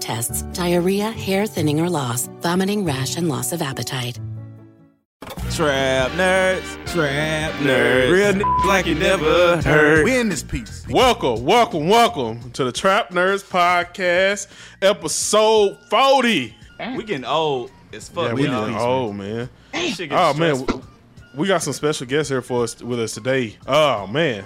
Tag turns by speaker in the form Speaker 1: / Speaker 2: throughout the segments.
Speaker 1: tests, diarrhea, hair thinning or loss, vomiting, rash, and loss of appetite.
Speaker 2: Trap nerds, trap nerds,
Speaker 3: Real n- like you never heard.
Speaker 2: We in this piece.
Speaker 3: Welcome, welcome, welcome to the Trap Nerds Podcast, episode 40.
Speaker 2: We getting old as fuck.
Speaker 3: yeah,
Speaker 2: we
Speaker 3: we doing old, man. Oh, man. w- We got some special guests here for us with us today. Oh, man.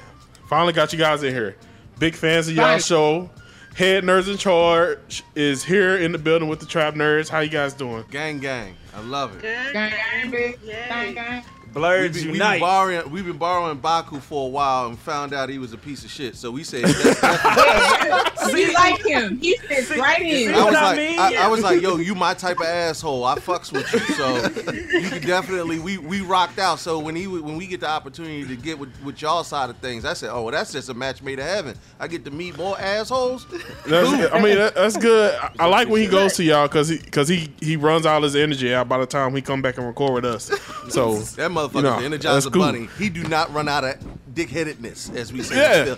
Speaker 3: Finally got you guys in here. Big fans of y'all all
Speaker 4: Right.
Speaker 3: show. Head Nerds in Charge is here in the building with the Trap Nerds. How you guys doing?
Speaker 4: Gang, gang. I love it.
Speaker 5: Gang, gang, bitch. Gang, gang.
Speaker 4: We
Speaker 2: Blurs
Speaker 4: be- we be
Speaker 2: unite.
Speaker 4: borrowing, we've been borrowing Baku for a while and found out he was a piece of shit. So we said, I
Speaker 5: We like him. He fits right in.
Speaker 4: was
Speaker 2: what I
Speaker 4: like,
Speaker 2: mean?
Speaker 4: I, I was like, yo, you my type of asshole. I fucks with you. So you could definitely, we we rocked out. So when he when we get the opportunity to get with, with y'all side of things, I said, oh, well, that's just a match made in heaven. I get to meet more assholes.
Speaker 3: That's, I mean, that, that's good. I, I like when he goes to y'all because he because he he runs all his energy out by the time he come back and record with us. So
Speaker 4: That motherfucker's
Speaker 3: you know,
Speaker 4: the
Speaker 3: that's
Speaker 4: Energizer
Speaker 3: cool.
Speaker 4: Bunny. He do not run out of dickheadedness, as we say.
Speaker 3: Yeah.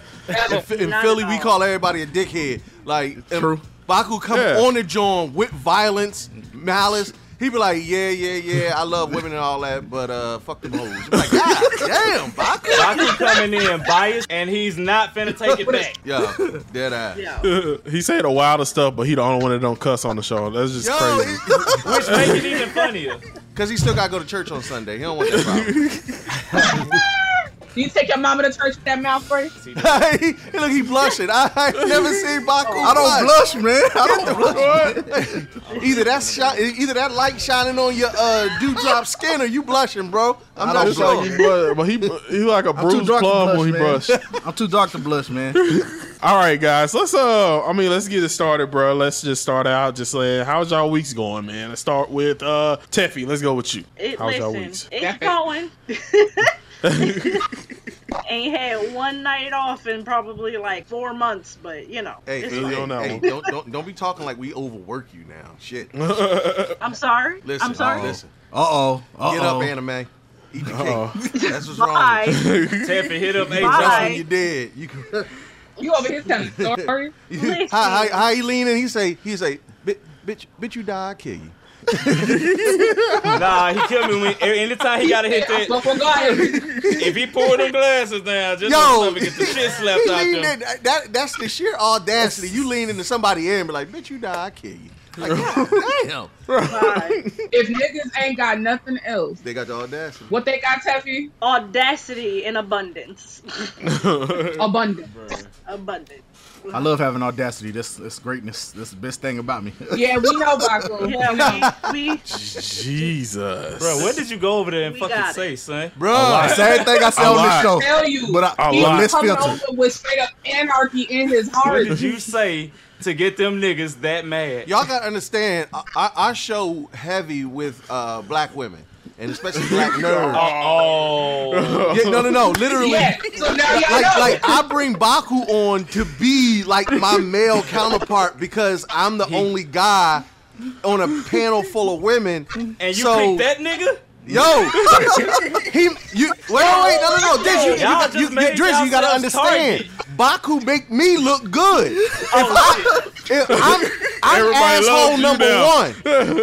Speaker 4: in Philly. In, in Philly, we call everybody a dickhead. Like and Baku come
Speaker 3: Yeah.
Speaker 4: on the John with violence, malice. He be like, yeah, yeah, yeah. I love women and all that, but uh, fuck them hoes. I'm like, God damn, Baku.
Speaker 2: Baku coming in biased, and he's not finna take it back.
Speaker 4: Yeah, dead ass. Yeah.
Speaker 3: he say the wildest stuff, but he the only one that don't cuss on the show. That's just
Speaker 4: Yo,
Speaker 3: crazy.
Speaker 2: Which make it even funnier.
Speaker 4: because he still gotta go to church on Sunday. He don't want that problem.
Speaker 5: You take your mama to church with that mouth first.
Speaker 4: Hey, Look, he blushing. I ain't never seen Baku.
Speaker 6: I don't blush, man. I don't blush.
Speaker 4: Either that's shi- either that light shining on your uh, dewdrop skin, or you blushing, bro. I'm not
Speaker 3: It's
Speaker 4: sure.
Speaker 3: like he bru- but he he like a
Speaker 6: I'm too
Speaker 3: bruised
Speaker 6: dark to
Speaker 3: plum
Speaker 6: blush,
Speaker 3: when he
Speaker 6: man.
Speaker 3: brush.
Speaker 6: I'm too dark to blush, man.
Speaker 3: All right, guys, let's uh, I mean, let's get it started, bro. Let's just start out just saying, how's y'all weeks going, man? Let's start with uh, Teffy. Let's go with you.
Speaker 7: It,
Speaker 3: how's y'all
Speaker 7: listen,
Speaker 3: weeks?
Speaker 7: it's going. Ain't had one night off in probably like four months, but you know,
Speaker 4: Hey,
Speaker 7: it's
Speaker 4: hey,
Speaker 3: you
Speaker 7: fine.
Speaker 3: on that
Speaker 4: hey,
Speaker 3: one.
Speaker 4: don't, don't don't be talking like we overwork you now. Shit.
Speaker 7: I'm sorry.
Speaker 4: Listen,
Speaker 7: I'm sorry.
Speaker 4: listen.
Speaker 6: Uh oh. Uh
Speaker 4: Get up,
Speaker 6: oh.
Speaker 4: anime. Eat the
Speaker 3: Uh-oh.
Speaker 4: cake. That's what's wrong. With
Speaker 7: Bye.
Speaker 2: Teffi hit up
Speaker 4: you. That's
Speaker 7: Bye.
Speaker 4: when you did. You can.
Speaker 5: You over here telling stories?
Speaker 4: how, how, how he leaning? He say, he say, "Bi- bitch, bitch, you die, I kill you.
Speaker 2: nah, he killed me when e- anytime he gotta hit that. if he pulled them glasses down, just
Speaker 4: Yo.
Speaker 2: Yo, get the shit slapped
Speaker 4: He
Speaker 2: out
Speaker 4: leaned
Speaker 2: them.
Speaker 4: in- that, that's the sheer audacity. You lean into somebody ear and be like, bitch, you die, I kill you. Like, God damn.
Speaker 5: if niggas ain't got nothing else,
Speaker 4: They got the audacity.
Speaker 5: what they got, Teffy?
Speaker 7: Audacity in abundance.
Speaker 5: Abundance.
Speaker 7: abundance.
Speaker 6: I love having audacity. That's that's greatness. That's the best thing about me.
Speaker 5: Yeah, we know about
Speaker 7: Yeah, we, we
Speaker 3: Jesus.
Speaker 2: Bro, what did you go over there and
Speaker 7: We got
Speaker 2: fucking
Speaker 7: it.
Speaker 2: say, son?
Speaker 6: Bro, same thing I said on this show.
Speaker 5: Tell you,
Speaker 6: But I,
Speaker 2: A
Speaker 5: he's
Speaker 2: lot.
Speaker 5: coming
Speaker 2: Let's
Speaker 5: over
Speaker 2: filter.
Speaker 5: with straight up anarchy in his heart.
Speaker 2: What did you say to get them niggas that mad?
Speaker 4: Y'all gotta understand, I, I, I show heavy with uh, black women. And especially black nerds.
Speaker 2: Oh.
Speaker 4: Yeah, no, no, no. Literally.
Speaker 5: Yeah, so now y'all
Speaker 4: like,
Speaker 5: know.
Speaker 4: like, I bring Baku on to be like my male counterpart because I'm the only guy on a panel full of women.
Speaker 2: And you
Speaker 4: so,
Speaker 2: picked that nigga?
Speaker 4: Yo, he, you, wait, wait, wait, no, no, no, Diz, you, you,
Speaker 2: Y'all
Speaker 4: got-
Speaker 2: just
Speaker 4: you,
Speaker 2: made
Speaker 4: you, Drizzy, you gotta
Speaker 2: yourselves
Speaker 4: understand. Baku make me look good. If I, if I'm, I'm
Speaker 3: Everybody
Speaker 4: asshole
Speaker 3: loves you
Speaker 4: number
Speaker 3: now.
Speaker 4: one.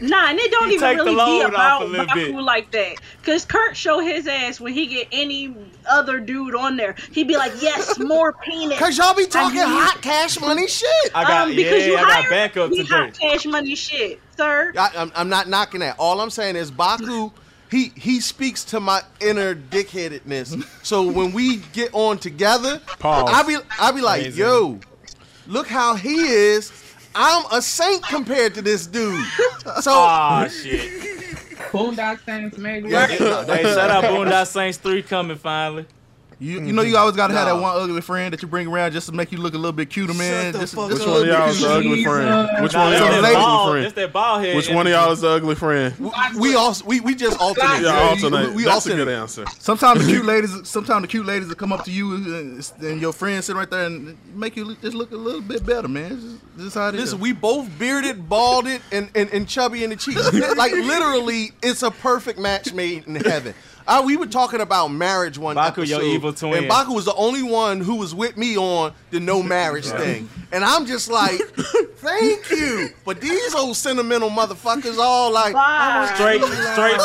Speaker 7: Nah, and it don't
Speaker 2: You
Speaker 7: even
Speaker 2: take the
Speaker 7: really be
Speaker 2: load off a
Speaker 7: about
Speaker 2: little bit.
Speaker 7: Baku like that. Cause Kurt show his ass when he get any other dude on there. He'd be like, "Yes, more penis."
Speaker 4: Cause y'all be talking
Speaker 7: I need-
Speaker 4: hot cash money shit.
Speaker 2: I got
Speaker 7: um, because
Speaker 2: yeah,
Speaker 7: you
Speaker 2: I got
Speaker 7: hired
Speaker 2: backup
Speaker 7: me
Speaker 2: today.
Speaker 7: hot cash money shit, sir.
Speaker 4: I, I'm, I'm not knocking that. All I'm saying is Baku, he he speaks to my inner dickheadedness. So when we get on together,
Speaker 3: Pause.
Speaker 4: I be I be like,
Speaker 3: Amazing.
Speaker 4: yo, look how he is. I'm a saint compared to this dude. So
Speaker 2: Ah shit.
Speaker 5: Boondock Saints, maybe.
Speaker 4: Yeah,
Speaker 5: right?
Speaker 4: yeah,
Speaker 2: hey, shout out Boondock Saints 3 coming finally.
Speaker 6: You, you know you always gotta have
Speaker 4: Nah.
Speaker 6: that one ugly friend that you bring around just to make you look a little bit cuter, man.
Speaker 4: the
Speaker 6: Just-
Speaker 4: fuck
Speaker 6: just
Speaker 4: up.
Speaker 6: a
Speaker 3: Which one of
Speaker 6: little
Speaker 3: y'all
Speaker 6: bit
Speaker 3: is the
Speaker 6: cuter.
Speaker 3: ugly friend? Which one of
Speaker 2: Nah,
Speaker 3: y'all
Speaker 4: it's
Speaker 3: is the
Speaker 4: that
Speaker 2: ball-
Speaker 3: ugly
Speaker 2: it's
Speaker 3: friend?
Speaker 2: that bald head.
Speaker 3: Which one of y'all is the ugly friend?
Speaker 4: we also we, we just alternate.
Speaker 3: Yeah, alternate.
Speaker 4: We, we
Speaker 3: That's a good
Speaker 4: alternate.
Speaker 3: answer.
Speaker 6: Sometimes the cute ladies, sometimes the cute ladies will come up to you and, and your friend sitting right there and make you look, just look a little bit better, man. It's just, it's just how it is.
Speaker 4: Listen, we both bearded, balded, and, and, and chubby in the cheeks. like literally, it's a perfect match made in heaven. Uh, we were talking about marriage one
Speaker 2: Baku, your
Speaker 4: episode,
Speaker 2: evil twin.
Speaker 4: and Baku was the only one who was with me on the no marriage thing. And I'm just like, thank you. But these old sentimental motherfuckers all like, I was
Speaker 2: Straight,
Speaker 4: totally lying.
Speaker 2: straight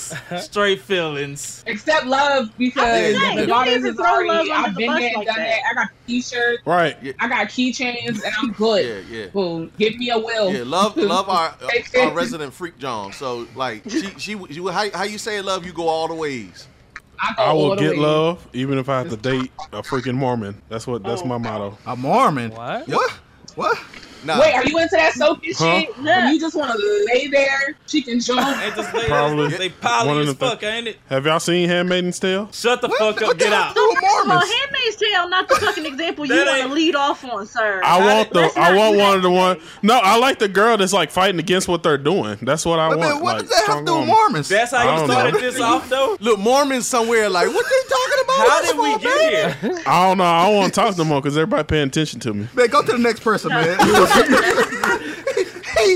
Speaker 2: feelings. Straight feelings.
Speaker 5: Except love because
Speaker 4: Yeah, you
Speaker 5: the
Speaker 4: don't
Speaker 5: daughters
Speaker 7: even
Speaker 5: is
Speaker 7: throw love
Speaker 5: already.
Speaker 7: under
Speaker 5: I've
Speaker 7: the
Speaker 5: been
Speaker 7: bus
Speaker 5: there, and
Speaker 7: like
Speaker 5: done
Speaker 7: that.
Speaker 5: that. I got t-shirts.
Speaker 3: Right.
Speaker 5: I got keychains and I'm good.
Speaker 4: Yeah, yeah.
Speaker 5: Boom. Give me a will.
Speaker 4: Yeah, love, love our, uh, our resident freak, John. So like, she, she, you, how, how you say love? You go all the ways.
Speaker 5: go
Speaker 3: I
Speaker 5: all
Speaker 3: will
Speaker 5: the
Speaker 3: get
Speaker 5: way.
Speaker 3: love, even if I have to date a freaking Mormon. That's what. That's
Speaker 2: Oh.
Speaker 3: my motto.
Speaker 6: a Mormon.
Speaker 2: What?
Speaker 6: What? What?
Speaker 4: Nah.
Speaker 5: Wait, are you into that soaking
Speaker 3: Huh?
Speaker 5: shit? When you just want to lay there, cheek and jaw.
Speaker 2: Ain't just they,
Speaker 3: Probably.
Speaker 2: they
Speaker 3: One
Speaker 2: poly
Speaker 3: of
Speaker 2: as
Speaker 3: the
Speaker 2: fuck, ain't it?
Speaker 3: Have y'all seen Handmaiden's Tale?
Speaker 2: Shut the fuck up, get out.
Speaker 6: Who
Speaker 7: Well,
Speaker 6: Mormons?
Speaker 7: Handmaid's Tale, not the fucking example you
Speaker 2: That
Speaker 7: want to
Speaker 2: ain't-
Speaker 7: lead off on, sir.
Speaker 3: I want the.
Speaker 7: Let's
Speaker 3: I
Speaker 7: not
Speaker 3: want
Speaker 7: do
Speaker 3: one
Speaker 7: that
Speaker 3: of the one.
Speaker 7: today.
Speaker 3: No, I like the girl that's like fighting against what they're doing. That's what I
Speaker 6: Wait a
Speaker 3: want.
Speaker 6: minute, what
Speaker 3: like,
Speaker 6: does that have
Speaker 3: strong
Speaker 6: to do with
Speaker 3: woman.
Speaker 6: Mormons?
Speaker 2: That's
Speaker 3: I
Speaker 2: how you
Speaker 3: don't
Speaker 2: started
Speaker 3: know.
Speaker 2: this off, though?
Speaker 4: Look, Mormons somewhere like, what they talking about?
Speaker 2: How
Speaker 4: That's
Speaker 2: did we
Speaker 4: my
Speaker 2: get here?
Speaker 3: I don't know. I don't want to talk no more because everybody paying attention to me.
Speaker 6: Man, go to the next person, man.
Speaker 4: he,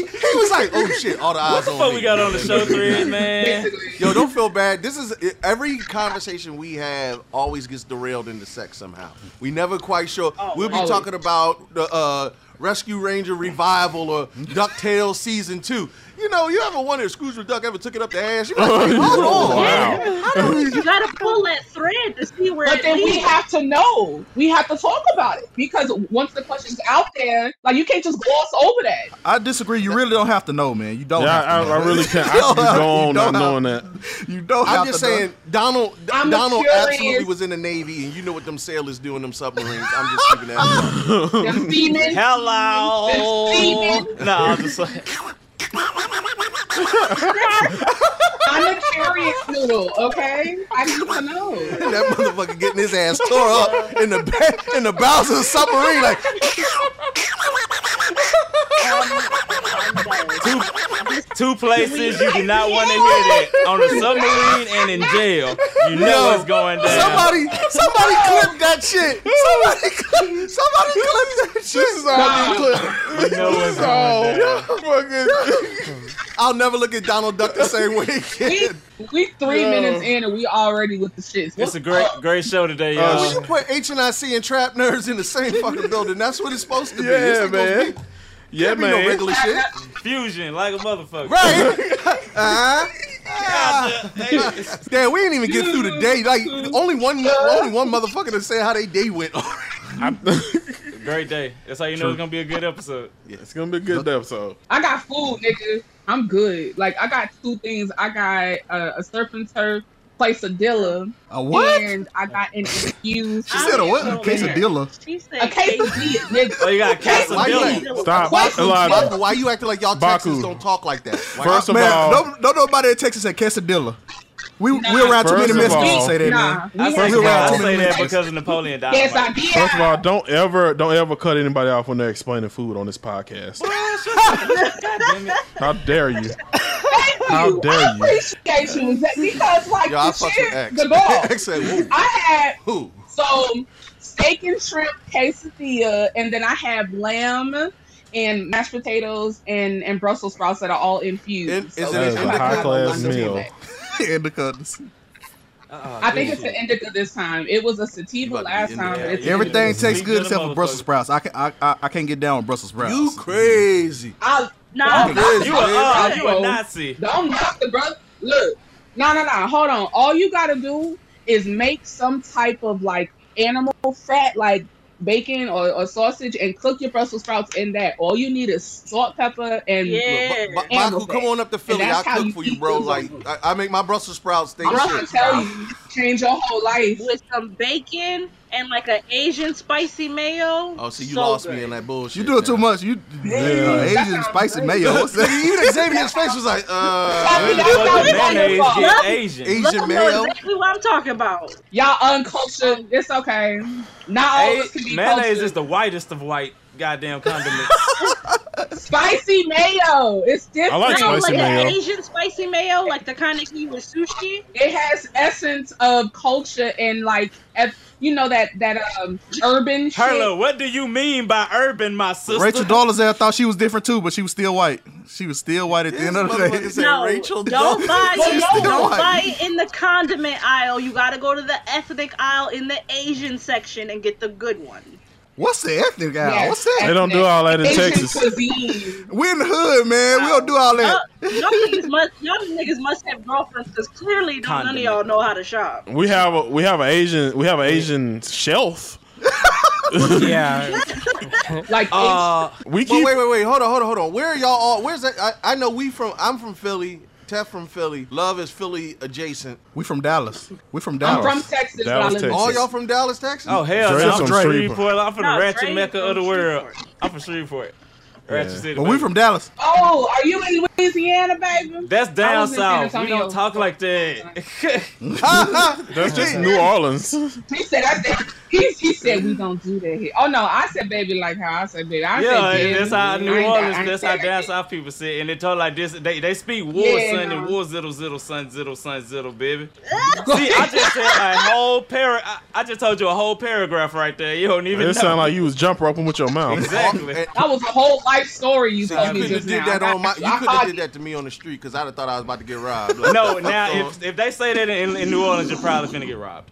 Speaker 4: he was like, oh shit, all the
Speaker 2: What
Speaker 4: eyes
Speaker 2: the
Speaker 4: on
Speaker 2: fuck
Speaker 4: me.
Speaker 2: we got on the show thread, man?
Speaker 4: Yo, don't feel bad. This is every conversation we have always gets derailed into sex somehow. We never quite sure.
Speaker 2: Oh,
Speaker 4: we'll be
Speaker 5: always.
Speaker 4: talking about the uh, Rescue Ranger revival or DuckTales season two. You know, you ever wonder if Scrooge McDuck ever took it up the ass? You be like, wait, hold on.
Speaker 3: Wow.
Speaker 7: You gotta pull that thread to see where
Speaker 5: But
Speaker 7: it
Speaker 5: then we
Speaker 7: leads.
Speaker 5: have to know. We have to talk about it because once the question's out there, like you can't just gloss over that.
Speaker 6: I disagree. You really don't have to know, man. You don't.
Speaker 3: Yeah, I,
Speaker 6: have to know.
Speaker 3: I, I really can't. I can just go on not knowing that.
Speaker 6: You don't.
Speaker 4: I'm
Speaker 6: have
Speaker 4: just
Speaker 6: to know.
Speaker 4: saying, Donald
Speaker 5: I'm
Speaker 4: Donald
Speaker 5: curious.
Speaker 4: absolutely was in the Navy, and you know what them sailors do in them submarines. I'm just keeping that.
Speaker 5: Them semen.
Speaker 2: Hello.
Speaker 5: Steven.
Speaker 2: No, I'm just like,
Speaker 5: I'm a curious noodle, okay? I need to know.
Speaker 4: that motherfucker getting his ass tore up in the back, in the bowels of the submarine, like
Speaker 2: two, two places you do not want to hear that on a submarine and in jail. You know
Speaker 4: Yo,
Speaker 2: what's going down.
Speaker 4: Somebody, somebody clip that shit. Somebody, clip, somebody clip that shit. This is all
Speaker 3: clip.
Speaker 2: you
Speaker 4: Oh,
Speaker 2: know what's going down.
Speaker 3: Fucking-
Speaker 4: I'll never look at Donald Duck the same way again.
Speaker 5: We three
Speaker 4: Yo.
Speaker 5: minutes in and we already with the shits.
Speaker 2: It's a great, great show today, y'all.
Speaker 4: Uh, when you put H and I C and trap nerds in the same fucking building, that's what it's supposed to be.
Speaker 2: Yeah,
Speaker 4: It's supposed to
Speaker 2: man.
Speaker 4: be- can't be no regular shit.
Speaker 2: Fusion, like a motherfucker.
Speaker 4: Right. Uh-huh. Damn, we didn't even get through the day. Like only one, only one motherfucker that said how they day went.
Speaker 2: Great day. That's how you know
Speaker 4: True.
Speaker 2: it's gonna be a good episode.
Speaker 3: Yeah, it's gonna be a good episode.
Speaker 5: I got food, nigga. I'm good. Like I got two things. I got uh, a surf and turf quesadilla.
Speaker 6: A what?
Speaker 5: And I got an infused.
Speaker 6: She said a what? A quesadilla.
Speaker 5: She said a quesadilla, nigga.
Speaker 2: Oh, you got
Speaker 6: Stop.
Speaker 4: Baku,
Speaker 6: Elijah.
Speaker 4: Baku, why you acting like y'all
Speaker 6: Baku.
Speaker 4: Texans don't talk like that? Why
Speaker 6: First
Speaker 4: y'all-
Speaker 6: of all, no, no, nobody in Texas said quesadilla. We we around too many Mexicans to say that, man.
Speaker 2: I
Speaker 6: We
Speaker 2: say,
Speaker 6: around
Speaker 2: I
Speaker 6: too many
Speaker 2: say that
Speaker 6: Mexicans.
Speaker 2: because of Napoleon died.
Speaker 5: Yes, I did.
Speaker 3: First of all, don't ever, don't ever cut anybody off when they're explaining food on this podcast. How dare you? How dare you?
Speaker 5: appreciate you is that- because like
Speaker 3: Yo, I
Speaker 5: the
Speaker 3: fuck with
Speaker 5: shit,
Speaker 3: X.
Speaker 5: the ball.
Speaker 3: X said, "Woo."
Speaker 5: I had so steak and shrimp quesadilla, and then I have lamb and mashed potatoes and and Brussels sprouts that are all infused. So
Speaker 6: Is
Speaker 5: it's
Speaker 6: it
Speaker 5: like-
Speaker 6: an
Speaker 3: high class meal.
Speaker 6: indica?
Speaker 5: I think it's an indica this time. It was a sativa last time. but it's an
Speaker 6: Everything
Speaker 5: indica.
Speaker 6: tastes good except for Brussels sprouts. I can I, I, I can't get down with Brussels sprouts.
Speaker 4: You crazy?
Speaker 5: I, no,
Speaker 6: I'm
Speaker 5: don't
Speaker 6: good, man.
Speaker 5: knock the brother,
Speaker 6: You a- uh, you a
Speaker 5: bro.
Speaker 6: Nazi.
Speaker 5: Don't knock the brother. Look, no, no, no. Hold on. All you gotta do is make some type of like animal fat, like bacon or, or sausage, and cook your Brussels sprouts in that. All you need is salt, pepper, and
Speaker 4: Yeah. Ba- Ba-
Speaker 5: animal
Speaker 4: Baku,
Speaker 5: fat.
Speaker 4: come on up to
Speaker 5: And
Speaker 4: Philly.
Speaker 5: that's
Speaker 4: I'll
Speaker 5: how
Speaker 4: cook for you, bro. Like I, I make my Brussels sprouts. They
Speaker 5: I'm trying
Speaker 4: shit.
Speaker 5: to tell you, change your whole life
Speaker 7: with some bacon and like an Asian spicy mayo.
Speaker 4: Oh, see, you
Speaker 7: So
Speaker 4: lost
Speaker 7: good.
Speaker 4: me in that bullshit.
Speaker 6: You do it too much. You uh, Asian spicy mayo. What's that?
Speaker 4: Even Xavier's face was like,
Speaker 5: Happy
Speaker 4: uh.
Speaker 5: that's how we got
Speaker 4: mayonnaise
Speaker 5: your fault.
Speaker 4: get Asian.
Speaker 5: Look,
Speaker 4: Asian
Speaker 5: I know
Speaker 4: mayo.
Speaker 5: exactly what I'm talking about. Y'all uncultured. It's okay. Not all of us can
Speaker 2: Hey,
Speaker 5: be
Speaker 2: mayonnaise
Speaker 5: cultured.
Speaker 2: is the whitest of white goddamn condiments.
Speaker 5: Spicy mayo. It's different.
Speaker 2: I like spicy
Speaker 7: like
Speaker 2: mayo.
Speaker 7: an Asian spicy mayo, like the kind that you eat with sushi.
Speaker 5: It has essence of culture and like, eff- you know that that um urban
Speaker 2: Carla,
Speaker 5: shit.
Speaker 2: what do you mean by urban, my sister?
Speaker 6: Rachel Dolezal thought she was different too, but she was still white. She was still white at the end of the day.
Speaker 4: motherfucker said No, Rachel
Speaker 7: Don't buy it.
Speaker 6: She's still
Speaker 7: Don't
Speaker 6: white.
Speaker 7: buy it in the condiment aisle. You gotta go to the ethnic aisle in the Asian section and get the good one.
Speaker 6: What's the ethnic guy?
Speaker 7: Yes,
Speaker 6: What's that?
Speaker 3: They don't do all that in Asian Texas.
Speaker 6: We in the hood, man. We don't do all that.
Speaker 7: Y'all niggas must, y'all niggas must have girlfriends because clearly don't none of y'all know how to shop.
Speaker 3: We have a we have an Asian we have an Asian shelf.
Speaker 2: yeah.
Speaker 5: Like
Speaker 3: uh, we
Speaker 4: Well,
Speaker 3: keep
Speaker 4: wait, wait, wait. Hold on, hold on, hold on. Where are y'all all? Where's that? I, I know we from. I'm from Philly. Tef from Philly. Love is Philly adjacent.
Speaker 6: We from Dallas. We from
Speaker 4: I'm
Speaker 6: Dallas.
Speaker 4: from Texas,
Speaker 6: Dallas,
Speaker 4: All y'all from Dallas, Texas?
Speaker 2: Oh hell,
Speaker 6: Dre
Speaker 2: no,
Speaker 6: from
Speaker 2: I'm from
Speaker 6: Shreveport.
Speaker 2: Shreveport. I'm from
Speaker 4: No,
Speaker 2: the ratchet
Speaker 4: Dre
Speaker 2: mecca
Speaker 4: from
Speaker 2: of the world. I'm from Shreveport. Ratchet City.
Speaker 6: But we from Dallas.
Speaker 5: Oh, are you in Louisiana, baby?
Speaker 2: That's
Speaker 5: I
Speaker 2: down
Speaker 5: was in San
Speaker 2: south. We don't
Speaker 5: Antonio.
Speaker 2: talk like that.
Speaker 3: That's just New Orleans.
Speaker 5: He said, I said he, he said we don't do that here. Oh no, I said baby like how I said baby. I
Speaker 2: yeah,
Speaker 5: said,
Speaker 2: and that's how
Speaker 5: baby.
Speaker 2: New
Speaker 5: I ain't- I
Speaker 2: Orleans.
Speaker 5: ain't
Speaker 2: That's
Speaker 5: said
Speaker 2: how
Speaker 5: that.
Speaker 2: down south people sit, and they talk like this. They they speak war
Speaker 5: Yeah,
Speaker 2: son and
Speaker 5: no.
Speaker 2: war zittle zittle son zittle son zittle baby. See, I just said a whole para. I, I just told you a whole paragraph right there. You don't even.
Speaker 3: It
Speaker 2: know.
Speaker 3: sounded like you was jump roping with your mouth.
Speaker 2: Exactly.
Speaker 5: That was a whole life story you
Speaker 4: You
Speaker 5: told
Speaker 4: couldn't
Speaker 5: me
Speaker 4: have
Speaker 5: just
Speaker 4: did
Speaker 5: now.
Speaker 4: that
Speaker 5: I
Speaker 4: on my.
Speaker 5: got
Speaker 4: You
Speaker 5: I
Speaker 4: couldn't have
Speaker 5: caught
Speaker 4: did that to me on the street because I'd have thought I was about to get robbed.
Speaker 2: No, now if if they say that in, in New Orleans, you're probably finna get robbed.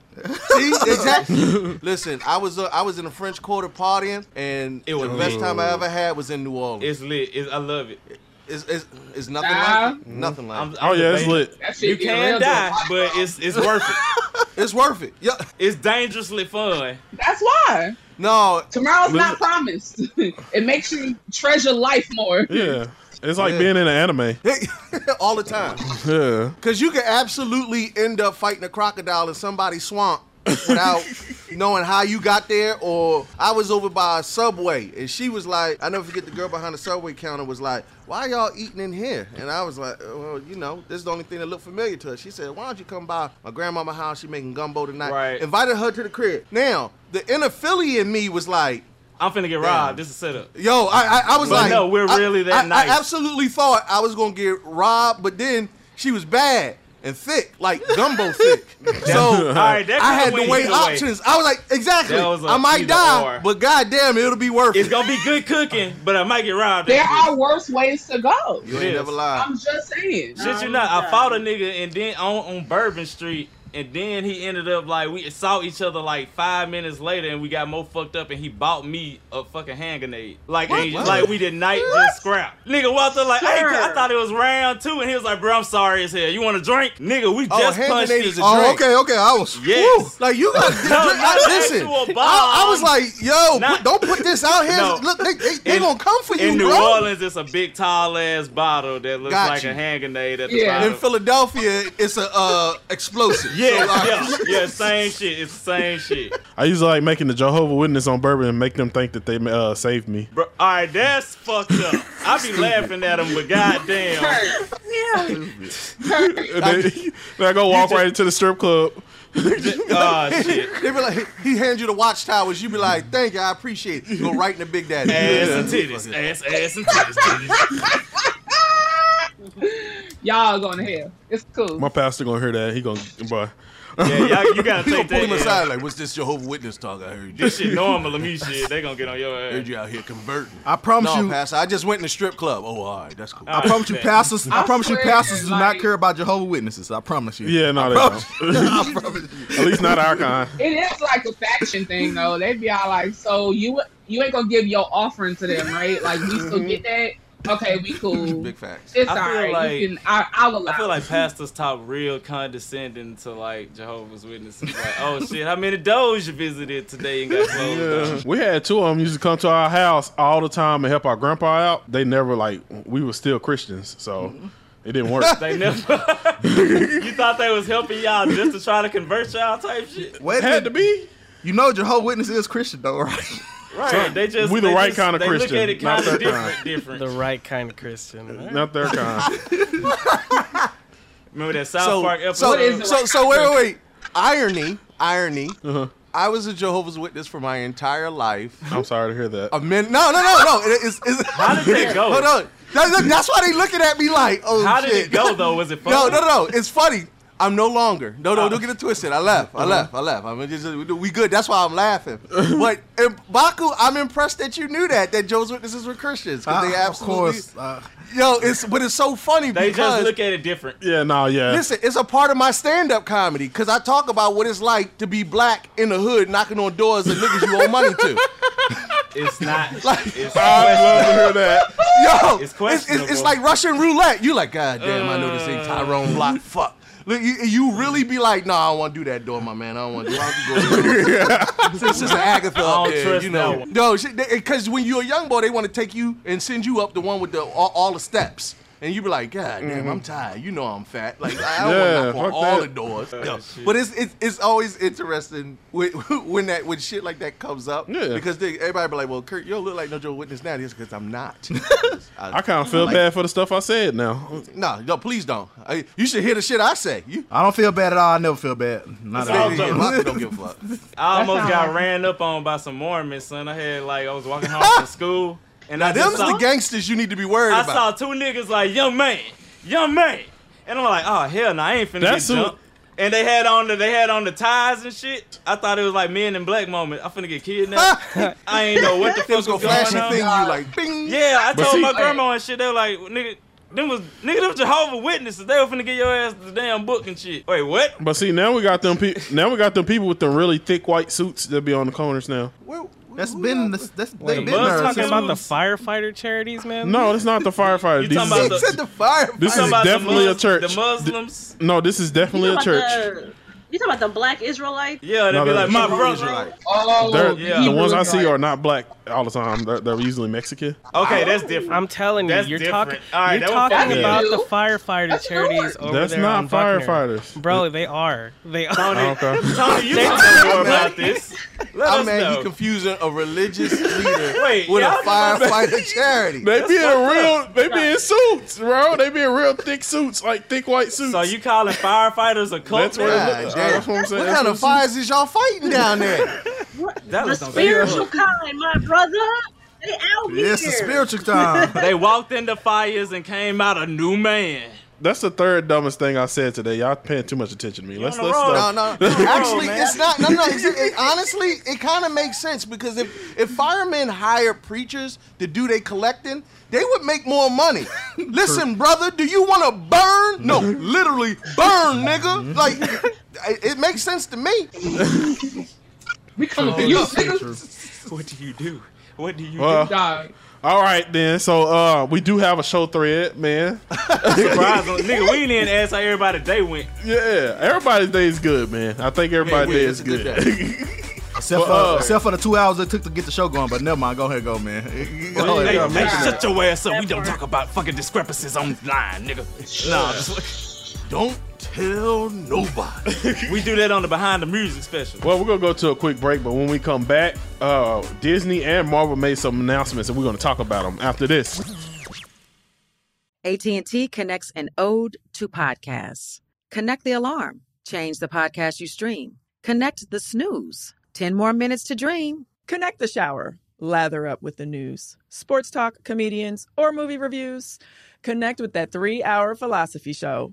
Speaker 4: See, exactly. Listen, I was uh, I was in a French Quarter partying, and it was the best time I ever had was in New Orleans.
Speaker 2: It's lit. It's, I love it.
Speaker 4: It's it's, it's nothing like it. Nothing like
Speaker 2: I'm-
Speaker 4: it.
Speaker 3: Oh,
Speaker 2: I'm debating. You can die,
Speaker 4: though.
Speaker 2: but it's it's worth it.
Speaker 4: it's worth it. Yeah.
Speaker 2: It's dangerously fun.
Speaker 5: That's why.
Speaker 4: No.
Speaker 5: Tomorrow's not
Speaker 3: Listen-
Speaker 5: promised. it makes you treasure life more.
Speaker 3: Yeah. It's like being in an anime.
Speaker 4: all the time.
Speaker 3: Yeah.
Speaker 4: Because you can absolutely end up fighting a crocodile in somebody's swamp without knowing how you got there. Or I was over by a subway and she was like, I never forget the girl behind the subway counter was like, Why y'all eating in here? And I was like, "Oh, Well, you know, this is the only thing that looked familiar to us. She said, Why don't you come by my grandmama house? She making gumbo tonight.
Speaker 2: Right.
Speaker 4: Invited her to the crib. Now, the inner Philly in me was like,
Speaker 2: I'm finna get robbed. This is set up.
Speaker 4: Yo, I I, I was
Speaker 2: But
Speaker 4: like,
Speaker 2: no, we're
Speaker 4: I-
Speaker 2: really
Speaker 4: I,
Speaker 2: that nice.
Speaker 4: I absolutely thought I was gonna get robbed, but then she was bad, and thick, like gumbo thick. So
Speaker 2: All right, that
Speaker 4: I had
Speaker 2: could've went
Speaker 4: to weigh
Speaker 2: either way.
Speaker 4: options. I was like, exactly.
Speaker 2: That was a
Speaker 4: I might
Speaker 2: either
Speaker 4: die,
Speaker 2: or.
Speaker 4: but goddamn, it'll be worth it.
Speaker 2: It's gonna be good cooking, but I might get robbed.
Speaker 5: There are worse ways to go.
Speaker 2: You ain't never lied.
Speaker 5: I'm just saying.
Speaker 2: Shit, you not. I fought a nigga and then on, on Bourbon Street, and then he ended up like we saw each other like five minutes later, and we got more fucked up, and he bought me a fucking hand grenade. Like,
Speaker 4: What?
Speaker 2: and-
Speaker 4: What?
Speaker 2: like we did night just scrap. Nigga walked up like, hey, I
Speaker 4: Sure.
Speaker 2: thought it was round two, and he was like, bro, I'm sorry as hell. You want a drink, nigga? We
Speaker 4: Oh,
Speaker 2: just
Speaker 4: hand
Speaker 2: punched
Speaker 4: grenade
Speaker 2: each
Speaker 4: is a Oh, drink. okay, okay. I was
Speaker 2: yes.
Speaker 4: Like you got
Speaker 2: No,
Speaker 4: I,
Speaker 2: not
Speaker 4: listen.
Speaker 2: actual
Speaker 4: I,
Speaker 2: bomb.
Speaker 4: I was like, yo,
Speaker 2: Not-
Speaker 4: put- don't put this out here.
Speaker 2: No.
Speaker 4: Look, they, they, they
Speaker 2: In-
Speaker 4: gonna come for you,
Speaker 2: In New
Speaker 4: bro.
Speaker 2: Orleans, it's a big tall ass bottle that looks
Speaker 4: Got
Speaker 2: like
Speaker 4: you.
Speaker 2: a hand grenade at the
Speaker 4: Yeah.
Speaker 2: bottom.
Speaker 4: In Philadelphia, it's a uh, explosive.
Speaker 2: Yeah,
Speaker 4: So, like,
Speaker 2: yeah, yeah, same shit. It's the same shit.
Speaker 3: I used to like making the Jehovah Witness on bourbon and make them think that they uh, saved me.
Speaker 2: Bro, all right, that's fucked up. I be laughing at him, but goddamn.
Speaker 3: Then I go walk right into the strip club. Uh,
Speaker 2: Ah, shit.
Speaker 4: They be like, he hand you the watchtowers. You be like, thank you, I appreciate it. Go right in the big daddy.
Speaker 2: Ass and titties, ass, ass and titties.
Speaker 5: Y'all going to hell. It's cool.
Speaker 3: My pastor gonna hear that. He gonna bro.
Speaker 2: Yeah, y'all, you gotta
Speaker 4: He gonna
Speaker 2: take
Speaker 4: pull
Speaker 2: that.
Speaker 4: him
Speaker 2: L.
Speaker 4: aside like, what's this Jehovah Witness talk? I heard
Speaker 2: This shit normal to me. Shit, they gonna get on your ass.
Speaker 4: Heard you out here converting.
Speaker 6: I promise
Speaker 4: no,
Speaker 6: you-
Speaker 4: Pastor, I just went in the strip club. Oh, all right, that's cool.
Speaker 6: I promise you, pastors. I, promise you, pastors do not
Speaker 4: like-
Speaker 6: care about Jehovah's Witnesses. I promise you.
Speaker 3: Yeah, no,
Speaker 6: I
Speaker 3: they
Speaker 6: promise
Speaker 3: don't. At least not our kind.
Speaker 5: It is like a faction thing, though. They be all like, so you you ain't gonna give your offering to them, right? Like, we still get that? Okay, we cool.
Speaker 2: Mm-hmm. Big
Speaker 4: facts.
Speaker 5: It's all right. you can, I, I'll allow
Speaker 2: I feel
Speaker 5: it.
Speaker 2: like pastors talk real condescending to like Jehovah's Witnesses. Like, oh shit, how many doors you visited today and got closed?
Speaker 3: Yeah. We had two of them used to come to our house all the time and help our grandpa out. They never like we were still Christians, so it didn't work.
Speaker 2: They never. you thought they was helping y'all just to try to convert y'all type shit.
Speaker 6: What
Speaker 2: Had
Speaker 3: to be.
Speaker 6: You know, Jehovah's Witness is Christian though, right?
Speaker 2: Right.
Speaker 6: So,
Speaker 2: they just
Speaker 6: we the
Speaker 2: they
Speaker 6: right
Speaker 2: just-
Speaker 6: kind of
Speaker 2: they
Speaker 6: Christian,
Speaker 2: Look at it
Speaker 6: not
Speaker 2: kind
Speaker 6: their
Speaker 2: of different.
Speaker 6: kind.
Speaker 2: Different.
Speaker 8: The right kind of Christian.
Speaker 3: Not their kind.
Speaker 2: Remember that South
Speaker 4: so,
Speaker 2: Park episode?
Speaker 4: So, so, so wait, wait, wait. Irony, irony. I was a Jehovah's Witness for my entire life.
Speaker 3: I'm sorry to hear that.
Speaker 4: A min- no, no, no, no. It, it's, it's, How
Speaker 2: did that go?
Speaker 4: Hold on. That- that- that's why they looking at me like, oh
Speaker 2: How
Speaker 4: shit.
Speaker 2: did it go though? Was it fun? Oh.
Speaker 4: No, no, no. It's funny. I'm no longer. No, no, don't get it twisted. I left.
Speaker 2: Uh-huh.
Speaker 4: I left. I left. I mean, just, we good. That's why I'm laughing. But in Baku, I'm impressed that you knew that that Joe's witnesses were Christians
Speaker 3: Uh,
Speaker 4: because they
Speaker 6: Ah, of
Speaker 4: absolutely.
Speaker 6: course, uh,
Speaker 4: yo, it's but it's so funny
Speaker 2: They
Speaker 4: because
Speaker 2: just look at it different.
Speaker 3: Yeah, no, yeah.
Speaker 4: Listen, it's a part of my stand-up comedy because I talk about what it's like to be black in the hood, knocking on doors of niggas you owe money to.
Speaker 2: It's not. it's
Speaker 3: I love to hear that.
Speaker 4: Yo,
Speaker 2: It's
Speaker 4: it's, it's,
Speaker 2: questionable. Uh.
Speaker 4: it's, like Russian roulette. You like, God damn, I know this ain't Tyrone Block. Fuck. Look, you, you really be like, no, I don't want to do that door, my man. I don't want to do that. This is an Agatha.
Speaker 2: I
Speaker 4: up
Speaker 2: don't
Speaker 4: there,
Speaker 2: trust
Speaker 4: you know.
Speaker 2: that one.
Speaker 4: No, because when you're a young boy, they want to take you and send you up the one with the all, all the steps. And you be like, God damn,
Speaker 2: Mm-hmm.
Speaker 4: I'm
Speaker 6: Mhm.
Speaker 4: tired. You know I'm fat. Like I don't
Speaker 6: Yeah,
Speaker 4: want to knock on
Speaker 6: fuck that.
Speaker 4: all the doors.
Speaker 6: Oh,
Speaker 4: No.
Speaker 6: shit.
Speaker 4: But it's, it's it's always interesting when, when that when shit like that comes up.
Speaker 3: Yeah.
Speaker 4: Because they, everybody be like, well, Kurt, you don't look like no Joe Witness now. It's because I'm not.
Speaker 3: I kind of feel
Speaker 4: Like-
Speaker 3: bad for the stuff I said now.
Speaker 4: No, no, please don't. I, you should hear the shit I say. You
Speaker 6: I don't feel bad at all. I never feel bad. Not
Speaker 4: It's
Speaker 6: at
Speaker 4: all
Speaker 6: all.
Speaker 4: done. Locker don't give a fuck.
Speaker 2: I almost
Speaker 4: That's
Speaker 2: got
Speaker 4: all.
Speaker 2: ran up on by some Mormons, son. I had like I was walking home from school, and I
Speaker 4: now,
Speaker 2: just
Speaker 4: them's
Speaker 2: saw,
Speaker 4: the gangsters you need to be worried
Speaker 2: I
Speaker 4: about.
Speaker 2: saw two niggas like young man, young man, and I'm like, oh hell, no, I ain't finna
Speaker 3: That's
Speaker 2: get
Speaker 3: who-
Speaker 2: jumped. And they had on the they had on the ties and shit. I thought it was like men in black moment. I'm finna get kidnapped. I ain't know what the
Speaker 4: They
Speaker 2: fuck
Speaker 4: was
Speaker 2: was going
Speaker 4: gonna flash
Speaker 2: on.
Speaker 4: your thing, you like, bing.
Speaker 2: Yeah, I
Speaker 4: But
Speaker 2: told
Speaker 4: see-
Speaker 2: my grandma and shit. They were like, nigga, them was nigga, them Jehovah Witnesses. They were finna get your ass the damn book and shit. Wait, what?
Speaker 3: But see, now we got them. Pe- now we got them people with them really thick white suits that be on the corners now.
Speaker 6: That's been that's, that's they've
Speaker 8: Wait,
Speaker 6: been
Speaker 8: Buzz
Speaker 6: there.
Speaker 8: talking
Speaker 6: since-
Speaker 8: about the firefighter charities, man?
Speaker 3: No, that's not the firefighter.
Speaker 8: You
Speaker 3: These
Speaker 8: talking about
Speaker 3: is-
Speaker 8: the- He said
Speaker 4: the fire.
Speaker 3: This
Speaker 8: You
Speaker 3: is
Speaker 8: talking about the
Speaker 3: definitely a
Speaker 8: Mus-
Speaker 3: church.
Speaker 2: the Muslims?
Speaker 3: Th- no, this is definitely a church.
Speaker 7: The, you talking about the black Israelites?
Speaker 2: Yeah,
Speaker 3: No,
Speaker 2: they'd be
Speaker 3: they're
Speaker 2: like, my
Speaker 3: Hebrew
Speaker 2: brother.
Speaker 6: Oh,
Speaker 3: They're-
Speaker 2: yeah.
Speaker 3: The ones I see are not black all the time. They're, they're usually Mexican.
Speaker 2: Okay, that's different.
Speaker 8: I'm telling you,
Speaker 2: That's
Speaker 8: you're
Speaker 2: different.
Speaker 8: talking.
Speaker 2: All right,
Speaker 8: you're
Speaker 2: that was
Speaker 8: talking
Speaker 2: funny.
Speaker 8: about
Speaker 2: Yeah.
Speaker 8: the firefighter charities over
Speaker 3: That's
Speaker 8: there
Speaker 3: not
Speaker 8: on Buckner.
Speaker 3: firefighters. Oh,
Speaker 8: bro. They are. They are.
Speaker 2: Tony,
Speaker 3: Okay.
Speaker 2: Tony, you
Speaker 8: They-
Speaker 2: don't know more about this. Let
Speaker 4: Oh
Speaker 2: us
Speaker 4: man,
Speaker 2: know.
Speaker 4: you confusing a religious leader
Speaker 2: Wait,
Speaker 4: with
Speaker 2: y'all
Speaker 4: a firefighter charity.
Speaker 3: They be in real. They be in suits, bro. They be in real thick suits, like thick white suits. So
Speaker 2: you calling firefighters a cult?
Speaker 3: That's what, it
Speaker 4: God
Speaker 3: look- uh,
Speaker 4: damn.
Speaker 3: that's what I'm saying.
Speaker 4: What kind of fires is y'all fighting down there?
Speaker 2: That
Speaker 7: the spiritual kind, my brother. They out here.
Speaker 2: they walked into fires and came out a new man.
Speaker 3: that's the third dumbest thing I said today. Y'all paying too much attention to me. let's let's
Speaker 4: No,
Speaker 3: stop.
Speaker 4: no. Actually, it's not. No, no. It's, it, honestly, it kind of makes sense because if if firemen hired preachers to do they collecting, they would make more money. Listen, brother, do you want to burn? No, literally burn, nigga. Like, it, it makes sense to me.
Speaker 5: we
Speaker 3: coming for you, nigga.
Speaker 2: What do you do? What do you
Speaker 3: Well,
Speaker 2: do?
Speaker 3: all right then. So uh, we do have a show thread, man.
Speaker 2: Surprise, nigga, we didn't ask how everybody day went.
Speaker 3: Yeah, everybody's day is good, man. I think everybody's
Speaker 2: Yeah,
Speaker 3: day
Speaker 2: yeah, it's
Speaker 3: is
Speaker 2: a good
Speaker 3: good.
Speaker 6: Except,
Speaker 3: Well,
Speaker 6: for,
Speaker 3: uh,
Speaker 6: except for the two hours it took to get the show going, but never mind. Go ahead, go, man.
Speaker 2: Well,
Speaker 6: Oh,
Speaker 2: hey,
Speaker 6: yeah,
Speaker 2: hey,
Speaker 6: mention
Speaker 2: shut
Speaker 6: that.
Speaker 2: your ass up. We don't talk about fucking discrepancies online, nigga. Nah, just, don't tell nobody. we do that on the behind the music special.
Speaker 3: Well, we're gonna go to a quick break, but when we come back, uh, Disney and Marvel made some announcements, and we're gonna talk about them after this.
Speaker 9: AT&T connects an ode to podcasts. Connect the alarm. Change the podcast you stream. Connect the snooze. 10 more minutes to dream.
Speaker 10: Connect the shower. Lather up with the news, sports talk, comedians, or movie reviews. Connect with that three hour philosophy show.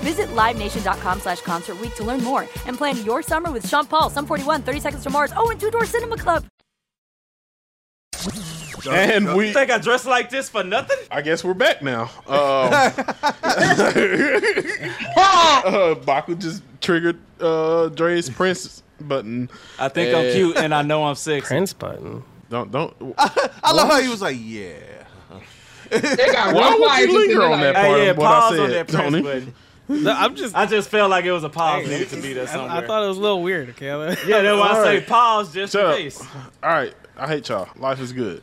Speaker 11: Visit LiveNation.com slash Concert Week to learn more and plan your summer with Sean Paul, Sum 41, 30 Seconds to Mars, oh, and Two Door Cinema Club.
Speaker 3: And we
Speaker 2: think I dressed like this for nothing.
Speaker 3: I guess we're back now. Um, uh, Baku just triggered uh, Dre's Prince button.
Speaker 2: I think I'm cute and I know I'm sexy.
Speaker 3: Prince button. Don't don't.
Speaker 4: I love how he was like, yeah.
Speaker 2: got
Speaker 3: Why
Speaker 2: one
Speaker 3: would
Speaker 2: line
Speaker 3: you
Speaker 2: just
Speaker 3: linger
Speaker 2: in it
Speaker 3: on that
Speaker 2: like- Hey,
Speaker 3: part
Speaker 2: yeah,
Speaker 3: of what I
Speaker 2: pause on
Speaker 3: said,
Speaker 2: that Prince
Speaker 3: Tony?
Speaker 2: button. I'm just. I just felt like it was a pause nigga to be there
Speaker 8: I-
Speaker 2: somewhere.
Speaker 8: I, thought it was a little weird. Okay,
Speaker 2: yeah, that's why I say
Speaker 3: Alright.
Speaker 2: pause just
Speaker 3: Shut
Speaker 2: in
Speaker 3: up.
Speaker 2: case.
Speaker 3: All right, I hate y'all. Life is good.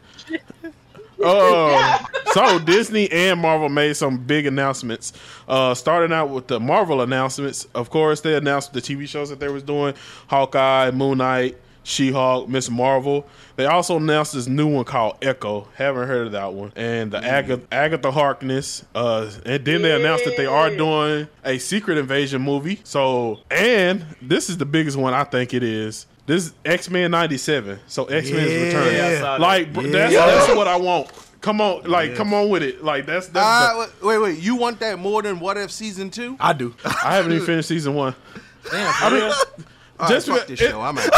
Speaker 3: Um, so Disney and Marvel made some big announcements. Uh, starting out with the Marvel announcements, of course, they announced the TV shows that they was doing: Hawkeye, Moon Knight, She-Hulk, Miss Marvel. They also announced this new one called Echo. Haven't heard of that one. And
Speaker 4: Mm.
Speaker 3: the Agatha, Agatha Harkness. Uh, and then they announced that they are doing a Secret Invasion movie. So, and this is the biggest one I think it is. This is X Men '97. So X Men
Speaker 4: Yeah.
Speaker 3: is returning.
Speaker 4: Yeah, I saw that.
Speaker 3: Like br- that's
Speaker 4: Yeah.
Speaker 3: that's what I want. Come on, like come on with it. Like that's that's.
Speaker 4: Uh, wait, wait, wait. You want that more than What If Season 2?
Speaker 3: I do. I haven't even finished season one.
Speaker 4: Damn,
Speaker 3: I mean, just
Speaker 4: fuck
Speaker 3: because-
Speaker 4: this
Speaker 3: it-
Speaker 4: show. I'm out.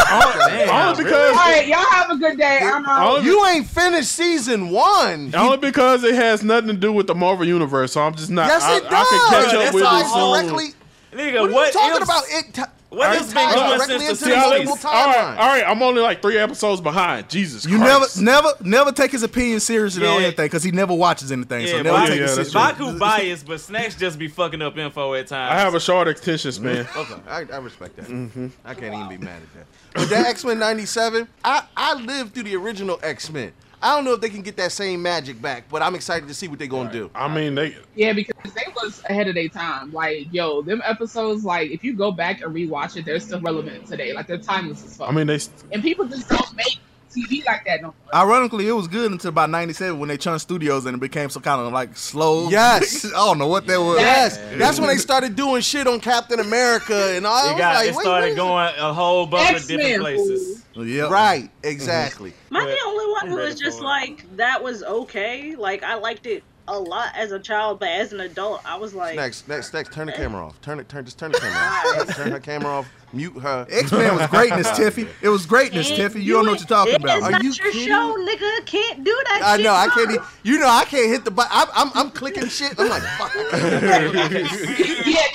Speaker 3: all- only because
Speaker 5: right, y'all have a good day. I'm out.
Speaker 4: Oh, you ain't finished season one.
Speaker 3: Only because it has nothing to do with the Marvel universe, so I'm just not.
Speaker 4: Yes,
Speaker 3: I,
Speaker 4: it
Speaker 3: I can
Speaker 4: does.
Speaker 3: catch up
Speaker 4: That's
Speaker 3: with
Speaker 4: all
Speaker 3: it soon.
Speaker 4: directly-
Speaker 2: Nigga,
Speaker 4: what are you
Speaker 2: what
Speaker 4: talking
Speaker 2: else-
Speaker 4: about? It t-
Speaker 2: what
Speaker 4: it
Speaker 2: has been
Speaker 4: ties
Speaker 2: going on
Speaker 4: directly
Speaker 2: since the
Speaker 4: into
Speaker 3: See, I
Speaker 4: the
Speaker 3: like-
Speaker 4: multiple
Speaker 3: all
Speaker 4: timeline.
Speaker 3: right, all right. I'm only like three episodes behind. Jesus,
Speaker 6: You never,
Speaker 3: Christ.
Speaker 6: never, never take his opinion seriously on
Speaker 2: Yeah.
Speaker 6: anything because he never watches anything. so
Speaker 2: Yeah,
Speaker 6: never
Speaker 2: Baku,
Speaker 6: take it seriously.
Speaker 2: Baku biased, but Snacks just be fucking up info at times.
Speaker 3: I have a short attention span.
Speaker 4: Okay, I, I respect that. Mm-hmm. I can't even be mad at that. But that X Men '97, I I lived through the original X Men. I don't know if they can get that same magic back, but I'm excited to see what they're gonna do.
Speaker 3: I mean, they
Speaker 5: Yeah, because they was ahead of their time. Like, yo, them episodes, like, if you go back and rewatch it, they're still relevant today. Like, they're timeless as fuck.
Speaker 3: I mean, they.
Speaker 5: and people just don't make TV like that no more.
Speaker 6: Ironically, it was good until about '97 when they turned studios and it became some kind of like slow.
Speaker 4: Yes.
Speaker 6: I don't know what that was.
Speaker 4: Yes, that's when they started doing shit on Captain America and all.
Speaker 2: It, got,
Speaker 4: I
Speaker 2: it
Speaker 4: was like,
Speaker 2: started
Speaker 4: wait, wait.
Speaker 2: going
Speaker 6: uh,
Speaker 2: a whole bunch of different
Speaker 4: X-Men,
Speaker 2: places.
Speaker 6: Yeah.
Speaker 4: Right. Exactly.
Speaker 6: Mm-hmm.
Speaker 7: My the only one
Speaker 2: I'm
Speaker 7: who
Speaker 2: ready
Speaker 7: was just
Speaker 2: for it.
Speaker 7: like that was okay. Like I liked it a lot as a child, but as an adult, I was like,
Speaker 4: Next, next, next. Turn the camera off. Turn it. Turn. Just turn the camera off. turn her camera off. Mute her.
Speaker 6: X Men was greatness, Tiffy. It was greatness,
Speaker 7: Can't
Speaker 6: Tiffy. You don't know what you're talking
Speaker 7: it
Speaker 6: about.
Speaker 7: is not your show, nigga. Can't do that.
Speaker 4: I
Speaker 7: shit,
Speaker 4: know. I can't.
Speaker 7: bro.
Speaker 4: e- You know. I can't hit the button. I'm, I'm. I'm clicking shit. I'm like, fuck.
Speaker 5: yeah,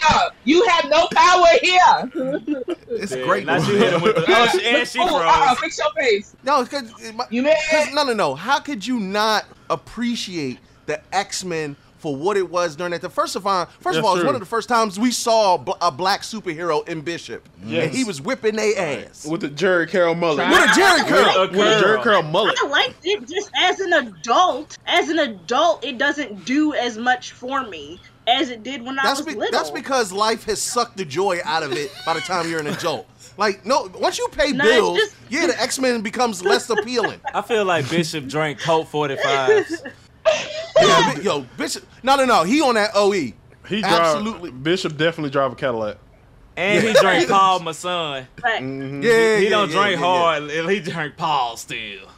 Speaker 5: no, you have no power here.
Speaker 6: It's
Speaker 4: great.
Speaker 2: Not you hit him with the. Oh, she, and she
Speaker 5: Ooh,
Speaker 2: froze.
Speaker 5: uh-uh, fix your face.
Speaker 4: No, because
Speaker 5: you mad?
Speaker 4: No, no, no. How could you not appreciate the X Men for what it was during that? The first of all, first of
Speaker 3: That's
Speaker 4: all, it was
Speaker 3: true.
Speaker 4: one of the first times we saw bl- a black superhero in Bishop,
Speaker 3: Yes.
Speaker 4: and he was whipping their ass
Speaker 3: with the Jerry Carroll mullet.
Speaker 4: With a Jerry curl.
Speaker 3: With a Jerry Curl mullet.
Speaker 7: I liked it just as an adult. As an adult, it doesn't do as much for me as it did when
Speaker 4: That's
Speaker 7: I was
Speaker 4: be-
Speaker 7: little.
Speaker 4: that's because life has sucked the joy out of it by the time you're an adult. Like no, once you pay
Speaker 7: No, it's
Speaker 4: bills,
Speaker 7: just-
Speaker 4: yeah, the X Men becomes less appealing.
Speaker 2: I feel like Bishop drank Coke 45s.
Speaker 4: Yeah, bi- yo, Bishop. No, no, no. He on that OE.
Speaker 3: He
Speaker 4: Absolutely.
Speaker 3: absolutely. Bishop definitely drive a Cadillac.
Speaker 2: And he drank Paul, my son.
Speaker 3: Mm-hmm.
Speaker 7: Mhm.
Speaker 4: Yeah,
Speaker 2: he,
Speaker 4: yeah,
Speaker 2: don't
Speaker 4: yeah,
Speaker 2: drink
Speaker 4: yeah,
Speaker 2: hard. He drank Paul still.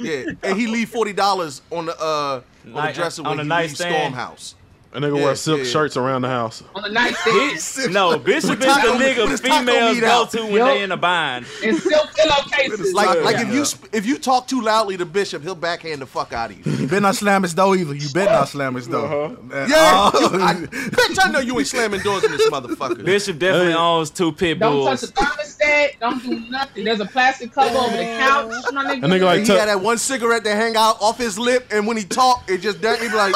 Speaker 4: yeah, and he leave forty dollars on the uh on the
Speaker 2: Night-
Speaker 4: dresser
Speaker 2: on
Speaker 4: when
Speaker 2: the
Speaker 4: he leaves
Speaker 2: nightstand.
Speaker 4: Storm House.
Speaker 3: A nigga
Speaker 4: Yeah,
Speaker 3: wear silk
Speaker 4: yeah.
Speaker 3: shirts around the house.
Speaker 5: On the nightstand.
Speaker 2: No, Bishop
Speaker 4: With
Speaker 2: is the
Speaker 4: taco-
Speaker 2: nigga
Speaker 4: with his taco
Speaker 2: females
Speaker 4: meat
Speaker 2: go
Speaker 4: out.
Speaker 2: to when
Speaker 4: Yup.
Speaker 2: they in a bind.
Speaker 5: And silk pillowcases.
Speaker 4: Like, like if
Speaker 6: Yeah.
Speaker 4: you sp- if you talk too loudly to Bishop, he'll backhand the fuck out of you.
Speaker 6: You better not slam his door either. You better not slam his
Speaker 3: Uh-huh.
Speaker 6: door. Uh,
Speaker 4: Yeah,
Speaker 6: oh.
Speaker 4: you- I- bitch, I know you ain't slamming doors in this motherfucker.
Speaker 2: Bishop definitely owns two pit
Speaker 5: Don't touch
Speaker 2: bulls.
Speaker 5: the thermostat. Don't do nothing. There's a plastic cover over the couch. My nigga.
Speaker 3: And nigga like
Speaker 4: he
Speaker 3: tuck-
Speaker 4: had that one cigarette that hang out off his lip, and when he talk, it just doesn't. He be like,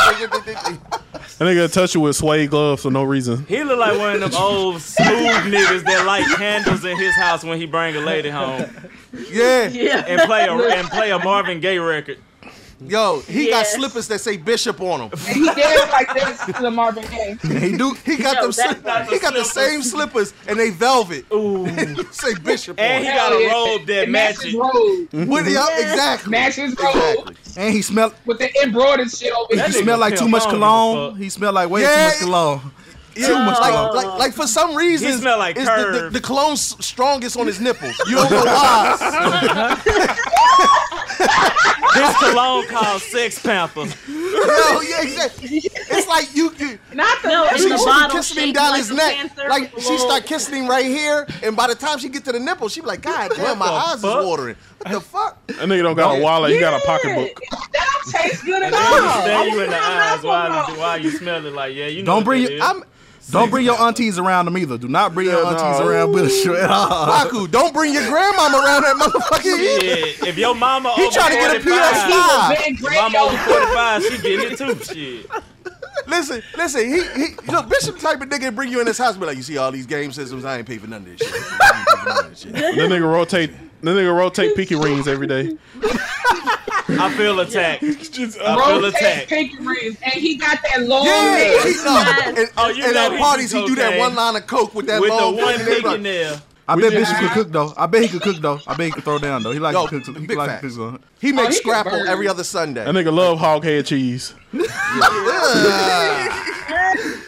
Speaker 3: A nigga touch you with suede gloves for no reason.
Speaker 2: He look like one of them old smooth niggas that light candles in his house when he bring a lady home.
Speaker 4: yeah,
Speaker 2: And play a and play a Marvin Gaye record.
Speaker 4: Yo, he got
Speaker 2: Yes.
Speaker 4: slippers that say Bishop on them.
Speaker 5: And he danced like this to the Marvin Gaye.
Speaker 4: He do. He got them.
Speaker 5: Yo, that's
Speaker 4: slip-
Speaker 5: not the
Speaker 4: he got the same slippers, and they velvet.
Speaker 2: Ooh,
Speaker 4: say Bishop.
Speaker 2: And
Speaker 4: on
Speaker 2: he
Speaker 4: it.
Speaker 2: got a robe that matches.
Speaker 4: What- yeah, exactly.
Speaker 5: Matches robe
Speaker 6: And he smelled
Speaker 5: with the embroidered shit over
Speaker 6: he smelled like too much cologne. He smelled like way
Speaker 4: Yeah.
Speaker 6: too much cologne.
Speaker 4: Yeah,
Speaker 6: Too much
Speaker 4: like,
Speaker 6: cologne.
Speaker 4: like, like for some reason,
Speaker 6: He smell like
Speaker 4: it's the, the,
Speaker 6: curve.
Speaker 4: the cologne's strongest on his nipples. You don't know why.
Speaker 2: This cologne called Sex Panther.
Speaker 4: no, yeah, exactly. It's like you, you
Speaker 5: not
Speaker 7: the- No, it's
Speaker 4: she,
Speaker 7: the
Speaker 4: she be
Speaker 7: bottle
Speaker 4: kissing him
Speaker 7: shaped
Speaker 4: down
Speaker 7: like
Speaker 4: his
Speaker 7: a
Speaker 4: neck.
Speaker 7: panther
Speaker 4: Like
Speaker 7: below.
Speaker 4: she start kissing him right here, and by the time she get to the nipple, she be like, God damn, my
Speaker 3: the
Speaker 4: eyes
Speaker 3: fuck?
Speaker 4: is watering. What the fuck?
Speaker 3: A nigga don't got a wallet. He got a pocketbook.
Speaker 5: That don't taste good
Speaker 2: And
Speaker 5: at
Speaker 2: then he
Speaker 5: all.
Speaker 2: stare you in the eyes while you, while you smell it like yeah, you know.
Speaker 6: Don't
Speaker 2: what
Speaker 6: bring
Speaker 2: that
Speaker 6: your
Speaker 2: is.
Speaker 6: I'm, don't bring your aunties around them either. Do not bring your aunties around Bishop at all.
Speaker 4: Waku, don't bring your grandmama around that motherfucker. either.
Speaker 2: Shit, if your mama
Speaker 4: He
Speaker 2: over
Speaker 4: trying to get a
Speaker 2: 45,
Speaker 4: PS5.
Speaker 2: your mama over 45, she getting it too. Shit.
Speaker 4: Listen, listen, he, he look, Bishop type of nigga bring you in his house and be like, you see all these game systems, I ain't pay for none of this shit.
Speaker 3: That nigga rotate. That nigga rotate pinky rings every day.
Speaker 2: I feel attacked. I feel
Speaker 5: Rotate
Speaker 2: attacked.
Speaker 5: pinky rings, and he got that long.
Speaker 4: Yeah,
Speaker 5: neck.
Speaker 4: he- no, and, uh,
Speaker 2: Oh, you
Speaker 4: and
Speaker 2: know
Speaker 4: at
Speaker 2: he
Speaker 4: parties
Speaker 2: do
Speaker 4: he do that
Speaker 2: cocaine.
Speaker 4: one line of coke with that
Speaker 2: With
Speaker 4: long
Speaker 2: the one
Speaker 4: and they be
Speaker 2: pinky
Speaker 4: like,
Speaker 2: nail.
Speaker 6: I bet Bishop could cook though. I bet he could cook though. I bet he could throw down though. He likes
Speaker 4: Yo,
Speaker 6: to cook. He
Speaker 4: big
Speaker 6: likes to
Speaker 4: facts.
Speaker 6: cook. though.
Speaker 4: He
Speaker 6: Oh,
Speaker 4: makes
Speaker 6: he can
Speaker 4: scrapple
Speaker 6: burn.
Speaker 4: every other Sunday.
Speaker 3: That nigga love hog head cheese.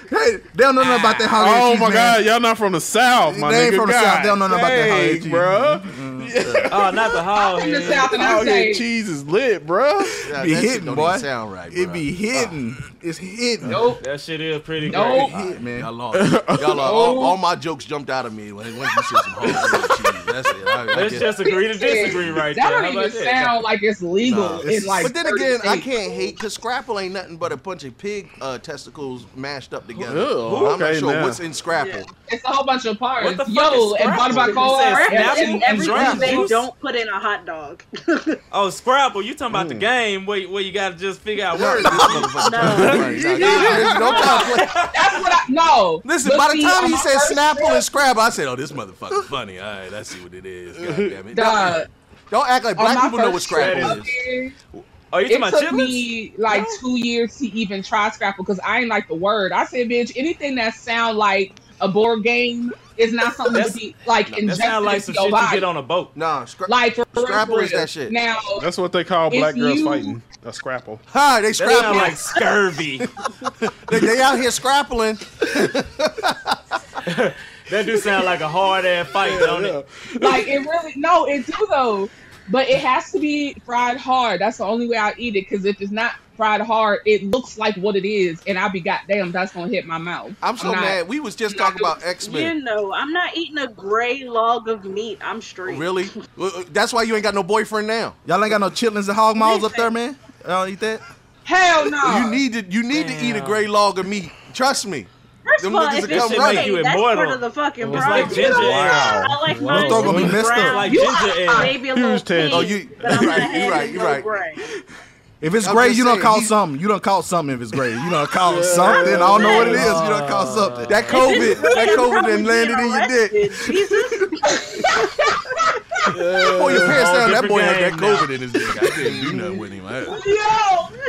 Speaker 6: Hey, they don't know nothing about that holiday
Speaker 3: Oh
Speaker 6: cheese,
Speaker 3: my
Speaker 6: man.
Speaker 3: god, y'all not from the south, my
Speaker 6: They
Speaker 3: nigga.
Speaker 6: ain't from the
Speaker 3: God
Speaker 6: South. They don't know nothing about that holiday
Speaker 3: dang,
Speaker 6: cheese. Mm-hmm.
Speaker 3: bruh.
Speaker 2: Oh, not the hog.
Speaker 5: in the South, and I
Speaker 3: Hog head
Speaker 5: say-
Speaker 3: cheese is lit, bruh.
Speaker 4: Yeah,
Speaker 6: be
Speaker 4: that shit
Speaker 6: hitting,
Speaker 4: don't
Speaker 6: boy.
Speaker 4: even sound right,
Speaker 6: it
Speaker 4: bruh.
Speaker 6: be hitting. It's hitting.
Speaker 5: Nope.
Speaker 2: That shit is pretty
Speaker 6: Nope.
Speaker 2: great.
Speaker 4: All right,
Speaker 6: man.
Speaker 4: Y'all lost. Y'all lost. All, all my jokes jumped out of me when, when you said some hard cheese. That's it. I, I
Speaker 2: Let's
Speaker 4: get-
Speaker 2: just agree to disagree right
Speaker 5: That
Speaker 2: there.
Speaker 5: don't
Speaker 2: How
Speaker 5: even
Speaker 2: about that?
Speaker 5: sound like it's legal.
Speaker 4: Nah,
Speaker 5: in like
Speaker 4: but then
Speaker 5: 30
Speaker 4: again, I
Speaker 5: states.
Speaker 4: can't hate because Scrapple ain't nothing but a bunch of pig uh, testicles mashed up together.
Speaker 3: Ooh,
Speaker 4: I'm not
Speaker 3: okay,
Speaker 4: sure
Speaker 3: now.
Speaker 4: what's in Scrapple.
Speaker 5: It's a whole bunch of parts.
Speaker 2: What the fuck
Speaker 5: Yo,
Speaker 2: is
Speaker 5: and
Speaker 2: Scrabble?
Speaker 5: barbacoa.
Speaker 2: It says
Speaker 5: and-
Speaker 2: snap
Speaker 5: and-
Speaker 2: and
Speaker 7: Everything
Speaker 2: drop
Speaker 7: they
Speaker 2: juice.
Speaker 7: don't put in a hot dog.
Speaker 2: Oh, Scrabble, you talking
Speaker 4: Mm.
Speaker 2: about the game where, where you gotta just figure out words.
Speaker 5: That's what I no.
Speaker 4: Listen,
Speaker 5: But
Speaker 4: by the
Speaker 5: see,
Speaker 4: time
Speaker 5: on
Speaker 4: he
Speaker 5: my
Speaker 4: said
Speaker 5: first
Speaker 4: Snapple and
Speaker 5: trip-
Speaker 4: Scrabble, I said, oh, this motherfucker funny. All right, I see what it is. God damn it.
Speaker 5: Duh.
Speaker 4: Don't act like
Speaker 5: on
Speaker 4: black
Speaker 5: my
Speaker 4: people know what
Speaker 5: first trip
Speaker 4: Scrabble
Speaker 5: up
Speaker 4: is.
Speaker 5: here,
Speaker 2: Are Oh, you
Speaker 5: It
Speaker 2: talking about
Speaker 5: took
Speaker 2: chitlins?
Speaker 5: me like two years to even try Scrapple because I ain't like the word. I said, bitch, anything that sound like a board game is not something to be like
Speaker 2: That
Speaker 5: ingested
Speaker 2: sound like
Speaker 5: into
Speaker 2: some
Speaker 5: your
Speaker 2: shit you
Speaker 5: body.
Speaker 2: get on a boat.
Speaker 4: Nah, Scra-
Speaker 5: like for real,
Speaker 4: Scrabble
Speaker 5: for
Speaker 4: is
Speaker 5: real.
Speaker 4: that shit.
Speaker 5: Now,
Speaker 3: That's what they call black
Speaker 5: If
Speaker 3: girls
Speaker 5: you-
Speaker 3: fighting. A scrapple.
Speaker 4: Hi, they
Speaker 2: That sound like
Speaker 4: scrappling.
Speaker 2: scurvy.
Speaker 4: They, they out here scrappling.
Speaker 2: that do sound like a hard ass fight, don't it?
Speaker 5: like it really no, it do though. But it has to be fried hard. That's the only way I eat it because if it's not fried hard, it looks like what it is, and I'll be goddamn, that's gonna hit my mouth.
Speaker 4: I'm so
Speaker 5: not-
Speaker 4: mad. We was just talking about X
Speaker 7: You
Speaker 4: Men.
Speaker 7: know, I'm not eating a gray log of meat.
Speaker 4: Oh,
Speaker 7: I'm straight.
Speaker 4: Really? Well, uh, That's why you ain't got no boyfriend now.
Speaker 6: Y'all ain't got no chitlins and hog maws up there, man. Y'all eat that?
Speaker 7: Hell no.
Speaker 4: You need to you need to eat a gray log of meat. Trust me.
Speaker 7: First
Speaker 4: Them
Speaker 7: of all,
Speaker 4: niggas
Speaker 7: if
Speaker 4: will
Speaker 7: it's
Speaker 4: come
Speaker 7: gray,
Speaker 4: running. You
Speaker 7: that's
Speaker 4: immortal.
Speaker 7: part of the fucking
Speaker 4: It's
Speaker 7: problem.
Speaker 4: like ginger
Speaker 7: You know,
Speaker 4: ale.
Speaker 7: I like
Speaker 4: Wow.
Speaker 7: mine
Speaker 4: Your throat gonna be
Speaker 7: really
Speaker 4: messed up.
Speaker 7: brown.
Speaker 4: Like
Speaker 7: You
Speaker 4: ginger
Speaker 7: are
Speaker 4: ale.
Speaker 7: Maybe a
Speaker 4: Huge
Speaker 7: little
Speaker 4: taste.
Speaker 7: pink.
Speaker 4: Oh, you-
Speaker 7: but I'm
Speaker 4: you
Speaker 7: not
Speaker 4: right, you
Speaker 7: having
Speaker 4: right, you
Speaker 7: no
Speaker 4: right.
Speaker 7: gray.
Speaker 6: If it's
Speaker 4: I'm
Speaker 6: gray,
Speaker 4: just
Speaker 6: you don't
Speaker 4: saying,
Speaker 6: call
Speaker 4: he-
Speaker 6: something. You don't call something if it's gray. You don't call something. I don't know what it is. You don't call something.
Speaker 4: That COVID, that COVID then landed in your dick. Boy, your
Speaker 6: Oh,
Speaker 4: pants down. That boy had that COVID in his dick. I can't do nothing with him. I-
Speaker 5: Yo,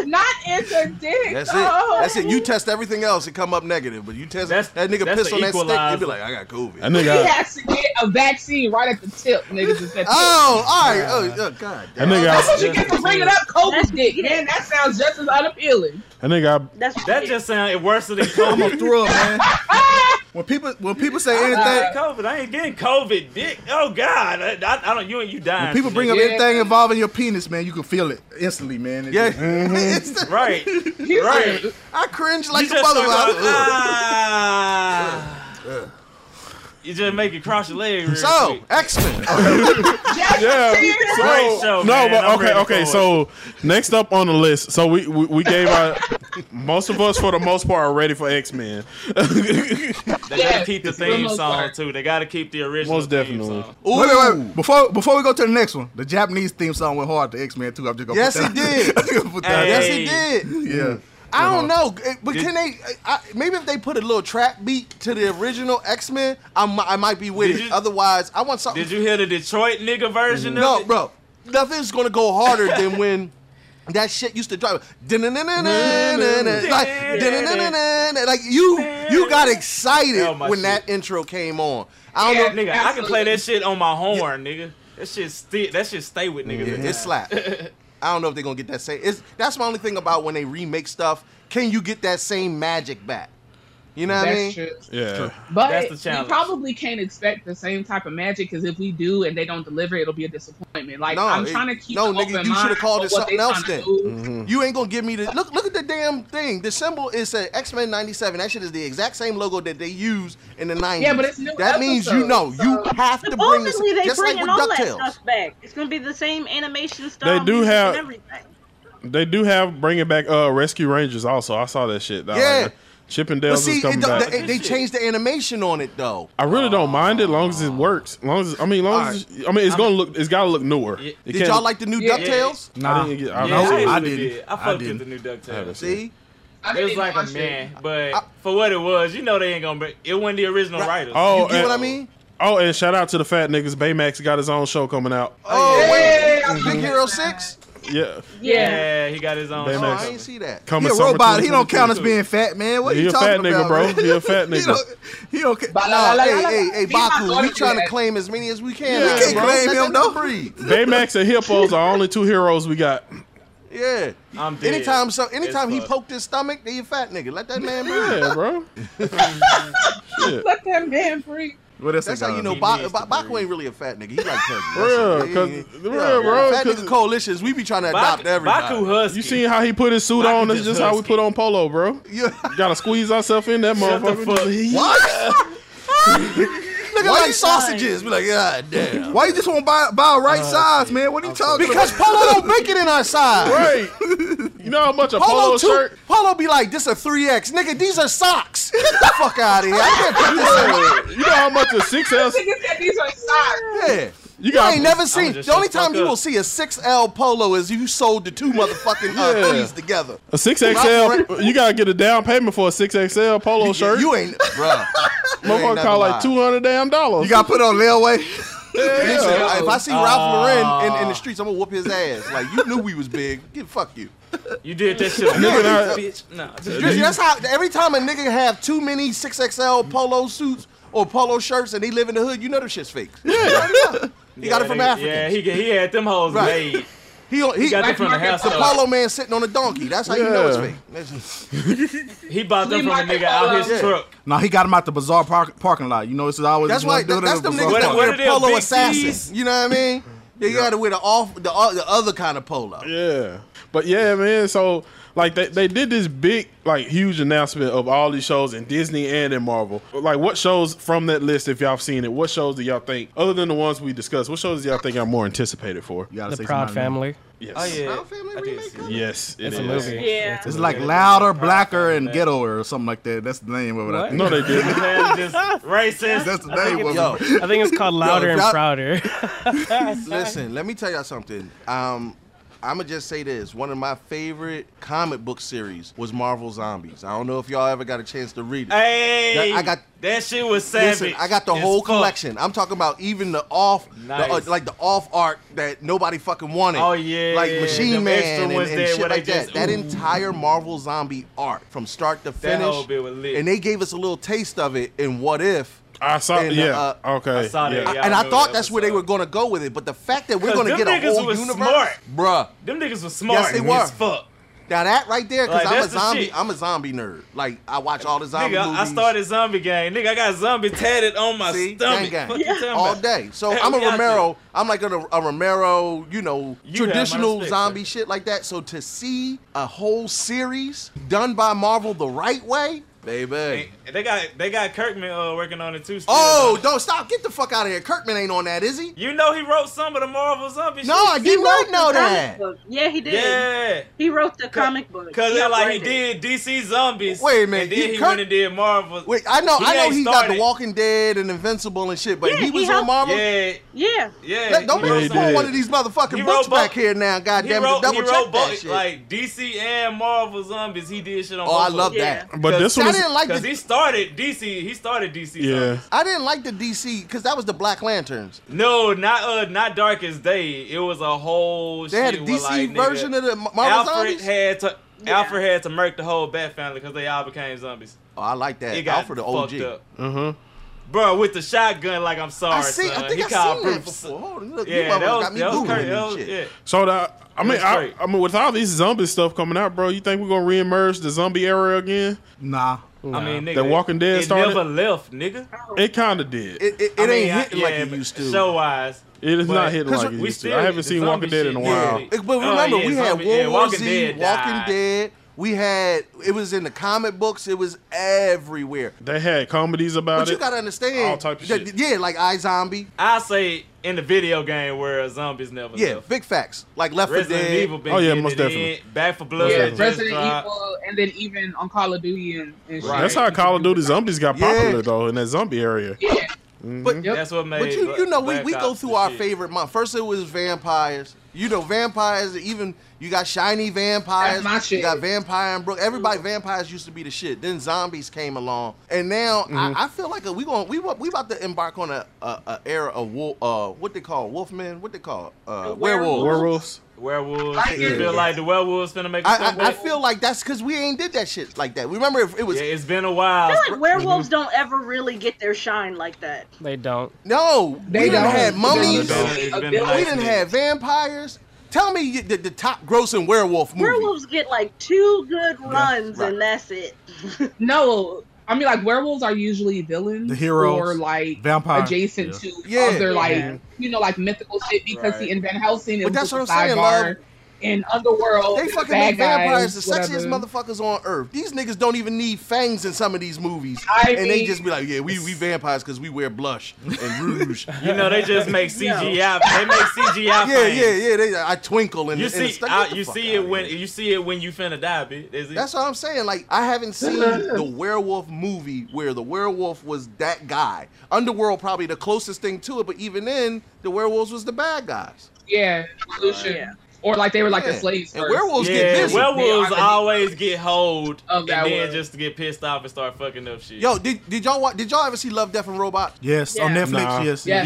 Speaker 5: not in your dick.
Speaker 4: That's it.
Speaker 5: oh.
Speaker 4: That's it. You test everything else, it come up negative. But you test that nigga
Speaker 2: that's
Speaker 4: piss
Speaker 2: the
Speaker 4: on that stick,
Speaker 2: equalizer.
Speaker 4: he be like, I got COVID.
Speaker 3: That nigga-
Speaker 5: He has to get a vaccine right at the tip, niggas. Is that
Speaker 4: Oh, all right. Oh, oh, God.
Speaker 3: That nigga-
Speaker 5: That's what you get for bringing up COVID dick, man. That sounds just as unappealing.
Speaker 3: That nigga, I,
Speaker 7: That's
Speaker 2: that just sounded worse than
Speaker 6: I'm gonna
Speaker 2: COVID.
Speaker 6: throw up, man. When people when people say
Speaker 2: I ain't
Speaker 6: anything,
Speaker 2: COVID. I ain't getting COVID, dick. Oh God, I, I, I don't. You ain't you dying.
Speaker 6: when people bring up
Speaker 2: nigga.
Speaker 6: anything involving your penis, man, you can feel it instantly, man. It's
Speaker 4: Yeah. Mm-hmm.
Speaker 6: just, mhm.
Speaker 2: Right, right.
Speaker 4: I cringe like
Speaker 2: You
Speaker 4: a
Speaker 2: just start going,
Speaker 4: motherfucker.
Speaker 2: ah. You just make it cross your leg. Real
Speaker 4: So,
Speaker 2: quick.
Speaker 4: X Men.
Speaker 3: yeah.
Speaker 2: Great show,
Speaker 3: no,
Speaker 2: man. I'm
Speaker 3: but okay,
Speaker 2: ready for
Speaker 3: okay.
Speaker 2: it.
Speaker 3: So next up on the list, so we we, we gave our most of us for the most part are ready for X Men.
Speaker 2: they gotta keep the theme song too. They gotta keep the original.
Speaker 3: Most definitely.
Speaker 6: Wait, wait, wait. Before before we go to the next one, the Japanese theme song went hard to X Men too. I'm just gonna
Speaker 4: Yes,
Speaker 6: put that
Speaker 4: it did.
Speaker 6: out. I'm just gonna put that out.
Speaker 4: Yes, it did. Mm.
Speaker 6: Yeah.
Speaker 4: I don't
Speaker 5: Uh-huh.
Speaker 4: know, eh, but can they? eh, I, maybe if they put a little trap beat to the original X Men, I mi- I might be with
Speaker 2: Did
Speaker 4: it.
Speaker 2: you-
Speaker 4: Otherwise, I want something.
Speaker 2: Did you hear the Detroit nigga version
Speaker 4: no,
Speaker 2: of it?
Speaker 4: bro, nothing's gonna go harder than when that shit used to drive. Like, like you, you got excited
Speaker 2: Oh, my
Speaker 4: when
Speaker 2: shit.
Speaker 4: that intro came on. I don't know,
Speaker 2: nigga. I can play that shit on my horn, nigga. That shit stay. That shit stay with niggas.
Speaker 4: Yeah, it slapped. I don't know if they're gonna get that same. It's that's my only thing about when they remake stuff. Can you get that same magic back? You know what I
Speaker 5: That's
Speaker 4: mean?
Speaker 5: true.
Speaker 3: Yeah.
Speaker 5: But we probably can't expect the same type of magic because if we do and they don't deliver, it'll be a disappointment. Like
Speaker 4: No,
Speaker 5: I'm
Speaker 4: it-
Speaker 5: trying to keep
Speaker 4: no,
Speaker 5: an
Speaker 4: nigga,
Speaker 5: open
Speaker 4: you
Speaker 5: mind
Speaker 4: should have called
Speaker 5: for
Speaker 4: it
Speaker 5: what
Speaker 4: something
Speaker 5: they
Speaker 4: else
Speaker 5: tryna
Speaker 4: then. Mm-hmm.
Speaker 5: do.
Speaker 4: You ain't gonna give me the look. Look at the damn thing. The symbol is a X Men '97. That shit is the exact same logo that they used in the '90s.
Speaker 5: Yeah, but it's new
Speaker 4: That means you
Speaker 5: episodes,
Speaker 4: know you have to bring this.
Speaker 7: Supposedly, they
Speaker 4: Just like
Speaker 7: bringing
Speaker 4: with
Speaker 7: all that
Speaker 4: Ducktales.
Speaker 7: stuff back. It's gonna be the same animation stuff.
Speaker 3: do have-
Speaker 7: everything.
Speaker 3: They do have bringing back uh Rescue Rangers also. I saw that shit. I like
Speaker 4: Yeah.
Speaker 3: it. Chip and
Speaker 4: But
Speaker 3: Dale's
Speaker 4: see,
Speaker 3: is coming
Speaker 4: it don't-
Speaker 3: back.
Speaker 4: they, they changed the animation on it though.
Speaker 3: I really don't mind it, long as it works. Long as I mean, long as I mean, it's gonna look. It's gotta look newer. It
Speaker 4: Did
Speaker 3: can't-
Speaker 4: y'all like the new
Speaker 3: Yeah.
Speaker 4: Ducktales?
Speaker 3: Nah. I didn't get- I-
Speaker 2: Yeah,
Speaker 3: I- I
Speaker 2: actually
Speaker 3: didn't.
Speaker 2: did. I
Speaker 3: I
Speaker 2: fucked with
Speaker 3: didn't.
Speaker 2: the new DuckTales.
Speaker 4: See,
Speaker 2: it was like a man, but for what it was, you know they ain't gonna. Be, it wasn't the original writers.
Speaker 3: Oh, and- Oh, and shout out to the fat niggas. Baymax got his own show coming out.
Speaker 4: Oh, wait, Big Hero Six.
Speaker 3: Yeah.
Speaker 2: Yeah, he got his own.
Speaker 3: Baymax.
Speaker 2: show.
Speaker 3: Oh, I ain't
Speaker 4: see that.
Speaker 6: He
Speaker 3: Coming
Speaker 6: a
Speaker 3: summer
Speaker 6: robot. He don't count as
Speaker 3: 2022.
Speaker 6: being fat, man. What are
Speaker 3: He
Speaker 6: you
Speaker 3: a
Speaker 6: talking
Speaker 3: fat nigga,
Speaker 6: about,
Speaker 3: bro.
Speaker 6: man?
Speaker 3: He a fat
Speaker 6: He
Speaker 3: nigga.
Speaker 6: don't- He don't. ca-
Speaker 4: No, hey, hey, hey,
Speaker 6: Be my
Speaker 4: Baku, we
Speaker 6: daughter,
Speaker 4: trying to
Speaker 6: man.
Speaker 4: claim as many as we can.
Speaker 6: We
Speaker 4: man,
Speaker 6: can't
Speaker 4: bro.
Speaker 6: claim
Speaker 4: Let
Speaker 6: him,
Speaker 4: that
Speaker 6: though.
Speaker 4: nigga breathe.
Speaker 3: Baymax and Hippos are only two heroes we got.
Speaker 4: Yeah.
Speaker 2: I'm dead.
Speaker 4: Anytime so,
Speaker 2: It's
Speaker 4: anytime he
Speaker 2: fucked.
Speaker 4: poked his stomach, then you fat nigga. Let that man breathe.
Speaker 3: Yeah, bro. Shit.
Speaker 5: Let that man free.
Speaker 6: What else
Speaker 4: That's
Speaker 6: they
Speaker 4: how
Speaker 6: got?
Speaker 4: you know
Speaker 6: He
Speaker 4: ba-
Speaker 6: needs
Speaker 4: ba- Baku ain't really a fat nigga. He like turkey.
Speaker 3: Real,
Speaker 4: That's it.
Speaker 3: cause,
Speaker 4: He- he-
Speaker 3: real,
Speaker 4: yeah.
Speaker 3: bro.
Speaker 4: Fat
Speaker 3: 'cause
Speaker 4: nigga coalitions. We be trying to adopt
Speaker 3: Baku-
Speaker 4: everybody.
Speaker 3: Baku You seen how he put his suit
Speaker 4: Baku
Speaker 3: on? That's
Speaker 4: just
Speaker 3: just how we put on polo, bro. Gotta squeeze ourselves in that
Speaker 4: Shut the
Speaker 3: motherfucker.
Speaker 4: fuck-
Speaker 3: Just-
Speaker 4: What? Nigga
Speaker 6: Why
Speaker 4: like
Speaker 6: you-
Speaker 4: sausages. Be like, god damn.
Speaker 6: Why you just want to buy, buy a
Speaker 3: Uh,
Speaker 6: right size, man? What are you talking
Speaker 4: Because
Speaker 6: about?
Speaker 4: polo don't make it in our size.
Speaker 3: Right. You know how much a polo
Speaker 4: too-
Speaker 3: shirt-
Speaker 4: Polo be like, this a 3X. Nigga, these are socks. Get the fuck out of here. I can't put this in.
Speaker 3: you know how much a six L.
Speaker 4: Yeah.
Speaker 3: You
Speaker 4: You,
Speaker 3: got-
Speaker 4: ain't never
Speaker 3: I'ma
Speaker 4: seen.
Speaker 3: just
Speaker 4: The only
Speaker 3: shut the fuck
Speaker 4: time you
Speaker 3: up.
Speaker 4: will see a 6L polo is you sold the two motherfucking uh,
Speaker 3: Yeah.
Speaker 4: hoodies together.
Speaker 3: A six XL. You gotta get a down payment for a six XL polo shirt.
Speaker 4: You ain't, bruh. You
Speaker 3: Motherfucker
Speaker 4: ain't
Speaker 3: call
Speaker 4: nothing
Speaker 3: like
Speaker 4: wild.
Speaker 3: two hundred damn dollars.
Speaker 6: You got put on layaway.
Speaker 4: Listen, if I see Ralph
Speaker 3: Ah.
Speaker 4: Lauren in, in the streets, I'm gonna whoop his ass. Like you knew we was big. Get fuck you.
Speaker 2: You did that shit, on
Speaker 3: Nigga,
Speaker 2: purpose,
Speaker 3: nah.
Speaker 2: bitch. Nah,
Speaker 4: Drizzy, that's how every time a nigga have too many 6XL polo suits or polo shirts and they live in the hood, you know the shit's fake. He got it from
Speaker 2: they-
Speaker 4: Africans.
Speaker 2: Yeah, he he had them hoes
Speaker 4: Right.
Speaker 2: made.
Speaker 4: He, he,
Speaker 2: got them from the house.
Speaker 4: a polo man sitting on a donkey. That's how you know it's
Speaker 6: Yeah.
Speaker 4: fake. That's-
Speaker 2: He bought them from
Speaker 4: Flea
Speaker 2: a
Speaker 4: market
Speaker 2: nigga out his
Speaker 4: polo.
Speaker 2: truck.
Speaker 6: No, he got him out the bizarre park, parking lot. You know, this is always
Speaker 4: That's
Speaker 6: this one
Speaker 4: why. That,
Speaker 6: building
Speaker 4: that's
Speaker 6: is
Speaker 4: them
Speaker 6: bizarre
Speaker 4: niggas that
Speaker 6: parking.
Speaker 4: wear
Speaker 2: them
Speaker 4: polo
Speaker 2: big
Speaker 4: assassins.
Speaker 2: tees?
Speaker 4: You know what I uh, mean? They got to wear the off the, o- the other kind of polo.
Speaker 3: Yeah, but yeah, man. So Like they, they did this big, like huge announcement of all these shows in Disney and in Marvel. Like what shows from that list, if y'all seen it, what shows do y'all think other than the ones we discussed, what shows do y'all think are more anticipated for? You
Speaker 8: The Proud Family.
Speaker 3: Yes.
Speaker 2: Oh yeah.
Speaker 3: Yes, it
Speaker 8: It's a
Speaker 3: is.
Speaker 8: movie. Yeah.
Speaker 6: It's like louder, blacker, and ghettoer or something like that. That's the name of it. I
Speaker 3: What?
Speaker 6: think.
Speaker 3: No, they didn't.
Speaker 2: Just racist.
Speaker 6: That's the
Speaker 2: I think
Speaker 6: name
Speaker 2: it's-
Speaker 6: of it.
Speaker 8: I think it's called
Speaker 4: Yo,
Speaker 8: Louder and
Speaker 4: y'all-
Speaker 8: Prouder.
Speaker 4: Listen, let me tell y'all something. Um, I'm gonna just say this. One of my favorite comic book series was Marvel Zombies. I don't know if y'all ever got a chance to read it.
Speaker 2: Hey,
Speaker 4: That- I got
Speaker 2: that shit was savage.
Speaker 4: listen, I got the
Speaker 2: as
Speaker 4: whole
Speaker 2: fuck.
Speaker 4: collection. I'm talking about even the off, the, uh,
Speaker 2: Nice.
Speaker 4: like the off art that nobody fucking wanted.
Speaker 2: Oh, yeah,
Speaker 4: like
Speaker 2: yeah,
Speaker 4: Machine
Speaker 2: them
Speaker 4: Man
Speaker 2: extra
Speaker 4: and,
Speaker 2: ones
Speaker 4: and
Speaker 2: there
Speaker 4: shit
Speaker 2: where they
Speaker 4: like that.
Speaker 2: just-
Speaker 4: that
Speaker 2: ooh.
Speaker 4: entire Marvel Zombie art from start to
Speaker 2: That
Speaker 4: finish.
Speaker 2: whole bit was lit.
Speaker 4: And they gave us a little taste of it in What If.
Speaker 3: I saw.
Speaker 4: And,
Speaker 3: yeah.
Speaker 4: uh,
Speaker 3: okay.
Speaker 2: I saw that,
Speaker 3: yeah.
Speaker 2: yeah.
Speaker 4: and I
Speaker 2: know
Speaker 4: thought
Speaker 2: that
Speaker 4: that's where they were going to go with it, but the fact that we're
Speaker 2: 'Cause
Speaker 4: going to
Speaker 2: them
Speaker 4: get a
Speaker 2: niggas
Speaker 4: whole
Speaker 2: was
Speaker 4: universe,
Speaker 2: smart.
Speaker 4: bruh.
Speaker 2: Them niggas was smart.
Speaker 4: Yes, they were.
Speaker 2: as fuck.
Speaker 4: Now that right there, because
Speaker 2: Like,
Speaker 4: I'm a
Speaker 2: that's the
Speaker 4: zombie.
Speaker 2: shit.
Speaker 4: I'm a zombie nerd. Like I watch all the zombie
Speaker 2: Nigga, I- I
Speaker 4: movies
Speaker 2: started zombie game. Nigga, I got zombie tatted on my stomach.
Speaker 4: gang, gang.
Speaker 2: Fuck you talking
Speaker 4: all
Speaker 2: about?
Speaker 4: day. So
Speaker 2: Hell
Speaker 4: I'm a
Speaker 2: yeah, I
Speaker 4: Romero. I'm like a, a Romero. You know,
Speaker 2: You have my
Speaker 4: traditional
Speaker 2: respect,
Speaker 4: zombie shit like that. So to see a whole series done by Marvel the right way, baby.
Speaker 2: And They got they got Kirkman uh, working on it too. still.
Speaker 4: Oh, don't stop! Get the fuck out of here. Kirkman ain't on that, is he?
Speaker 2: You know he wrote some of the Marvel zombie.
Speaker 4: No, I did not know that.
Speaker 7: Yeah, he did.
Speaker 2: Yeah.
Speaker 7: He wrote the comic book.
Speaker 2: Cause
Speaker 7: Yeah,
Speaker 2: like he
Speaker 7: right.
Speaker 2: did DC zombies.
Speaker 4: Wait a minute,
Speaker 2: And then
Speaker 4: he
Speaker 2: he,
Speaker 4: Kirk-
Speaker 2: went and did Marvel.
Speaker 4: Wait, I know,
Speaker 2: He
Speaker 4: I know
Speaker 2: ain't
Speaker 4: he got
Speaker 2: started.
Speaker 4: The Walking Dead and Invincible and shit, but
Speaker 2: Yeah,
Speaker 4: he was
Speaker 2: he
Speaker 4: on
Speaker 2: helped-
Speaker 4: Marvel.
Speaker 2: Yeah.
Speaker 7: Yeah.
Speaker 2: Yeah.
Speaker 4: Let-
Speaker 2: he
Speaker 4: don't make
Speaker 2: wrote
Speaker 4: us
Speaker 2: some-
Speaker 4: pull one of these motherfucking
Speaker 2: He
Speaker 4: books
Speaker 2: wrote
Speaker 4: back
Speaker 2: both.
Speaker 4: here now.
Speaker 2: He
Speaker 4: Goddamn it,
Speaker 2: wrote-
Speaker 4: double
Speaker 2: he
Speaker 4: check
Speaker 2: wrote
Speaker 4: that
Speaker 2: both,
Speaker 4: shit.
Speaker 2: Like DC and Marvel zombies, he did shit on.
Speaker 4: Oh, I
Speaker 2: both of
Speaker 4: love
Speaker 2: them.
Speaker 4: that. Yeah. But this
Speaker 2: 'Cause-
Speaker 4: one is- I didn't like
Speaker 2: Cause
Speaker 4: the-
Speaker 2: he started DC. He started DC.
Speaker 3: Yeah.
Speaker 4: I didn't like the DC because that was the Black Lanterns.
Speaker 2: No, not uh, not Darkest Day. It was a whole.
Speaker 4: They
Speaker 2: shit
Speaker 4: had a
Speaker 2: with,
Speaker 4: DC
Speaker 2: like, nigga-
Speaker 4: version of the Ma- Marvel
Speaker 2: Alfred
Speaker 4: zombies?
Speaker 2: had to. Alfred had to murk the whole Bat family because they all became zombies.
Speaker 4: Oh, I like that.
Speaker 2: It got
Speaker 4: Alfred the
Speaker 2: fucked
Speaker 4: OG.
Speaker 2: up. Uh-huh.
Speaker 3: Mm-hmm.
Speaker 2: Bro, with the shotgun, like I'm sorry.
Speaker 4: I see.
Speaker 2: son.
Speaker 4: I think
Speaker 2: he
Speaker 4: I
Speaker 2: called
Speaker 4: seen that
Speaker 2: Bruce.
Speaker 4: before. Hold on, look, you
Speaker 2: Yeah,
Speaker 4: motherfuckers
Speaker 2: that was,
Speaker 4: got me
Speaker 2: that was
Speaker 4: Googling
Speaker 2: crazy.
Speaker 4: this
Speaker 2: That was-
Speaker 4: shit.
Speaker 2: yeah.
Speaker 3: So the, I mean,
Speaker 2: That's
Speaker 3: I,
Speaker 2: great.
Speaker 3: I mean, with all these zombie stuff coming out, bro, you think we're gonna reemerge the zombie era again?
Speaker 6: Nah.
Speaker 2: I mean, nigga,
Speaker 3: the Walking Dead
Speaker 2: it
Speaker 3: started.
Speaker 2: never left, nigga.
Speaker 3: It kind of did.
Speaker 4: It, it, it
Speaker 2: I mean,
Speaker 4: ain't
Speaker 2: I-
Speaker 4: hitting like
Speaker 2: yeah,
Speaker 4: it
Speaker 2: but
Speaker 4: used to.
Speaker 2: Show wise,
Speaker 3: it is
Speaker 2: but-
Speaker 3: not hitting
Speaker 4: 'cause
Speaker 3: like it
Speaker 4: we
Speaker 3: used to.
Speaker 2: still-
Speaker 3: I haven't
Speaker 2: the
Speaker 3: seen
Speaker 2: zombie
Speaker 3: Walking Dead in a
Speaker 2: shit
Speaker 3: while.
Speaker 2: did
Speaker 4: But
Speaker 2: Oh,
Speaker 4: remember,
Speaker 2: yeah,
Speaker 4: we had
Speaker 2: zombie-
Speaker 4: World
Speaker 2: yeah,
Speaker 4: War
Speaker 2: Walking
Speaker 4: Z,
Speaker 2: Dead
Speaker 4: Walking
Speaker 2: died.
Speaker 4: Dead. We had it was in the comic books. It was everywhere.
Speaker 3: They had comedies about
Speaker 4: But
Speaker 3: it.
Speaker 4: you gotta understand,
Speaker 3: all type of
Speaker 4: that-
Speaker 3: shit.
Speaker 4: yeah, like I Zombie.
Speaker 2: I say in the video game where zombies never
Speaker 4: Yeah,
Speaker 2: left.
Speaker 4: big facts. Like Left 4
Speaker 2: Resident
Speaker 4: Dead.
Speaker 2: Evil
Speaker 3: Oh,
Speaker 2: been getting it in, Back for Blood.
Speaker 5: yeah,
Speaker 2: just
Speaker 5: Resident
Speaker 2: dropped.
Speaker 5: Evil, uh, and then even on Call of Duty and, and shit.
Speaker 3: That's how Call of Duty zombies got
Speaker 4: Yeah.
Speaker 3: popular though in that zombie area. Mm-hmm.
Speaker 5: Yeah.
Speaker 4: But
Speaker 2: That's what made.
Speaker 4: But you, you
Speaker 2: Black-
Speaker 4: know, we,
Speaker 2: Black
Speaker 4: we go
Speaker 2: Ops
Speaker 4: through
Speaker 2: the
Speaker 4: our
Speaker 2: shit.
Speaker 4: favorite month. First, it was vampires. You know, vampires. Even you got shiny vampires.
Speaker 5: That's my shit.
Speaker 4: You got vampire and Brook. Everybody, vampires used to be the shit. Then zombies came along, and now
Speaker 2: Mm-hmm.
Speaker 3: Mhm.
Speaker 4: I, I feel like we going we wa- we about to embark on a, a, a era of wolf. Uh, what they call wolfmen? What they call uh, werewolves?
Speaker 3: Werewolves.
Speaker 2: Werewolves.
Speaker 4: I
Speaker 2: You
Speaker 4: get
Speaker 2: feel
Speaker 4: it.
Speaker 2: like the werewolves finna make. a
Speaker 4: I, I, I
Speaker 2: comeback?
Speaker 4: feel like that's because we ain't did that shit like that. Remember, if it was
Speaker 2: Yeah, it's been a while.
Speaker 7: I
Speaker 2: Mm-hmm.
Speaker 7: feel like
Speaker 4: Mm-hmm.
Speaker 7: werewolves don't ever really get their shine like that.
Speaker 8: They don't.
Speaker 4: No,
Speaker 8: They
Speaker 4: we didn't
Speaker 8: don't.
Speaker 4: have mummies.
Speaker 8: They don't.
Speaker 4: We
Speaker 8: It's been like
Speaker 4: didn't
Speaker 8: that.
Speaker 4: have vampires. Tell me you- the, the top grossing werewolf movie.
Speaker 7: Werewolves get like two good runs and that's it.
Speaker 5: No, I mean like werewolves are usually villains,
Speaker 6: The heroes,
Speaker 5: or like
Speaker 6: vampires,
Speaker 5: adjacent
Speaker 6: yeah.
Speaker 5: to
Speaker 6: Yeah.
Speaker 5: other like
Speaker 6: Yeah.
Speaker 5: you know like mythical shit because
Speaker 6: Right.
Speaker 5: see in Van Helsing it
Speaker 4: But
Speaker 5: was
Speaker 4: that's
Speaker 5: just
Speaker 4: what I'm
Speaker 5: a
Speaker 4: saying,
Speaker 5: sidebar
Speaker 4: Love.
Speaker 5: in Underworld.
Speaker 4: They
Speaker 5: it's
Speaker 4: fucking
Speaker 5: bad
Speaker 4: make vampires
Speaker 5: guys,
Speaker 4: the sexiest
Speaker 5: whatever.
Speaker 4: motherfuckers on earth. These niggas don't even need fangs in some of these movies,
Speaker 5: I
Speaker 4: and they
Speaker 5: mean-
Speaker 4: just be like, "Yeah, we we vampires because we wear blush and rouge."
Speaker 2: You know, they just make CGI. They make CGI.
Speaker 4: Yeah,
Speaker 2: things.
Speaker 4: yeah, yeah. They, I twinkle and
Speaker 2: You
Speaker 4: and
Speaker 2: see,
Speaker 4: stuff.
Speaker 2: I,
Speaker 4: Get the
Speaker 2: you
Speaker 4: fuck
Speaker 2: see it when you see it when you finna die, bitch. Is it?
Speaker 4: That's what I'm saying. Like I haven't seen the werewolf movie where the werewolf was that guy. Underworld probably the closest thing to it, but even then, the werewolves was the bad guys.
Speaker 5: Yeah, evolution. Or like they were like the
Speaker 4: Yeah.
Speaker 5: slaves.
Speaker 4: And
Speaker 5: first.
Speaker 4: werewolves
Speaker 2: yeah, werewolves
Speaker 5: They are
Speaker 2: always get hold
Speaker 5: Of
Speaker 2: and
Speaker 5: that
Speaker 2: then
Speaker 5: world.
Speaker 2: just get pissed off and start fucking up shit.
Speaker 4: Yo, did, did y'all watch, did y'all ever see Love, Death and Robots?
Speaker 6: Yes, on Netflix. Yes.
Speaker 2: Yeah.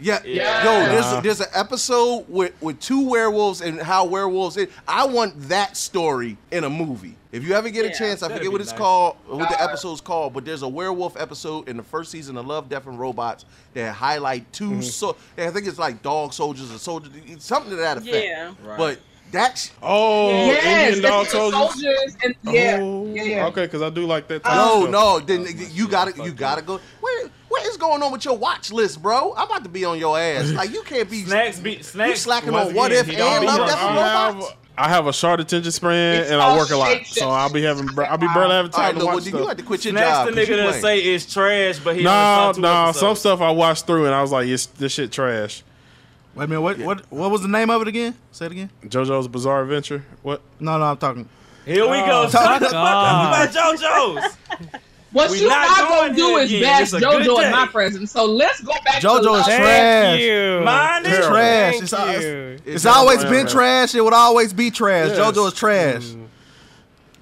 Speaker 4: Yeah.
Speaker 2: Yeah.
Speaker 4: Yo, there's
Speaker 6: Nah.
Speaker 4: there's an episode with, with two werewolves and how werewolves. I want that story in a movie. If you ever get a
Speaker 2: Yeah,
Speaker 4: chance, I
Speaker 2: that'd
Speaker 4: forget
Speaker 2: be
Speaker 4: what it's
Speaker 2: nice.
Speaker 4: called, what the episode's called, but there's a werewolf episode in the first season of Love, Death, and Robots that highlight 2
Speaker 3: Mm-hmm.
Speaker 4: so. I think it's like dog soldiers or soldiers, something to that effect.
Speaker 7: Yeah.
Speaker 2: Right.
Speaker 4: But that's
Speaker 3: Oh,
Speaker 5: Yes,
Speaker 3: Indian Dog
Speaker 5: it's the
Speaker 3: Soldiers.
Speaker 5: soldiers and yeah,
Speaker 3: Oh,
Speaker 5: yeah, yeah.
Speaker 3: Okay, because I do like that. type
Speaker 4: no,
Speaker 3: of
Speaker 4: no.
Speaker 3: stuff.
Speaker 4: Then you gotta you gotta go. Where, what is going on with your watch list, bro? I'm about to be on your ass. Like you can't be
Speaker 2: snacks be snacks.
Speaker 4: You slacking
Speaker 2: once
Speaker 4: on what
Speaker 2: again,
Speaker 4: if
Speaker 2: he
Speaker 4: and
Speaker 2: don't be
Speaker 4: love
Speaker 2: on-
Speaker 4: death and
Speaker 3: I
Speaker 4: robots?
Speaker 3: have I have a short attention span
Speaker 2: It's
Speaker 3: and I
Speaker 2: all
Speaker 3: work a lot,
Speaker 2: shaped
Speaker 3: so I'll be having br- I'll be barely having
Speaker 4: All right,
Speaker 3: time to
Speaker 4: look,
Speaker 3: watch
Speaker 4: well,
Speaker 3: stuff.
Speaker 4: you had to quit your
Speaker 2: Next
Speaker 4: job.
Speaker 2: the
Speaker 4: 'cause you
Speaker 2: nigga that say
Speaker 4: playing.
Speaker 2: it's trash, but he
Speaker 3: No,
Speaker 2: only saw two
Speaker 3: no,
Speaker 2: episodes.
Speaker 3: some stuff I watched through and I was like, "This this shit trash."
Speaker 6: Wait a minute, what what what was the name of it again? Say it again.
Speaker 3: JoJo's Bizarre Adventure. What?
Speaker 6: No, no, I'm talking.
Speaker 2: Here we
Speaker 8: Oh,
Speaker 2: go. Talk the fuck up about JoJo's.
Speaker 5: What
Speaker 2: We
Speaker 5: you
Speaker 2: not
Speaker 5: not
Speaker 2: doing
Speaker 5: gonna do
Speaker 2: it
Speaker 5: is
Speaker 2: again.
Speaker 5: bash
Speaker 2: It's a good
Speaker 5: JoJo
Speaker 2: day.
Speaker 5: in my presence. So let's go back. to
Speaker 6: JoJo is
Speaker 5: love.
Speaker 6: trash.
Speaker 2: Mine is
Speaker 6: trash.
Speaker 2: Thank
Speaker 6: It's, al- it's-
Speaker 2: you.
Speaker 6: it's always been trash. It would always be trash.
Speaker 2: Yes.
Speaker 6: JoJo is trash.
Speaker 3: Mm.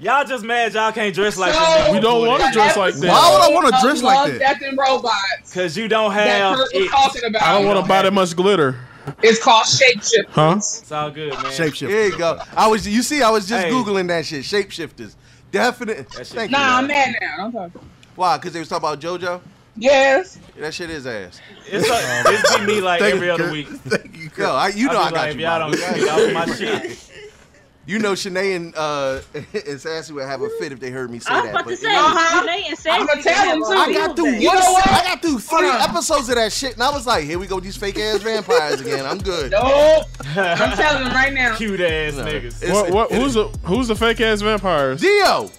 Speaker 2: Y'all just mad y'all can't dress like this.
Speaker 5: So-
Speaker 2: nigga
Speaker 5: We don't
Speaker 2: doing
Speaker 3: wanna
Speaker 2: it.
Speaker 3: dress like that.
Speaker 6: Why would I want to
Speaker 5: Of
Speaker 6: dress
Speaker 5: Love,
Speaker 6: like that?
Speaker 5: Death, and robots.
Speaker 2: Cause you don't
Speaker 5: That
Speaker 2: have.
Speaker 5: Kurt was
Speaker 2: it.
Speaker 5: talking about.
Speaker 3: I don't want to buy that much glitter,
Speaker 5: It's called shapeshift.
Speaker 3: huh?
Speaker 2: It's all good, man.
Speaker 6: Shapeshift.
Speaker 4: There you go. I was. You see, I was just googling that shit. Shapeshifters. Definite. Thank you.
Speaker 5: Nah, I'm
Speaker 4: man.
Speaker 5: mad now. Don't talk.
Speaker 4: Why? Because they was talking about JoJo.
Speaker 5: Yes.
Speaker 4: That shit is ass.
Speaker 2: It's, a, it's be me like
Speaker 4: Thank
Speaker 2: every
Speaker 4: you,
Speaker 2: other
Speaker 4: Kurt.
Speaker 2: week.
Speaker 4: Yo, I, you
Speaker 2: I be
Speaker 4: know I, got
Speaker 2: like,
Speaker 4: you.
Speaker 2: if y'all
Speaker 4: Bobby.
Speaker 2: don't get off my shit.
Speaker 4: You know, Shanae and uh, and Sassy would have a fit if they heard me say
Speaker 7: I was
Speaker 4: that.
Speaker 7: about
Speaker 4: but
Speaker 7: to say,
Speaker 5: Uh-huh.
Speaker 7: Janae and
Speaker 5: I'm
Speaker 7: Sassy
Speaker 5: gonna tell
Speaker 7: have
Speaker 5: him
Speaker 7: a
Speaker 5: too.
Speaker 4: I got through
Speaker 5: You
Speaker 4: one.
Speaker 5: know what?
Speaker 4: I got through three
Speaker 5: Hold on.
Speaker 4: episodes of that shit, and I was like, "Here we go, with these fake ass vampires again." I'm good.
Speaker 5: Nope. I'm telling him right now.
Speaker 2: Cute ass
Speaker 4: No.
Speaker 2: niggas.
Speaker 4: It's-
Speaker 3: What? What? Who's the Who's the fake ass vampires?
Speaker 4: Dio.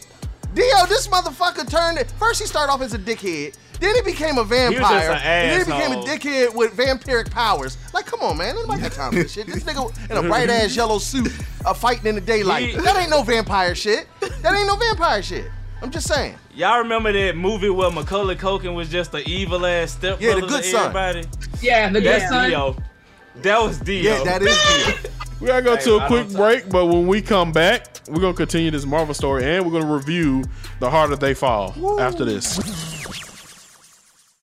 Speaker 4: Dio, this motherfucker turned it. First, he started off as a dickhead. Then he became a
Speaker 2: He was just
Speaker 4: vampire.
Speaker 2: an
Speaker 4: and then he
Speaker 2: asshole.
Speaker 4: became a dickhead with vampiric powers. Like, come on, man. Nobody got time for this shit. This nigga in a bright ass yellow suit uh, fighting in the daylight.
Speaker 2: He-
Speaker 4: that ain't no vampire shit. That ain't no vampire shit. I'm just saying.
Speaker 2: Y'all remember that movie where Macaulay Culkin was just the evil ass stepbrother
Speaker 4: Yeah, The Good
Speaker 2: to
Speaker 4: Son.
Speaker 2: everybody?
Speaker 5: Yeah, the good
Speaker 2: That's
Speaker 5: son.
Speaker 2: Dio. That was Dio.
Speaker 4: Yeah, that is Dio.
Speaker 3: We gotta go
Speaker 2: Hey,
Speaker 3: to
Speaker 2: I
Speaker 3: a
Speaker 2: don't
Speaker 3: quick
Speaker 2: talk.
Speaker 3: break, but when we come back, we're gonna continue this Marvel story and we're gonna review the harder they fall after this.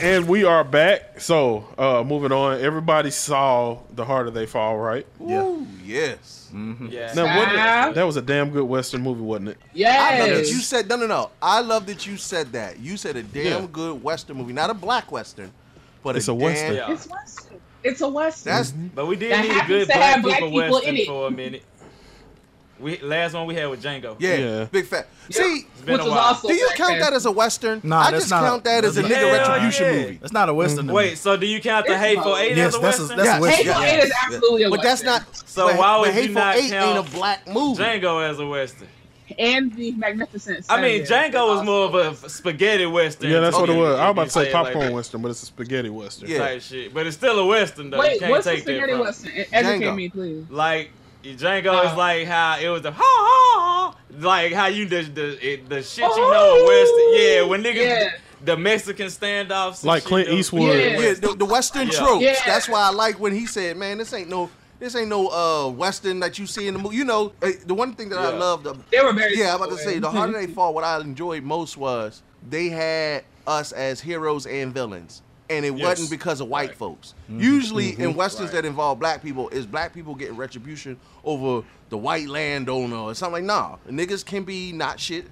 Speaker 3: And we are back. So uh moving on. Everybody saw the harder they fall, right?
Speaker 4: Yeah. yes.
Speaker 6: Mm-hmm.
Speaker 2: Yeah.
Speaker 3: Now, wasn't it-
Speaker 4: Child.
Speaker 3: that was a damn good Western movie, wasn't it?
Speaker 4: I love that
Speaker 5: Yes.
Speaker 4: you said no, no, no. I love that you said that. You said a damn
Speaker 3: Yeah.
Speaker 4: good Western movie, not a black Western, but
Speaker 3: It's
Speaker 4: a,
Speaker 3: a Western.
Speaker 4: Damn,
Speaker 3: Yeah.
Speaker 5: It's Western. It's a Western.
Speaker 4: That's-
Speaker 6: Mm-hmm.
Speaker 2: But we did
Speaker 5: That
Speaker 2: need a
Speaker 5: happens
Speaker 2: good
Speaker 5: to
Speaker 2: black
Speaker 5: have
Speaker 2: people,
Speaker 5: black people in
Speaker 2: western
Speaker 5: it.
Speaker 2: for a minute. We last one we had with Django.
Speaker 4: Yeah, big fat. See,
Speaker 2: been Which a was while. also
Speaker 4: do you
Speaker 2: black
Speaker 4: count
Speaker 2: then.
Speaker 4: that as a Western?
Speaker 6: Nah,
Speaker 4: I
Speaker 6: that's
Speaker 4: just
Speaker 6: not a-
Speaker 4: count that as a
Speaker 6: that's
Speaker 4: nigga
Speaker 6: not-
Speaker 4: retribution
Speaker 6: Hell yeah.
Speaker 4: movie.
Speaker 6: That's not a Western to me.
Speaker 2: Wait, so do you count the
Speaker 6: It's
Speaker 2: Hateful
Speaker 6: not-
Speaker 2: Eight
Speaker 6: Yes,
Speaker 2: as a
Speaker 6: that's a-
Speaker 2: western?
Speaker 6: that's a Yes. Western.
Speaker 4: Hateful Eight is absolutely a
Speaker 2: But that's
Speaker 4: western.
Speaker 2: not. So
Speaker 4: but-
Speaker 2: why
Speaker 4: but
Speaker 2: would you
Speaker 4: Hateful
Speaker 2: not
Speaker 4: Eight
Speaker 2: count
Speaker 4: ain't a black movie?
Speaker 2: Django as a western.
Speaker 5: And the Magnificent.
Speaker 2: I mean,
Speaker 5: Seven.
Speaker 2: Django was more of a f- spaghetti western.
Speaker 3: Yeah, that's
Speaker 2: to
Speaker 3: what it
Speaker 2: me,
Speaker 3: was.
Speaker 2: if
Speaker 3: I was
Speaker 2: you
Speaker 3: about to say
Speaker 2: it like
Speaker 3: popcorn
Speaker 2: that
Speaker 3: western, but it's a spaghetti western.
Speaker 2: Type shit, but it's still a western though. you
Speaker 5: Wait,
Speaker 2: can't
Speaker 5: what's the
Speaker 2: take that
Speaker 5: spaghetti
Speaker 2: from.
Speaker 5: western? E-, Educate me, please.
Speaker 2: Like Django is like how it was the ha ha, ha like how you the the, it, the shit you
Speaker 7: Oh!
Speaker 2: know a western. Yeah, when niggas
Speaker 4: Yeah.
Speaker 2: the Mexican standoffs. and
Speaker 3: Like
Speaker 2: shit,
Speaker 3: Clint
Speaker 2: those-
Speaker 3: Eastwood.
Speaker 4: Yeah, the, the Western
Speaker 2: Yeah.
Speaker 4: tropes.
Speaker 2: Yeah.
Speaker 4: That's why I like when he said, "Man, this ain't no This ain't no uh, Western that you see in the movie. You know, eh, the one thing that I
Speaker 5: Yeah.
Speaker 4: loved.
Speaker 5: They were very
Speaker 4: Yeah, I'm about to say the
Speaker 5: similar.
Speaker 4: harder they fought. What I enjoyed most was they had us as heroes and villains, and it
Speaker 5: Yes.
Speaker 4: wasn't because of white folks. Usually in
Speaker 5: Mhm.
Speaker 4: westerns
Speaker 5: Right.
Speaker 4: that involve black people, is black people getting retribution over the white landowner or something like. Nah, niggas can be not shit,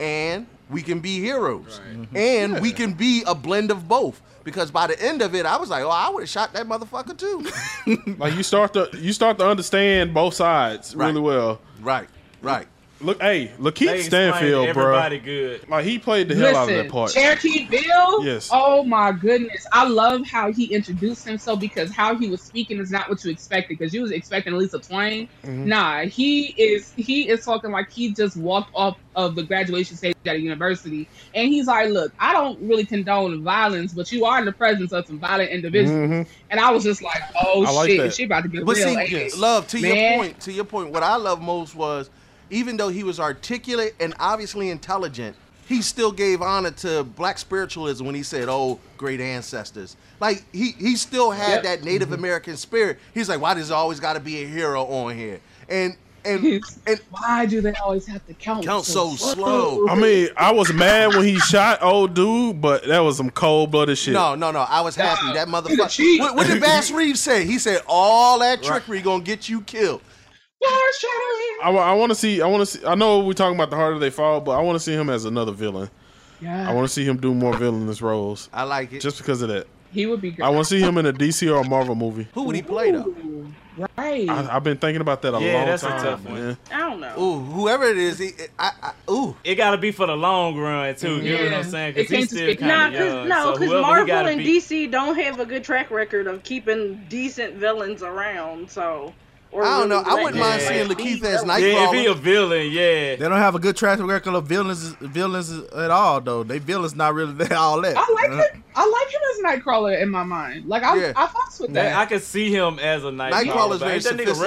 Speaker 4: and we can be heroes, and we
Speaker 5: Mm-hmm. Yeah.
Speaker 4: can be a blend of both. Because by the end of it, I was like, oh, I would have shot that motherfucker too.
Speaker 3: like you start to you start to understand both sides really well.
Speaker 4: Right, right.
Speaker 3: Look, hey,
Speaker 2: They
Speaker 3: Lakeith
Speaker 2: explained
Speaker 3: Stanfield, bro.
Speaker 2: everybody good.
Speaker 3: Like he played the hell out of that part.
Speaker 5: Cherokee Bill.
Speaker 3: Yes.
Speaker 5: Oh my goodness, I love how he introduced himself because how he was speaking is not what you expected. Because you was expecting Lisa Twain.
Speaker 3: Mm-hmm.
Speaker 12: Mhm.
Speaker 5: Nah, he is. He is talking like he just walked off of the graduation stage at a university, and he's like, "Look, I don't really condone violence, but you are in the presence of some violent individuals."
Speaker 4: Mhm.
Speaker 3: Mm-hmm.
Speaker 5: And I was just like, "Oh
Speaker 4: I like
Speaker 5: shit,
Speaker 4: that.
Speaker 5: she about to get
Speaker 4: But
Speaker 5: real."
Speaker 4: see,
Speaker 5: ain't it?
Speaker 4: love to your
Speaker 5: Man.
Speaker 4: point. To your point, what I love most was, even though he was articulate and obviously intelligent, he still gave honor to black spiritualism when he said, "Oh, great ancestors." Like he he still had
Speaker 5: Yep.
Speaker 4: that Native American spirit. He's like, "Why does there always got to be a hero on here?" And and and
Speaker 5: why do they always have to count?
Speaker 4: Count so slow.
Speaker 3: I mean, I was mad when he shot old dude, but that was some cold blooded shit.
Speaker 4: No, no, no. I was happy. That motherfucker. What, what did Bass Reeves say? He said, "All that trickery gonna get you killed."
Speaker 3: I, want to see. I want to see. I know we're talking about the harder they fall, but I want to see him as another villain.
Speaker 5: Yeah.
Speaker 3: I want to see him do more villainous roles.
Speaker 4: I like it
Speaker 3: just because of that.
Speaker 5: He would be great.
Speaker 3: I want to see him in a DC or a Marvel movie.
Speaker 4: Who would he play though?
Speaker 5: Right.
Speaker 3: I, I've been thinking about that a
Speaker 2: Yeah,
Speaker 3: long
Speaker 2: that's a
Speaker 3: time.
Speaker 2: tough
Speaker 3: man.
Speaker 7: I don't know.
Speaker 4: Ooh, whoever it is, he, I, I, ooh.
Speaker 2: It gotta be for the long run too. You know what I'm saying? Because he's still
Speaker 7: nah,
Speaker 2: kind of
Speaker 7: cause,
Speaker 2: young.
Speaker 7: no,
Speaker 2: so
Speaker 7: because
Speaker 2: whoever he
Speaker 7: Marvel
Speaker 2: gotta
Speaker 7: and
Speaker 2: be-
Speaker 7: DC don't have a good track record of keeping decent villains around. So, or
Speaker 4: I don't know.
Speaker 7: really
Speaker 4: I
Speaker 7: let
Speaker 4: wouldn't
Speaker 7: them,
Speaker 4: mind
Speaker 7: like,
Speaker 4: seeing
Speaker 7: be
Speaker 4: Lakeith as
Speaker 7: villains.
Speaker 4: Nightcrawler.
Speaker 2: if he a villain, yeah.
Speaker 6: They don't have a good track record of villains, villains at all, though. They villains not really all that. Uh-huh.
Speaker 5: I
Speaker 3: uh,
Speaker 5: like him. I like him as Nightcrawler in my mind. Like I,
Speaker 4: Yeah.
Speaker 5: I fucks with that.
Speaker 2: That- I could see him as a Nightcrawler. but
Speaker 4: Nightcrawler's very
Speaker 2: ain't that nigga Russian?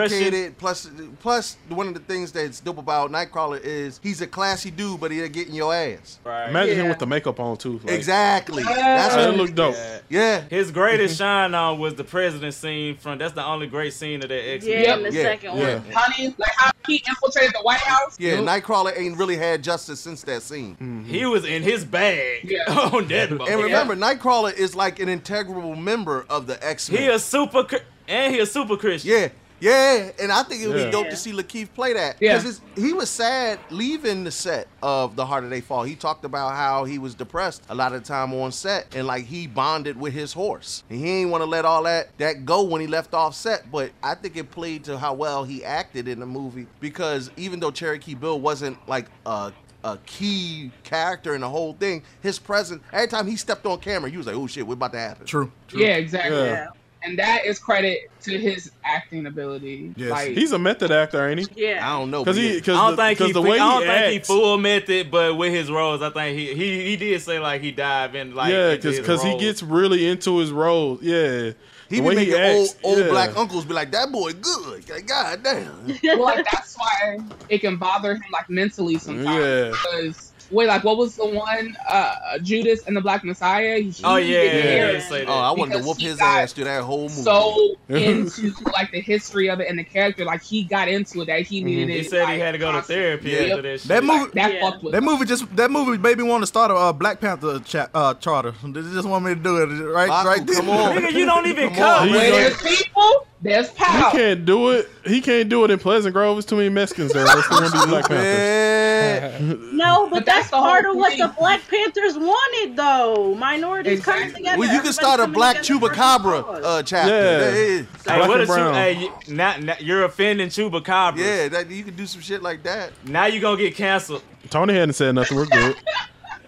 Speaker 4: sophisticated. Plus, plus one of the things that's dope about Nightcrawler is he's a classy dude, but he'll get in your ass.
Speaker 2: Right.
Speaker 3: Imagine him with the makeup on too. like-
Speaker 4: Exactly. That's
Speaker 3: That'd
Speaker 4: what-
Speaker 3: look dope. Mm-hmm.
Speaker 4: Yeah.
Speaker 2: His greatest shine on was the president scene from. That's the only great scene of that X.
Speaker 5: Yeah, the second
Speaker 4: yeah.
Speaker 2: one.
Speaker 5: Honey, like how he infiltrated the White House.
Speaker 4: Yeah, Nightcrawler ain't really had justice since that scene.
Speaker 3: Mm-hmm.
Speaker 2: He was in his bag on that.
Speaker 4: And remember, Nightcrawler is like an integral member of the X Men.
Speaker 2: He a super cr- and he a super Christian.
Speaker 4: Yeah, yeah. And I think it would
Speaker 2: Yeah.
Speaker 4: be dope
Speaker 2: Yeah.
Speaker 4: to see Lakeith play that
Speaker 2: Yeah.
Speaker 4: because he was sad leaving the set of The Harder They Fall. He talked about how he was depressed a lot of the time on set, and like he bonded with his horse. And he ain't want to let all that that go when he left off set. But I think it played to how well he acted in the movie because even though Cherokee Bill wasn't like a a key character in the whole thing. His presence, every time he stepped on camera, he was like, "Oh shit, what about to happen?"
Speaker 6: True.
Speaker 5: Yeah, exactly.
Speaker 3: Yeah.
Speaker 5: And that is credit to his acting ability. Like,
Speaker 3: he's a method actor, ain't he?
Speaker 5: Yeah.
Speaker 4: I don't know.
Speaker 3: Because he,
Speaker 2: I
Speaker 3: because
Speaker 2: don't
Speaker 3: the,
Speaker 2: think
Speaker 3: 'cause
Speaker 2: he.
Speaker 3: the
Speaker 2: fe-
Speaker 3: way
Speaker 2: I don't
Speaker 3: he
Speaker 2: think he
Speaker 3: acts-
Speaker 2: full method, but with his roles, I think he he, he did say like he dive in like
Speaker 3: yeah,
Speaker 2: into
Speaker 3: because
Speaker 2: his
Speaker 3: he
Speaker 2: roles.
Speaker 3: gets really into his roles. Yeah,
Speaker 4: He be making old old black uncles be like, "That boy good, Like, god damn."
Speaker 5: well, like that's why it can bother him like mentally sometimes.
Speaker 4: Yeah.
Speaker 5: Because wait, like what was the one uh Judas and the Black Messiah? He
Speaker 4: Oh yeah,
Speaker 5: didn't care
Speaker 4: Oh, I wanted to
Speaker 5: because
Speaker 4: whoop
Speaker 5: he
Speaker 4: his
Speaker 5: got
Speaker 4: ass through that whole movie.
Speaker 5: So into like the history of it and the character, like he got into it that he needed.
Speaker 2: He
Speaker 5: it,
Speaker 2: said he
Speaker 5: like,
Speaker 2: had to go to therapy after that shit.
Speaker 6: That movie,
Speaker 5: That fucked with
Speaker 6: that movie just that movie made me want to start a uh, Black Panther cha- uh, charter. They just want me to do it right, right there.
Speaker 2: Nigga, you don't even
Speaker 6: Come on,
Speaker 2: come.
Speaker 6: man.
Speaker 5: There's people. There's
Speaker 3: He
Speaker 5: power.
Speaker 3: can't do it. He can't do it in Pleasant Grove. It's too many Mexicans there. That's the one be Black Panthers.
Speaker 7: No, but that's
Speaker 5: the whole
Speaker 7: part of what
Speaker 5: thing.
Speaker 7: the Black Panthers wanted, though. Minorities coming together.
Speaker 4: well, you
Speaker 7: everybody
Speaker 4: can start a
Speaker 7: coming
Speaker 4: black
Speaker 7: together.
Speaker 4: chupacabra uh, chapter.
Speaker 2: Yeah.
Speaker 4: That is-
Speaker 2: Hey, what is you? Hey, you- now, now you're offending Chupacabra.
Speaker 4: Yeah, that, you can do some shit like that.
Speaker 2: Now you gonna get canceled.
Speaker 3: Tony hadn't said nothing. We're good.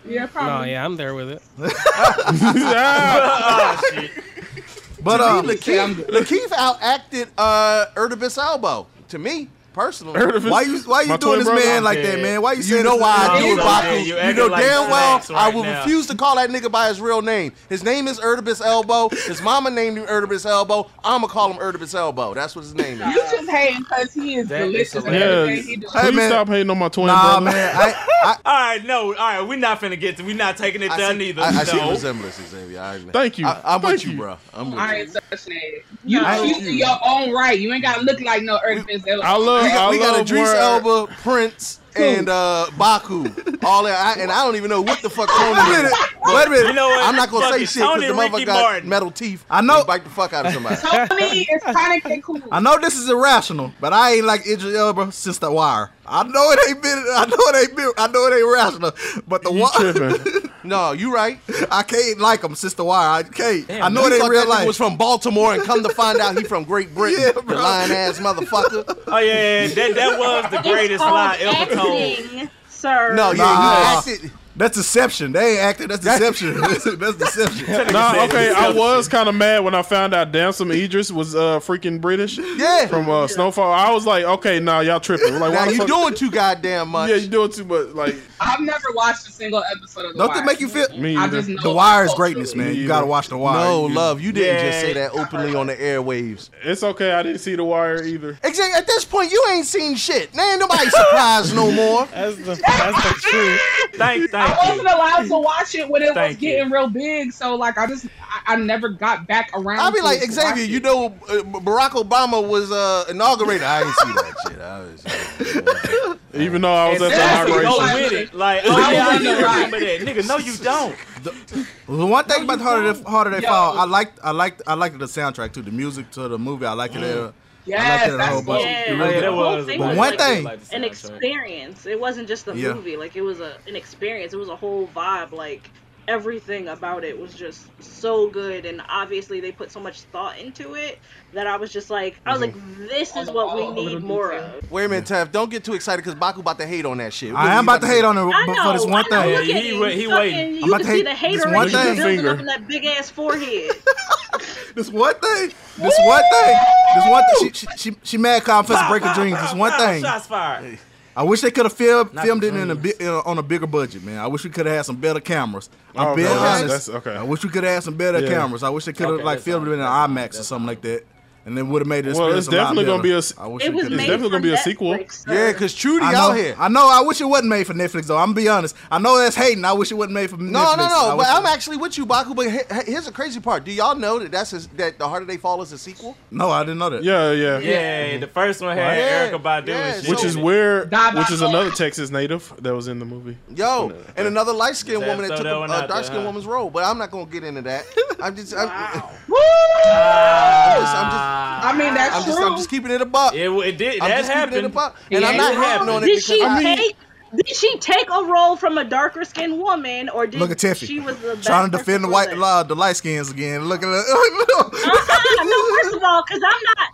Speaker 5: Yeah,
Speaker 8: No, yeah, I'm there with it.
Speaker 3: Ah.
Speaker 4: But
Speaker 8: To
Speaker 4: uh,
Speaker 2: Oh,
Speaker 8: me, Lakeith-
Speaker 4: um,
Speaker 3: um,
Speaker 4: Lakeith, Lakeith outacted uh, Ertibus Albo to me. personally.
Speaker 6: Heard of his-
Speaker 4: Why you why you
Speaker 6: my
Speaker 4: doing
Speaker 6: twin
Speaker 4: this
Speaker 6: brother?
Speaker 4: man like
Speaker 6: Yeah.
Speaker 4: that, man? Why you
Speaker 6: You
Speaker 4: saying
Speaker 6: know
Speaker 4: know why I
Speaker 6: I
Speaker 4: do
Speaker 6: do
Speaker 4: it,
Speaker 6: that.
Speaker 4: Baku?
Speaker 6: You
Speaker 4: You
Speaker 6: acting
Speaker 4: know
Speaker 6: like
Speaker 4: damn well
Speaker 6: facts
Speaker 4: I
Speaker 6: right
Speaker 4: will
Speaker 6: now.
Speaker 4: refuse to call that nigga by his real name. His name is Erdibus Elbow. His mama named him Erdibus Elbow. I'ma call him Erdibus Elbow. That's what his name is.
Speaker 5: You just hating because he is delicious. and everything he do.
Speaker 3: please stop hating on my twin
Speaker 4: Nah,
Speaker 3: brother.
Speaker 4: man, I,
Speaker 2: all right, no, all right, we're not finna get. To, we're not taking it down either.
Speaker 4: I, I see
Speaker 2: no.
Speaker 4: resemblances, Xavier. I,
Speaker 3: Thank you.
Speaker 4: I, I'm
Speaker 3: Thank
Speaker 4: with you, bro. I'm with you.
Speaker 5: I ain't touching it. You
Speaker 4: I-
Speaker 5: choose to your own right. You ain't gotta look like no Earthman's
Speaker 3: I love-
Speaker 4: we,
Speaker 3: I
Speaker 4: we got
Speaker 3: love
Speaker 4: Idris
Speaker 3: word.
Speaker 4: Elba, Prince, and uh, Baku. All that, I, and I don't even know what the fuck Tony is. Wait a minute.
Speaker 5: You know what?
Speaker 4: I'm not gonna
Speaker 5: Fuck
Speaker 4: say
Speaker 5: it.
Speaker 4: shit because
Speaker 5: Tony
Speaker 4: the
Speaker 5: and
Speaker 4: motherfucker
Speaker 5: Ricky
Speaker 4: got
Speaker 5: Martin.
Speaker 4: metal teeth. I know. Bite the fuck out of somebody.
Speaker 5: Tony is kind of cool.
Speaker 6: I know this is irrational, but I ain't like Idris Elba since the wire. I know it ain't been. I know it ain't been. I know it ain't rational, but the wire.
Speaker 4: no, you right.
Speaker 6: I can't like him since the wire. I can't. I know
Speaker 4: you
Speaker 6: it ain't
Speaker 4: thought that
Speaker 6: real
Speaker 4: nigga
Speaker 6: life.
Speaker 4: was from Baltimore, and come to find out he from Great Britain.
Speaker 6: Yeah,
Speaker 4: the lying ass motherfucker.
Speaker 2: Oh yeah, yeah, that that was the greatest lie ever told.
Speaker 7: sir.
Speaker 6: No, yeah, Nah.
Speaker 4: you acted.
Speaker 6: That's deception. They ain't acting. That's deception. that's deception.
Speaker 3: Nah, okay. I was kind of mad when I found out Damson Idris was uh, freaking British.
Speaker 4: Yeah,
Speaker 3: from uh, Snowfall. I was like, okay, nah, y'all tripping. Like,
Speaker 4: Now
Speaker 3: why the
Speaker 4: you
Speaker 3: fuck-
Speaker 4: doing too goddamn much.
Speaker 3: Yeah, you doing too much. Like,
Speaker 5: I've never watched a single episode of The
Speaker 6: Don't
Speaker 5: Wire.
Speaker 6: that make you feel?
Speaker 3: Me I just either. know
Speaker 6: the wire is greatness, man.
Speaker 3: Me
Speaker 6: You gotta
Speaker 3: either.
Speaker 6: watch the wire.
Speaker 4: No,
Speaker 6: You-
Speaker 4: love, you didn't
Speaker 3: Yeah.
Speaker 4: just say that openly on the airwaves.
Speaker 3: it's okay. I didn't see The Wire either.
Speaker 4: Exactly. At this point, you ain't seen shit. Now ain't nobody surprised no more.
Speaker 8: That's the that's the truth.
Speaker 2: Thank,
Speaker 5: I wasn't allowed to watch it when it was
Speaker 4: Thank you.
Speaker 5: getting real big, so like I just I, I never got back around.
Speaker 4: I'll be
Speaker 5: to
Speaker 4: like,
Speaker 5: watching
Speaker 4: Xavier,
Speaker 5: it.
Speaker 4: you know, uh, Barack Obama was uh, inaugurated. I ain't see that shit. I was,
Speaker 3: Even though I was at
Speaker 4: Exactly.
Speaker 3: the
Speaker 2: Go
Speaker 3: inauguration.
Speaker 2: with it. Like,
Speaker 4: I
Speaker 2: oh
Speaker 4: was
Speaker 2: yeah, I
Speaker 4: with
Speaker 2: know
Speaker 4: you.
Speaker 2: remember that, nigga. No, you don't.
Speaker 6: The one thing about harder they, harder they fall, I liked I liked I liked the soundtrack too. The music to the movie, I liked it. uh,
Speaker 7: Yes,
Speaker 6: I liked it a
Speaker 7: that's
Speaker 6: whole bunch.
Speaker 7: yeah.
Speaker 6: It really
Speaker 7: Oh, yeah,
Speaker 6: did.
Speaker 7: that was-
Speaker 6: But
Speaker 7: that was
Speaker 6: one
Speaker 7: like-
Speaker 6: thing,
Speaker 7: an experience. It wasn't just a
Speaker 6: Yeah.
Speaker 7: movie. Like it was a an experience. It was a whole vibe. Like everything about it was just so good, and obviously they put so much thought into it that I was just like, I was like, this is what we need more of.
Speaker 4: Wait a minute, Tav. Don't get too excited because Baku about to hate on that shit.
Speaker 6: I am about to hate on it,
Speaker 7: I
Speaker 6: but
Speaker 7: know,
Speaker 6: for this one
Speaker 7: I know,
Speaker 6: thing,
Speaker 7: look at you. Fucking- You
Speaker 6: I'm about
Speaker 7: can
Speaker 6: to
Speaker 7: see the
Speaker 6: hate this
Speaker 7: hater
Speaker 6: one
Speaker 7: in you
Speaker 6: thing.
Speaker 7: building up in that big ass forehead.
Speaker 6: This one thing. This one thing. This one thing. She, she, she, she mad confess break of dreams. This one thing.
Speaker 2: Shots fired.
Speaker 6: I wish they could have filmed,
Speaker 2: Not
Speaker 6: filmed
Speaker 2: the
Speaker 6: it in a bi- in a- on a bigger budget, man. I wish we could have had some better cameras. I'm
Speaker 3: Oh,
Speaker 6: being
Speaker 3: no, that's-
Speaker 6: honest.
Speaker 3: that's- okay.
Speaker 6: I wish we could have had some better
Speaker 3: Yeah.
Speaker 6: cameras. I wish they could have
Speaker 3: Okay,
Speaker 6: like
Speaker 3: that's
Speaker 6: filmed it in an IMAX or something like that, and then would have made it.
Speaker 3: Well, it's definitely gonna be a s-
Speaker 6: I wish
Speaker 3: It
Speaker 6: we
Speaker 3: was
Speaker 6: coulda-
Speaker 3: made It's definitely for gonna be a sequel. Netflix, sir. Yeah, 'cause Trudy
Speaker 6: I know-
Speaker 4: out here.
Speaker 6: I know. I wish it wasn't made for Netflix though. I'm gonna be honest. I know that's hating. I wish it wasn't made for Netflix.
Speaker 4: No, no,
Speaker 6: I
Speaker 4: no.
Speaker 6: wish
Speaker 4: But
Speaker 6: it-
Speaker 4: I'm actually with you, Baku. But he- he- here's the crazy part. Do y'all know that that's his, that the Harder They Fall is a sequel?
Speaker 6: No, I didn't know that.
Speaker 3: Yeah, yeah,
Speaker 2: Yeah, the first one had
Speaker 3: Yeah,
Speaker 2: Erica Badu and shit.
Speaker 3: Which is weird.
Speaker 4: Die by
Speaker 3: Which is
Speaker 4: Lord.
Speaker 3: another Texas native that was in the movie.
Speaker 4: Yo, and another light skinned
Speaker 3: Just
Speaker 4: woman that
Speaker 3: throw
Speaker 4: took
Speaker 3: that
Speaker 4: a,
Speaker 3: one
Speaker 4: a
Speaker 3: out there,
Speaker 4: dark skinned
Speaker 3: huh?
Speaker 4: woman's role. But I'm not gonna get into that. I'm just. I'm,
Speaker 2: I'm
Speaker 4: just, I'm just
Speaker 5: I mean, that's
Speaker 4: I'm just, I'm
Speaker 5: true.
Speaker 4: just keeping it a buck.
Speaker 2: It, it did.
Speaker 4: I'm
Speaker 2: that
Speaker 4: just keeping it a
Speaker 2: happened.
Speaker 4: buck. And I'm not happy on it
Speaker 7: Did
Speaker 4: because
Speaker 7: she
Speaker 4: I mean,
Speaker 7: take? Did she take a role from a darker skinned woman, or did
Speaker 6: Look at Tiffy.
Speaker 7: she was the best
Speaker 6: Trying to
Speaker 7: person
Speaker 6: defend the white law, the light skins again. Look at her.
Speaker 7: uh-uh, no, first of all, because I'm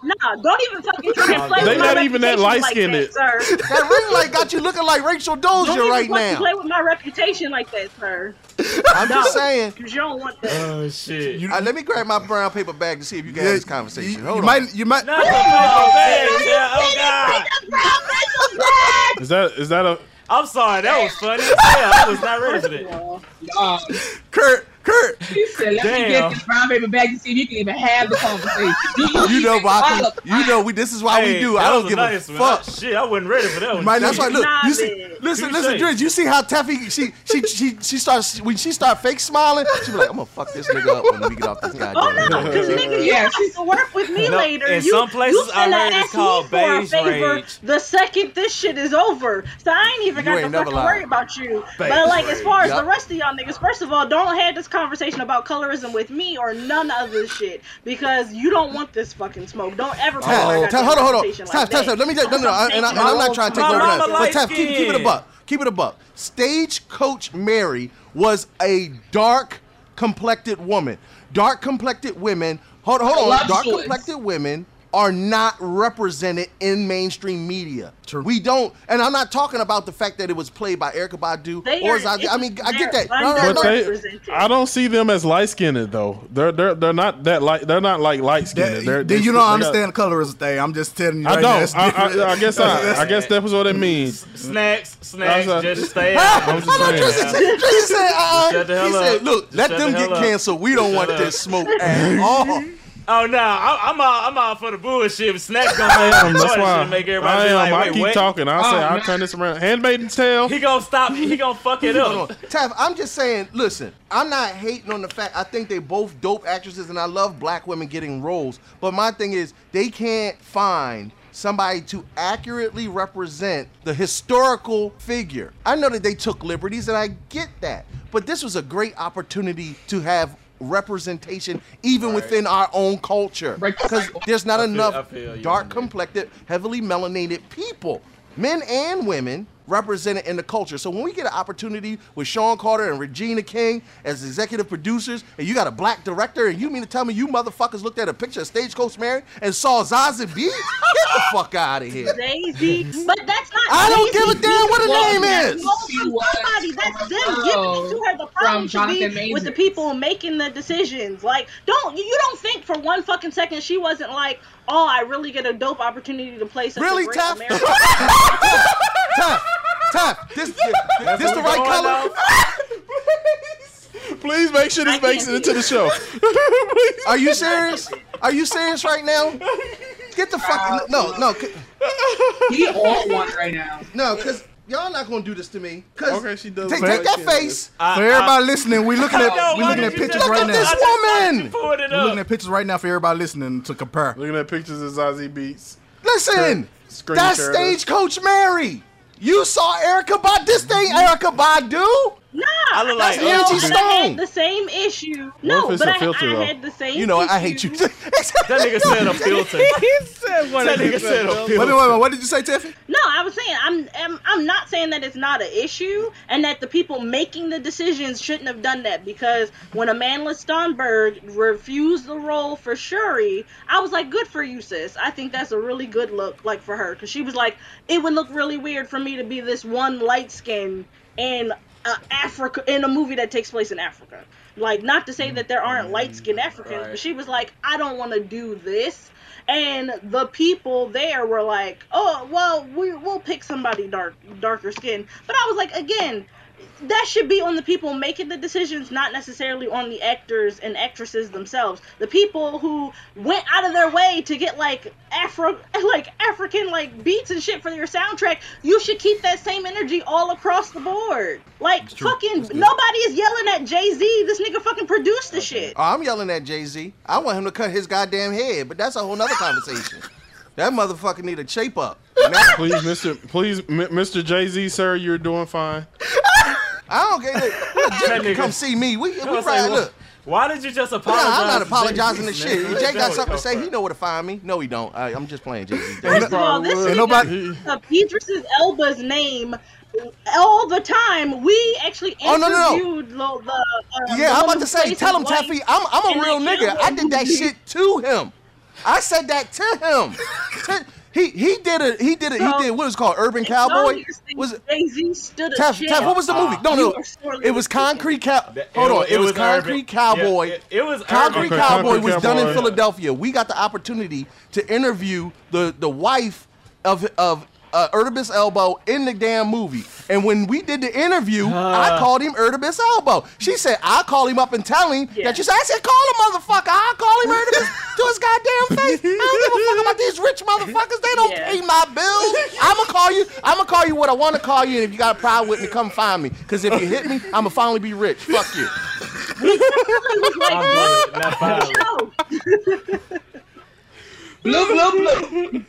Speaker 7: not. Nah, don't even fucking try and play
Speaker 6: They
Speaker 7: with my
Speaker 6: not even that
Speaker 7: reputation like
Speaker 6: light-skinned
Speaker 7: that,
Speaker 6: it.
Speaker 7: sir.
Speaker 4: that ring light got you looking like Rachel
Speaker 7: Don't
Speaker 4: Dozier
Speaker 7: even
Speaker 4: right
Speaker 7: fucking
Speaker 4: now.
Speaker 7: play with my reputation like that, sir.
Speaker 4: I'm just saying.
Speaker 7: Because you don't want that.
Speaker 2: Oh shit!
Speaker 4: Uh, let me grab my brown paper bag to see if you can have this conversation. Hold
Speaker 6: you
Speaker 4: on.
Speaker 6: might- you might-
Speaker 4: No,
Speaker 2: no, no, no, yeah, oh, God.
Speaker 3: Is that is that a?
Speaker 2: I'm sorry, that was funny. Yeah, I was not ready for that.
Speaker 5: Uh,
Speaker 6: Kurt, Kurt.
Speaker 5: He said, "Let me
Speaker 2: Damn.
Speaker 5: get this brown paper bag to see if you can even have the conversation."
Speaker 4: You know, Baku. You know, we. This is why we
Speaker 2: Hey,
Speaker 4: do.
Speaker 2: that
Speaker 4: I don't
Speaker 2: was
Speaker 4: give
Speaker 2: nice
Speaker 4: a
Speaker 2: one.
Speaker 4: fuck.
Speaker 2: I- shit, I wasn't ready for that one.
Speaker 4: Man, that's why.
Speaker 2: Shit.
Speaker 4: Look, you see, listen, listen,
Speaker 2: Touche.
Speaker 4: Drizz. You see how Taffy she she she she starts when she start fake smiling. She be like, I'm gonna fuck this nigga up when we get off this goddamn.
Speaker 7: Oh no, because nigga, you have to work with me
Speaker 4: No,
Speaker 7: later.
Speaker 4: in
Speaker 7: you,
Speaker 4: some places
Speaker 7: you
Speaker 4: I
Speaker 7: finna
Speaker 4: heard it's
Speaker 7: ask me
Speaker 4: called
Speaker 7: E for a
Speaker 4: beige
Speaker 7: favor
Speaker 4: rage.
Speaker 7: The second this shit is over, so I ain't even
Speaker 4: You
Speaker 7: got
Speaker 4: ain't
Speaker 7: to
Speaker 4: never
Speaker 7: fucking
Speaker 4: lied.
Speaker 7: worry about you.
Speaker 4: Beige
Speaker 7: but like, as far as
Speaker 4: rage.
Speaker 7: the rest of y'all niggas, first of all, don't have this conversation about colorism with me or none of this shit because you don't want this fucking smoke. Don't ever. put
Speaker 4: Tap,
Speaker 7: my
Speaker 4: tap,
Speaker 7: goddamn
Speaker 4: hold on, hold on.
Speaker 7: conversation
Speaker 4: Tap,
Speaker 7: like that.
Speaker 4: tap, tap. Let me just, no, no, no. I- And, I, and I'm not trying to take
Speaker 7: My
Speaker 4: over that.
Speaker 7: mama
Speaker 4: But tap, keep,
Speaker 7: light-skinned.
Speaker 4: keep it a buck. Keep it a buck. Stage coach Mary was a dark complected woman. Dark complected women. Hold, hold on. Dark
Speaker 5: Voluptuous.
Speaker 4: complected women are not represented in mainstream media. We don't, and I'm not talking about the fact that it was played by Erica Badu
Speaker 7: They
Speaker 4: or
Speaker 7: are-
Speaker 4: Zazie. I mean, I get
Speaker 7: they're
Speaker 4: that. No, no,
Speaker 3: But
Speaker 4: no.
Speaker 3: they, I don't see them as light skinned though. They're they're they're not that light. They're not like light skinned. They're,
Speaker 6: Then you
Speaker 3: they're- they're
Speaker 6: don't
Speaker 3: not-
Speaker 6: understand the colorism thing. I'm just telling you.
Speaker 3: I
Speaker 6: right now, it's
Speaker 3: don't. I,
Speaker 6: different.
Speaker 3: I, I guess I, I guess that's what it means.
Speaker 2: Snacks, snacks,
Speaker 3: I'm sorry.
Speaker 2: just stay out.
Speaker 3: I'm just saying.
Speaker 4: Trisha said, uh,
Speaker 2: Shut the
Speaker 4: he
Speaker 2: hell
Speaker 4: said,
Speaker 2: up.
Speaker 4: look,
Speaker 2: Just
Speaker 4: let
Speaker 2: shut
Speaker 4: them
Speaker 2: the
Speaker 4: get
Speaker 2: hell up.
Speaker 4: canceled. We don't
Speaker 2: Shut
Speaker 4: want
Speaker 2: up.
Speaker 4: this smoke at all.
Speaker 2: Oh no, I, I'm all I'm all for the bullshit. Snacks gonna make
Speaker 3: I am. That's
Speaker 2: Jordan
Speaker 3: why
Speaker 2: should make
Speaker 3: I
Speaker 2: everybody be
Speaker 3: am.
Speaker 2: like,
Speaker 3: I
Speaker 2: wait,
Speaker 3: keep
Speaker 2: what?
Speaker 3: talking. I say
Speaker 4: Oh,
Speaker 3: I'll
Speaker 4: man.
Speaker 3: turn this around. Handmaiden's tale.
Speaker 2: He gonna stop. He gonna fuck it up.
Speaker 4: Hold on. Taff, I'm just saying, listen, I'm not hating on the fact I think they both dope actresses and I love black women getting roles. But my thing is they can't find somebody to accurately represent the historical figure. I know that they took liberties and I get that. But this was a great opportunity to have representation even within our own culture because there's not
Speaker 2: I feel- I
Speaker 4: enough
Speaker 2: feel you
Speaker 4: dark
Speaker 2: on that.
Speaker 4: complected, heavily melanated people, men and women, represented in the culture. So when we get an opportunity with Sean Carter and Regina King as executive producers, and you got a black director, and you mean to tell me you motherfuckers looked at a picture of Stagecoach Mary and saw Zazie B? Get the fuck out of here.
Speaker 7: Daisy, but that's not.
Speaker 4: I don't
Speaker 7: Daisy
Speaker 4: give a damn what her
Speaker 7: Duke.
Speaker 4: name is.
Speaker 7: No, from Somebody, that's them giving it to her. The problem should
Speaker 5: Jonathan
Speaker 7: be
Speaker 5: Majors.
Speaker 7: with the people making the decisions. Like, don't you, you don't think for one fucking second she wasn't like, oh, I really get a dope opportunity to play such
Speaker 4: Really,
Speaker 7: a great
Speaker 4: Taff?
Speaker 7: American.
Speaker 4: Taff, Taff, this, this the right color?
Speaker 3: Please make sure this makes it into the show.
Speaker 4: Are you serious? Are you serious right now? Get the fuck no no.
Speaker 5: He on one right now.
Speaker 4: No, cause y'all not gonna do this to me. Cause
Speaker 3: okay, she does.
Speaker 4: Take, take that face.
Speaker 6: for everybody listening, we looking
Speaker 4: No,
Speaker 6: at we
Speaker 4: why
Speaker 6: looking
Speaker 4: did
Speaker 6: at
Speaker 4: you
Speaker 6: pictures
Speaker 4: just-
Speaker 6: right
Speaker 4: Look at this
Speaker 6: now.
Speaker 4: woman!
Speaker 6: We looking at pictures right now for everybody listening to compare.
Speaker 3: Looking at pictures of Zazie Beats.
Speaker 4: Listen,
Speaker 3: Screen
Speaker 4: that's
Speaker 3: share.
Speaker 4: stagecoach Mary. You saw Erica Badu. This thing, Erica Badu.
Speaker 7: Nah,
Speaker 4: I look like
Speaker 7: you know,
Speaker 4: Angie
Speaker 7: but I
Speaker 4: Stone.
Speaker 7: had the same issue.
Speaker 4: What
Speaker 7: No,
Speaker 4: if it's
Speaker 7: but
Speaker 4: a
Speaker 7: I,
Speaker 4: filter,
Speaker 7: I
Speaker 4: though?
Speaker 7: had the same.
Speaker 4: You know, I
Speaker 7: issue.
Speaker 4: hate you. that nigga
Speaker 2: said a filter.
Speaker 10: He said
Speaker 2: one That of nigga these said a filters. filter.
Speaker 6: Wait, wait, wait, what did you say, Tiffany?
Speaker 7: No, I was saying I'm, I'm I'm not saying that it's not an issue and that the people making the decisions shouldn't have done that because when Amanda Stonberg refused the role for Shuri, I was like, good for you, sis. I think that's a really good look, like for her, because she was like, it would look really weird for me to be this one light skin in uh, Africa in a movie that takes place in Africa. Like, not to say that there aren't light skinned Africans, but she was like, I don't want to do this and the people there were like, "Oh, well, we, we'll pick somebody dark, darker skin." But I was like, again, that should be on the people making the decisions, not necessarily on the actors and actresses themselves. The people who went out of their way to get like Afro, like African like beats and shit for their soundtrack, you should keep that same energy all across the board. Like fucking nobody is yelling at Jay Z. This nigga fucking produced the shit.
Speaker 4: Oh, I'm yelling at Jay Z. I want him to cut his goddamn head, but that's a whole nother conversation. That motherfucker need a shape up.
Speaker 3: Please, Mister. Please, M- Mr. Jay Z, sir, you're doing fine.
Speaker 4: I don't get
Speaker 2: That
Speaker 4: it.
Speaker 2: nigga-
Speaker 4: Come see me. We, we
Speaker 2: I was
Speaker 4: ride-
Speaker 2: like,
Speaker 4: look.
Speaker 2: Why did you just
Speaker 4: Nah,
Speaker 2: apologize?
Speaker 4: I'm not
Speaker 2: to Jay-Z,
Speaker 4: apologizing to shit.
Speaker 2: nigga?
Speaker 4: If Jay
Speaker 2: That
Speaker 4: got
Speaker 2: would
Speaker 4: something to
Speaker 2: come
Speaker 4: say.
Speaker 2: from-
Speaker 4: He know where to find me. No, he don't. I, I'm just playing Jay Z.
Speaker 7: First of all, this nigga up Idris Elba's name all the time. We actually
Speaker 4: Oh, no,
Speaker 7: interviewed
Speaker 4: no, no.
Speaker 7: the, the uh, the
Speaker 4: Yeah, I'm
Speaker 7: woman
Speaker 4: about
Speaker 7: who
Speaker 4: to say,
Speaker 7: plays
Speaker 4: tell
Speaker 7: his
Speaker 4: him,
Speaker 7: wife.
Speaker 4: Taffy, I'm, I'm a
Speaker 7: and
Speaker 4: real
Speaker 7: they
Speaker 4: nigga.
Speaker 7: killed
Speaker 4: I did that
Speaker 7: him.
Speaker 4: shit to him. I said that to him. To- he he did it. He did it. He did what was called Urban Cowboy.
Speaker 7: Was Jay Z stood a uh,
Speaker 4: Taff, Taff, what was the movie? No,
Speaker 7: You
Speaker 4: no,
Speaker 7: are sorely
Speaker 4: it was Concrete Cow.
Speaker 2: That- it
Speaker 4: Hold on,
Speaker 2: was-
Speaker 4: it,
Speaker 2: it
Speaker 4: was,
Speaker 2: was
Speaker 4: Concrete
Speaker 2: urban.
Speaker 4: Cowboy.
Speaker 2: Yeah, it- it was
Speaker 4: Concrete
Speaker 2: urban. Okay,
Speaker 4: Cowboy
Speaker 2: Concrete
Speaker 4: was done in
Speaker 2: Cowboy.
Speaker 4: Philadelphia. We got the opportunity to interview the the wife of of. Uh, Ertibus Elbow in the damn movie. And when we did the interview, I called him Ertibus Elbow. She said, I called him up and tell him that you said, I said, call him, motherfucker. I'll call him Ertibus to his goddamn face. I don't give a fuck about these rich motherfuckers. They don't pay my bills. I'ma call you. I'ma call you what I want to call you. And if you got a problem with me, come find me. Cause if you hit me, I'ma finally be rich. Fuck you.
Speaker 5: Blue, blue, blue.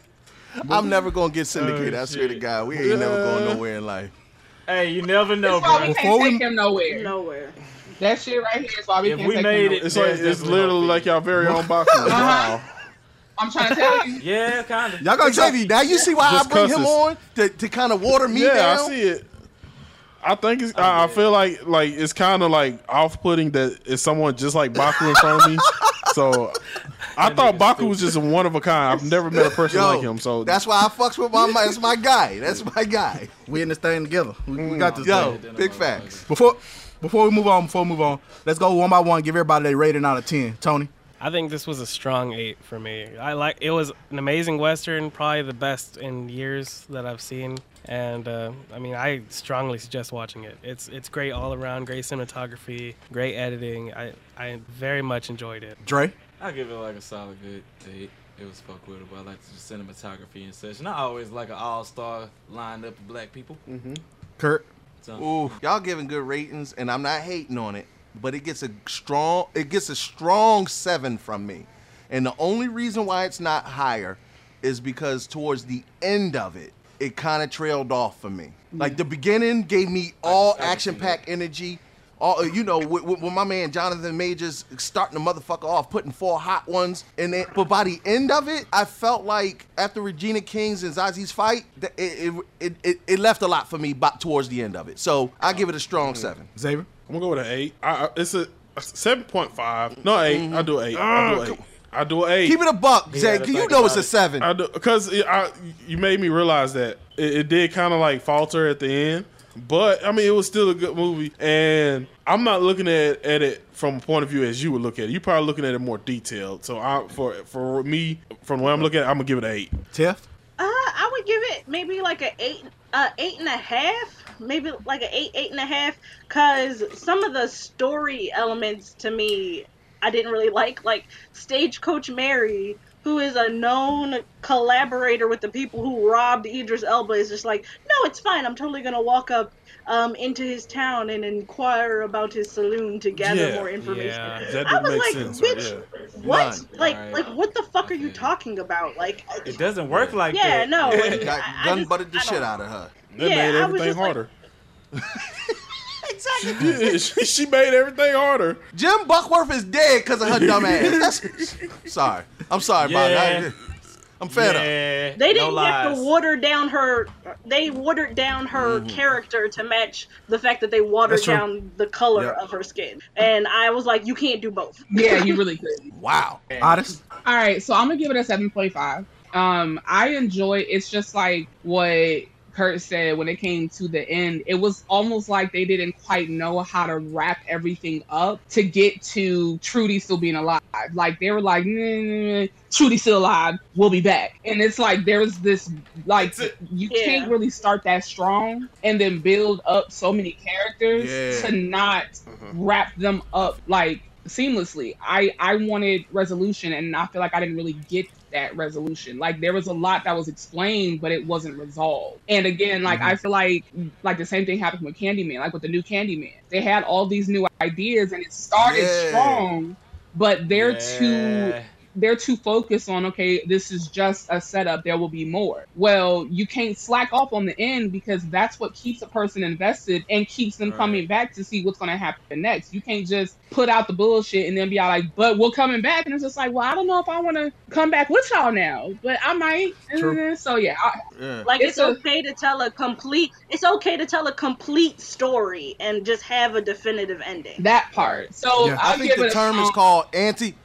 Speaker 4: I'm never gonna get syndicated. I swear to God, we ain't never going nowhere in life.
Speaker 2: Hey, you never know,
Speaker 5: That's why
Speaker 2: bro.
Speaker 5: we can't take him nowhere.
Speaker 7: Nowhere.
Speaker 5: That shit right here is why we
Speaker 2: If
Speaker 5: can't
Speaker 2: we
Speaker 5: take
Speaker 2: made
Speaker 5: him
Speaker 2: it-
Speaker 5: nowhere.
Speaker 3: It's like it's literally like y'all very own box. Wow.
Speaker 5: I'm trying to tell you.
Speaker 2: yeah, kind of.
Speaker 4: Uh-huh. Y'all gonna tell me now? You see why I
Speaker 3: Just
Speaker 4: bring him
Speaker 3: cusses.
Speaker 4: on to, to kind of water me
Speaker 3: yeah,
Speaker 4: down?
Speaker 3: I see it. I think it's. I, I feel like like it's kind of like off putting that it's someone just like Baku in front of me. So I thought Baku was just a one of a kind. I've never met a person
Speaker 6: Yo,
Speaker 3: like him. So
Speaker 6: That's why I fucks with my. That's my guy. That's my guy. We in this thing together. We, we got this.
Speaker 4: Yo,
Speaker 6: thing.
Speaker 4: big facts.
Speaker 6: Before before we move on, before we move on, let's go one by one. Give everybody their rating out of ten. Tony.
Speaker 8: I think this was a strong eight for me. I like it was an amazing western, probably the best in years that I've seen. And uh, I mean, I strongly suggest watching it. It's it's great all around, great cinematography, great editing. I I very much enjoyed it.
Speaker 6: Dre.
Speaker 2: I give it like a solid good eight. It was fuck with it, but I like the cinematography and such. And I always like an all star lined up of black people. Mm-hmm.
Speaker 6: Kurt.
Speaker 4: Ooh, y'all giving good ratings, and I'm not hating on it, but it gets a strong it gets a strong seven from me. And the only reason why it's not higher is because towards the end of it, it kind of trailed off for me. Like the beginning gave me all action packed energy. All uh, you know, with, with, with my man Jonathan Majors starting the motherfucker off, putting four hot ones, and then but by the end of it, I felt like after Regina King's and Zazi's fight, that it it, it, it it left a lot for me. But towards the end of it, so I give it a strong seven.
Speaker 6: Xavier,
Speaker 3: Mm. I'm gonna go with an eight. I, I- Uh, it's a seven point five. No eight. I do an eight. I do an
Speaker 4: Ugh,
Speaker 3: eight. I do an eight.
Speaker 4: Keep it a buck, Ah, Yeah, Zay, 'cause you think know it's about a it. seven.
Speaker 3: I do because I you made me realize that it, it did kind of like falter at the end, but I mean it was still a good movie, and I'm not looking at, at it from a point of view as you would look at it. You're probably looking at it more detailed. So I for for me from what I'm looking at, I'm gonna give it an eight.
Speaker 6: Tiff.
Speaker 7: Uh, I would give it maybe like a eight, uh, eight and a half, maybe like an eight, eight and a half, because some of the story elements to me I didn't really like, like Stagecoach Mary, who is a known collaborator with the people who robbed Idris Elba, is just like, no, it's fine. I'm totally gonna walk up um, into his town and inquire about his saloon to gather more information.
Speaker 3: Yeah, that
Speaker 7: I
Speaker 3: didn't
Speaker 7: was
Speaker 3: make
Speaker 7: like,
Speaker 3: sense.
Speaker 7: bitch,
Speaker 3: right there.
Speaker 7: what?
Speaker 3: None.
Speaker 7: Like, like what the fuck are you talking about? Like, uh,
Speaker 2: It doesn't work like
Speaker 7: Yeah,
Speaker 2: that.
Speaker 7: no, I mean,
Speaker 4: Got
Speaker 7: I- I
Speaker 4: gun
Speaker 7: just-
Speaker 4: butted the
Speaker 7: I
Speaker 4: shit
Speaker 7: don't-
Speaker 4: out of her.
Speaker 3: That
Speaker 7: Yeah,
Speaker 3: made
Speaker 7: I was
Speaker 3: everything
Speaker 7: just like-
Speaker 3: harder.
Speaker 4: Exactly.
Speaker 3: Yeah, she, she made everything harder.
Speaker 4: Jim Buckworth is dead because of her dumb ass. That's, sorry. I'm sorry,
Speaker 3: Yeah.
Speaker 4: yeah. I'm fed
Speaker 2: up.
Speaker 7: They didn't have to water down her. They watered down her character to match the fact that they watered
Speaker 4: That's true.
Speaker 7: down the color
Speaker 4: Yep.
Speaker 7: of her skin. And I was like, you can't do both.
Speaker 5: Yeah, you really could.
Speaker 6: Wow. Honest.
Speaker 5: All right, so I'm gonna give it a seven point five. Um, I enjoy. It's just like what Kurt said when it came to the end. It was almost like they didn't quite know how to wrap everything up to get to Trudy still being alive. Like they were like, "Nah, Trudy's still alive. We'll be back. And it's like there's this like you can't really start that strong and then build up so many characters
Speaker 12: Yeah.
Speaker 5: to not wrap them up like seamlessly. I I wanted resolution and I feel like I didn't really get that resolution. Like there was a lot that was explained but it wasn't resolved. And again, like I feel like like the same thing happened with Candyman, like with the new Candyman. They had all these new ideas and it started
Speaker 12: Yeah.
Speaker 5: strong, but they're
Speaker 12: Yeah.
Speaker 5: too they're too focused on okay this is just a setup there will be more well you can't slack off on the end because that's what keeps a person invested and keeps them coming back to see what's going to happen next you can't just put out the bullshit and then be all like but we're coming back and it's just like well i don't know if i want to come back with y'all now but i might Mm-hmm.
Speaker 7: True.
Speaker 5: so yeah I,
Speaker 7: Like it's,
Speaker 5: a-
Speaker 7: okay to tell a complete. It's okay to tell a complete story and just have a definitive ending.
Speaker 5: That part. So
Speaker 4: I think the term is called anti.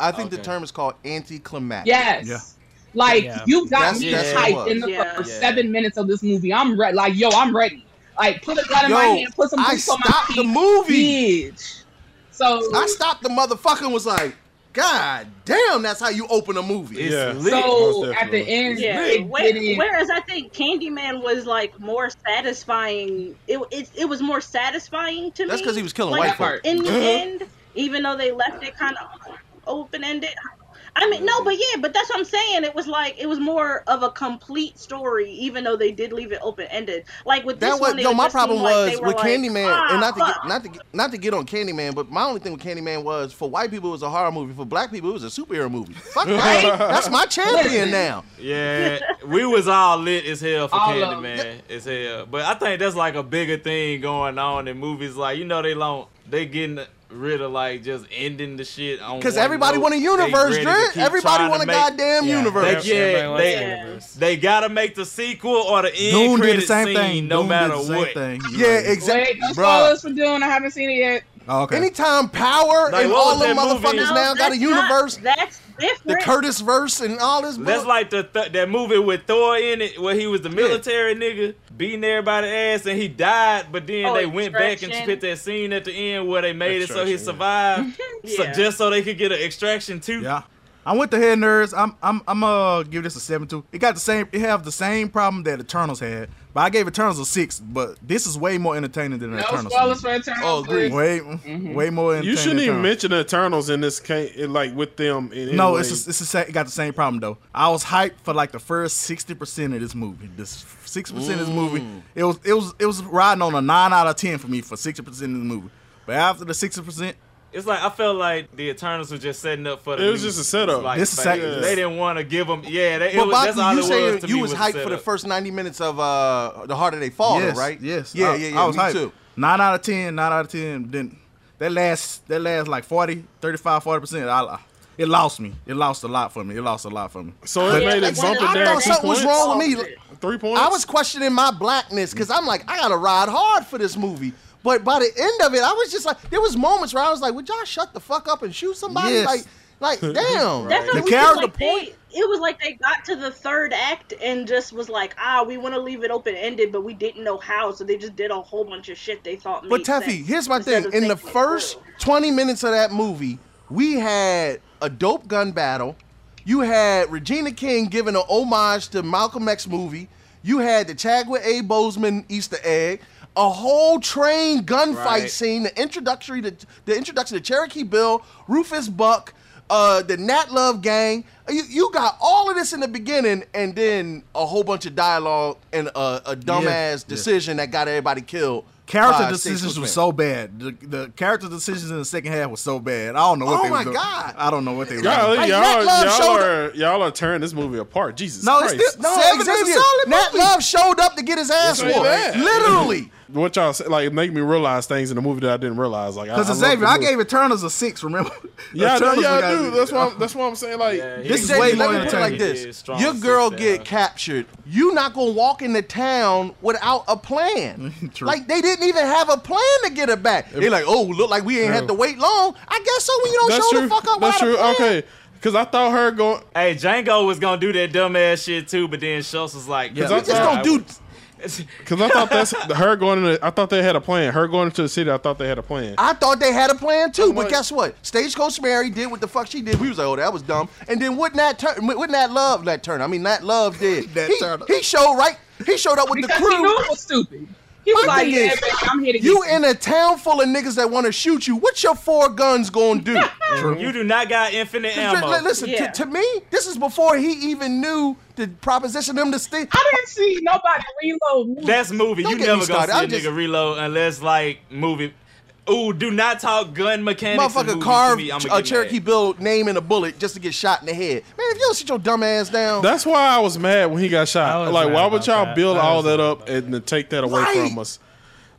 Speaker 4: I think the term is called anticlimactic.
Speaker 5: Yes. Like
Speaker 4: Yeah.
Speaker 5: you got
Speaker 4: That's-
Speaker 5: me
Speaker 4: that's what it
Speaker 5: hyped
Speaker 4: was.
Speaker 5: in the
Speaker 4: Yeah.
Speaker 5: first
Speaker 4: Yeah.
Speaker 5: seven minutes of this movie. I'm ready. Like yo, I'm ready. Like put a gun in my
Speaker 4: Yo,
Speaker 5: hand. Put some.
Speaker 4: I
Speaker 5: boots on my
Speaker 4: stopped the
Speaker 5: feet.
Speaker 4: movie.
Speaker 5: Bitch. So
Speaker 4: I stopped the motherfucker and was like, God damn, that's how you open a movie.
Speaker 3: It's Yeah.
Speaker 5: lit. So, Most at the definitely. end,
Speaker 7: Yeah.
Speaker 5: it
Speaker 7: whe-
Speaker 5: didn't-
Speaker 7: Whereas I think Candyman was like more satisfying. It it, it was more satisfying to me.
Speaker 4: That's 'cause he was killing
Speaker 7: like,
Speaker 4: white folk. Uh-huh.
Speaker 7: In the end, even though they left it kind of open ended. I mean, no, but yeah, but that's what I'm saying. It was like it was more of a complete story, even though they did leave it open ended. Like with
Speaker 4: That
Speaker 7: this
Speaker 4: was
Speaker 7: one, it
Speaker 4: yo. My
Speaker 7: just
Speaker 4: problem
Speaker 7: seemed like
Speaker 4: was
Speaker 7: they were
Speaker 4: with
Speaker 7: like,
Speaker 4: Candyman,
Speaker 7: "Ah,
Speaker 4: and not to
Speaker 7: fuck."
Speaker 4: get, not to get, not to get on Candyman, but my only thing with Candyman was for white people it was a horror movie, for black people it was a superhero movie. Fuck that, that's my champion now.
Speaker 2: Yeah, we was all lit as hell for
Speaker 4: All of 'em.
Speaker 2: Candyman as hell. But I think that's like a bigger thing going on in movies. Like you know they long they getting rid of like just ending the shit on.
Speaker 4: Because
Speaker 2: one
Speaker 4: everybody
Speaker 2: note.
Speaker 4: want a
Speaker 2: They
Speaker 4: universe,
Speaker 2: ready to
Speaker 4: Dre.
Speaker 2: keep
Speaker 4: Everybody
Speaker 2: trying
Speaker 4: want
Speaker 2: to
Speaker 4: a
Speaker 2: make-
Speaker 4: goddamn universe.
Speaker 2: They, yeah,
Speaker 4: Everybody
Speaker 2: they,
Speaker 4: wants a
Speaker 2: they gotta make the sequel or the end
Speaker 6: Dune did the
Speaker 2: credit
Speaker 6: same
Speaker 2: scene,
Speaker 6: thing.
Speaker 2: no
Speaker 6: Dune did
Speaker 2: matter
Speaker 6: the same
Speaker 2: what.
Speaker 6: thing.
Speaker 4: Yeah, exactly.
Speaker 5: Wait, no spoilers for Dune. I haven't seen it yet.
Speaker 6: Oh, okay.
Speaker 4: Anytime power
Speaker 2: Like,
Speaker 4: and
Speaker 2: what
Speaker 4: all
Speaker 2: was
Speaker 4: the
Speaker 2: that movie?
Speaker 4: motherfuckers
Speaker 2: No,
Speaker 4: now got a
Speaker 2: that's not-
Speaker 4: universe,
Speaker 7: that's
Speaker 4: the
Speaker 7: different.
Speaker 4: Curtis verse and all this.
Speaker 2: That's like the th- that movie with Thor in it, where he was the military nigga beating everybody's ass, and he died. But then
Speaker 4: Oh,
Speaker 2: they went back and
Speaker 4: Extraction.
Speaker 2: put that scene at the end where they made it so he
Speaker 6: Extraction, yeah.
Speaker 2: survived,
Speaker 6: Yeah.
Speaker 2: so, just so they could get an extraction too.
Speaker 6: Yeah. I went to Head Nerds. I'm I'm I'm uh give this a seven two. It got the same. It have the same problem that Eternals had, but I gave Eternals a six. But this is way more entertaining than
Speaker 5: No
Speaker 6: Eternals.
Speaker 5: spoilers for Eternals,
Speaker 6: Oh, agree.
Speaker 5: please.
Speaker 6: Way
Speaker 5: Mhm.
Speaker 6: way more. Entertaining
Speaker 3: You shouldn't
Speaker 6: than
Speaker 3: even
Speaker 6: Eternals.
Speaker 3: mention the Eternals in this case, it, like with them. In
Speaker 6: No,
Speaker 3: any
Speaker 6: it's
Speaker 3: way.
Speaker 6: a, it's a, sa- it got the same problem though. I was hyped for like the first sixty percent of this movie. This sixty percent of this movie, it was it was it was riding on a nine out of ten for me for sixty percent of the movie. But after the sixty percent,
Speaker 2: It's like I felt like the Eternals were just setting up for the.
Speaker 6: It was
Speaker 2: new
Speaker 6: just a setup.
Speaker 2: Like,
Speaker 6: This is
Speaker 2: phase.
Speaker 6: sec-
Speaker 2: They didn't want to give them. Yeah, they, it
Speaker 4: But
Speaker 2: was, that's all
Speaker 4: Bobby, you
Speaker 2: it
Speaker 4: say
Speaker 2: was. To
Speaker 4: you
Speaker 2: me
Speaker 4: was
Speaker 2: a
Speaker 4: hyped for the
Speaker 2: setup.
Speaker 4: first ninety minutes of uh, the Harder They Fall,
Speaker 6: yes,
Speaker 4: right?
Speaker 6: Yes,
Speaker 4: yeah,
Speaker 6: I,
Speaker 4: yeah, yeah.
Speaker 6: I was
Speaker 4: me
Speaker 6: hyped.
Speaker 4: too.
Speaker 6: Nine out of ten, nine out of ten. Then that last that last like 40, 35, 40 percent, I it lost me. It lost a lot for me. It lost a lot for me.
Speaker 3: So
Speaker 4: it Yeah, made it like, bump it I down thought two something was points? wrong with me.
Speaker 3: Three points.
Speaker 4: I was questioning my blackness because I'm like, I gotta ride hard for this movie. But by the end of it, I was just like, there was moments where I was like, would y'all shut the fuck up and shoot somebody?
Speaker 6: Yes.
Speaker 4: Like, like, damn.
Speaker 7: That's what
Speaker 4: Did
Speaker 7: the
Speaker 4: we just,
Speaker 7: character
Speaker 4: like,
Speaker 7: like point. it was like they got to the third act and just was like, ah, we want to leave it open ended, but we didn't know how, so they just did a whole bunch of shit they thought.
Speaker 4: But
Speaker 7: made
Speaker 4: Teffy,
Speaker 7: sense.
Speaker 4: here's my
Speaker 7: instead
Speaker 4: thing.
Speaker 7: of
Speaker 4: In the
Speaker 7: thinking it
Speaker 4: first 20 minutes of that movie, we had a dope gun battle. You had Regina King giving an homage to Malcolm X movie. You had the Chagwa A. Bozeman Easter egg. A whole train gunfight
Speaker 2: Right.
Speaker 4: scene. The introductory to the introduction to Cherokee Bill, Rufus Buck, uh, the Nat Love gang. You, you got all of this in the beginning, and then a whole bunch of dialogue and a, a dumbass
Speaker 6: yeah.
Speaker 4: decision that got everybody killed.
Speaker 6: Character
Speaker 4: by six
Speaker 6: decisions were
Speaker 4: percent.
Speaker 6: so bad. The, the character decisions in the second half was so bad. I don't know what
Speaker 4: Oh
Speaker 6: they
Speaker 4: my
Speaker 6: were doing.
Speaker 4: God.
Speaker 6: I don't know what they were
Speaker 3: Golly,
Speaker 6: doing.
Speaker 3: y'all, y'all, are, y'all are tearing this movie apart. Jesus
Speaker 6: No, it's
Speaker 3: Christ.
Speaker 6: still-
Speaker 4: No, exactly. Nat Love showed up to get his
Speaker 3: It's
Speaker 4: ass whooped.
Speaker 3: bad.
Speaker 4: Literally.
Speaker 3: What y'all say, like make me realize things in the movie that I didn't realize. Like, I,
Speaker 6: Because
Speaker 3: I
Speaker 6: Xavier,
Speaker 3: love
Speaker 6: I
Speaker 3: the
Speaker 6: gave Eternals a six. Remember?
Speaker 3: movie. yeah, I know,
Speaker 6: Eternals
Speaker 3: yeah, I
Speaker 6: got-
Speaker 3: do. That's why. I'm, that's why I'm saying like
Speaker 4: This is way let me put it like this: your girl get captured, you not gonna walk into town without a plan. like they didn't even have a plan to get her back. They like, oh, look like we ain't had to wait long. I guess so. When you don't
Speaker 2: That's
Speaker 4: show
Speaker 2: true.
Speaker 4: the fuck up,
Speaker 2: That's
Speaker 4: without a
Speaker 2: true.
Speaker 4: plan.
Speaker 3: Okay. Cause I thought her going.
Speaker 2: Hey, Django was gonna do that dumb ass shit too, but then Schultz was like,
Speaker 3: Cause
Speaker 2: yeah,
Speaker 3: I thought-
Speaker 2: do.
Speaker 3: Because I thought that's her going. Into, I thought they had a plan. Her going into the city. I thought they had a plan.
Speaker 4: I thought they had a plan too, but guess what? Stagecoach Mary did what the fuck she did. We was like, oh, that was dumb. And then wouldn't that turn? Wouldn't that love? That turn? I mean, that love did.
Speaker 5: Nat
Speaker 4: he,
Speaker 5: Turner.
Speaker 4: he showed right. He showed up with the crew.
Speaker 5: He knew it was stupid. He was
Speaker 4: My
Speaker 5: like,
Speaker 4: thing
Speaker 5: yeah,
Speaker 4: is,
Speaker 5: baby, I'm here to
Speaker 4: you in a town full of niggas that want to shoot you. What's your four guns gonna do?
Speaker 2: You do not got infinite ammo.
Speaker 4: Li- Listen, to, to me, this is before he even knew the proposition them to stay.
Speaker 5: I didn't see nobody reload.
Speaker 2: That's movie.
Speaker 4: Don't
Speaker 2: you
Speaker 4: get me
Speaker 2: never gonna
Speaker 4: started.
Speaker 2: see a
Speaker 4: I'm just-
Speaker 2: nigga reload unless like movie. Ooh, do not talk gun mechanics. in movies
Speaker 4: Motherfucker
Speaker 2: to
Speaker 4: carved
Speaker 2: me. I'ma get
Speaker 4: a
Speaker 2: mad.
Speaker 4: Cherokee Bill name in a bullet just to get shot in the head. Man, if you don't sit your dumb ass down,
Speaker 3: That's why I was mad when he got shot. Like,
Speaker 4: mad
Speaker 3: why would
Speaker 4: about
Speaker 3: y'all
Speaker 4: that.
Speaker 3: build
Speaker 4: I
Speaker 3: all
Speaker 4: was
Speaker 3: that up and then take that away
Speaker 4: Right.
Speaker 3: from us?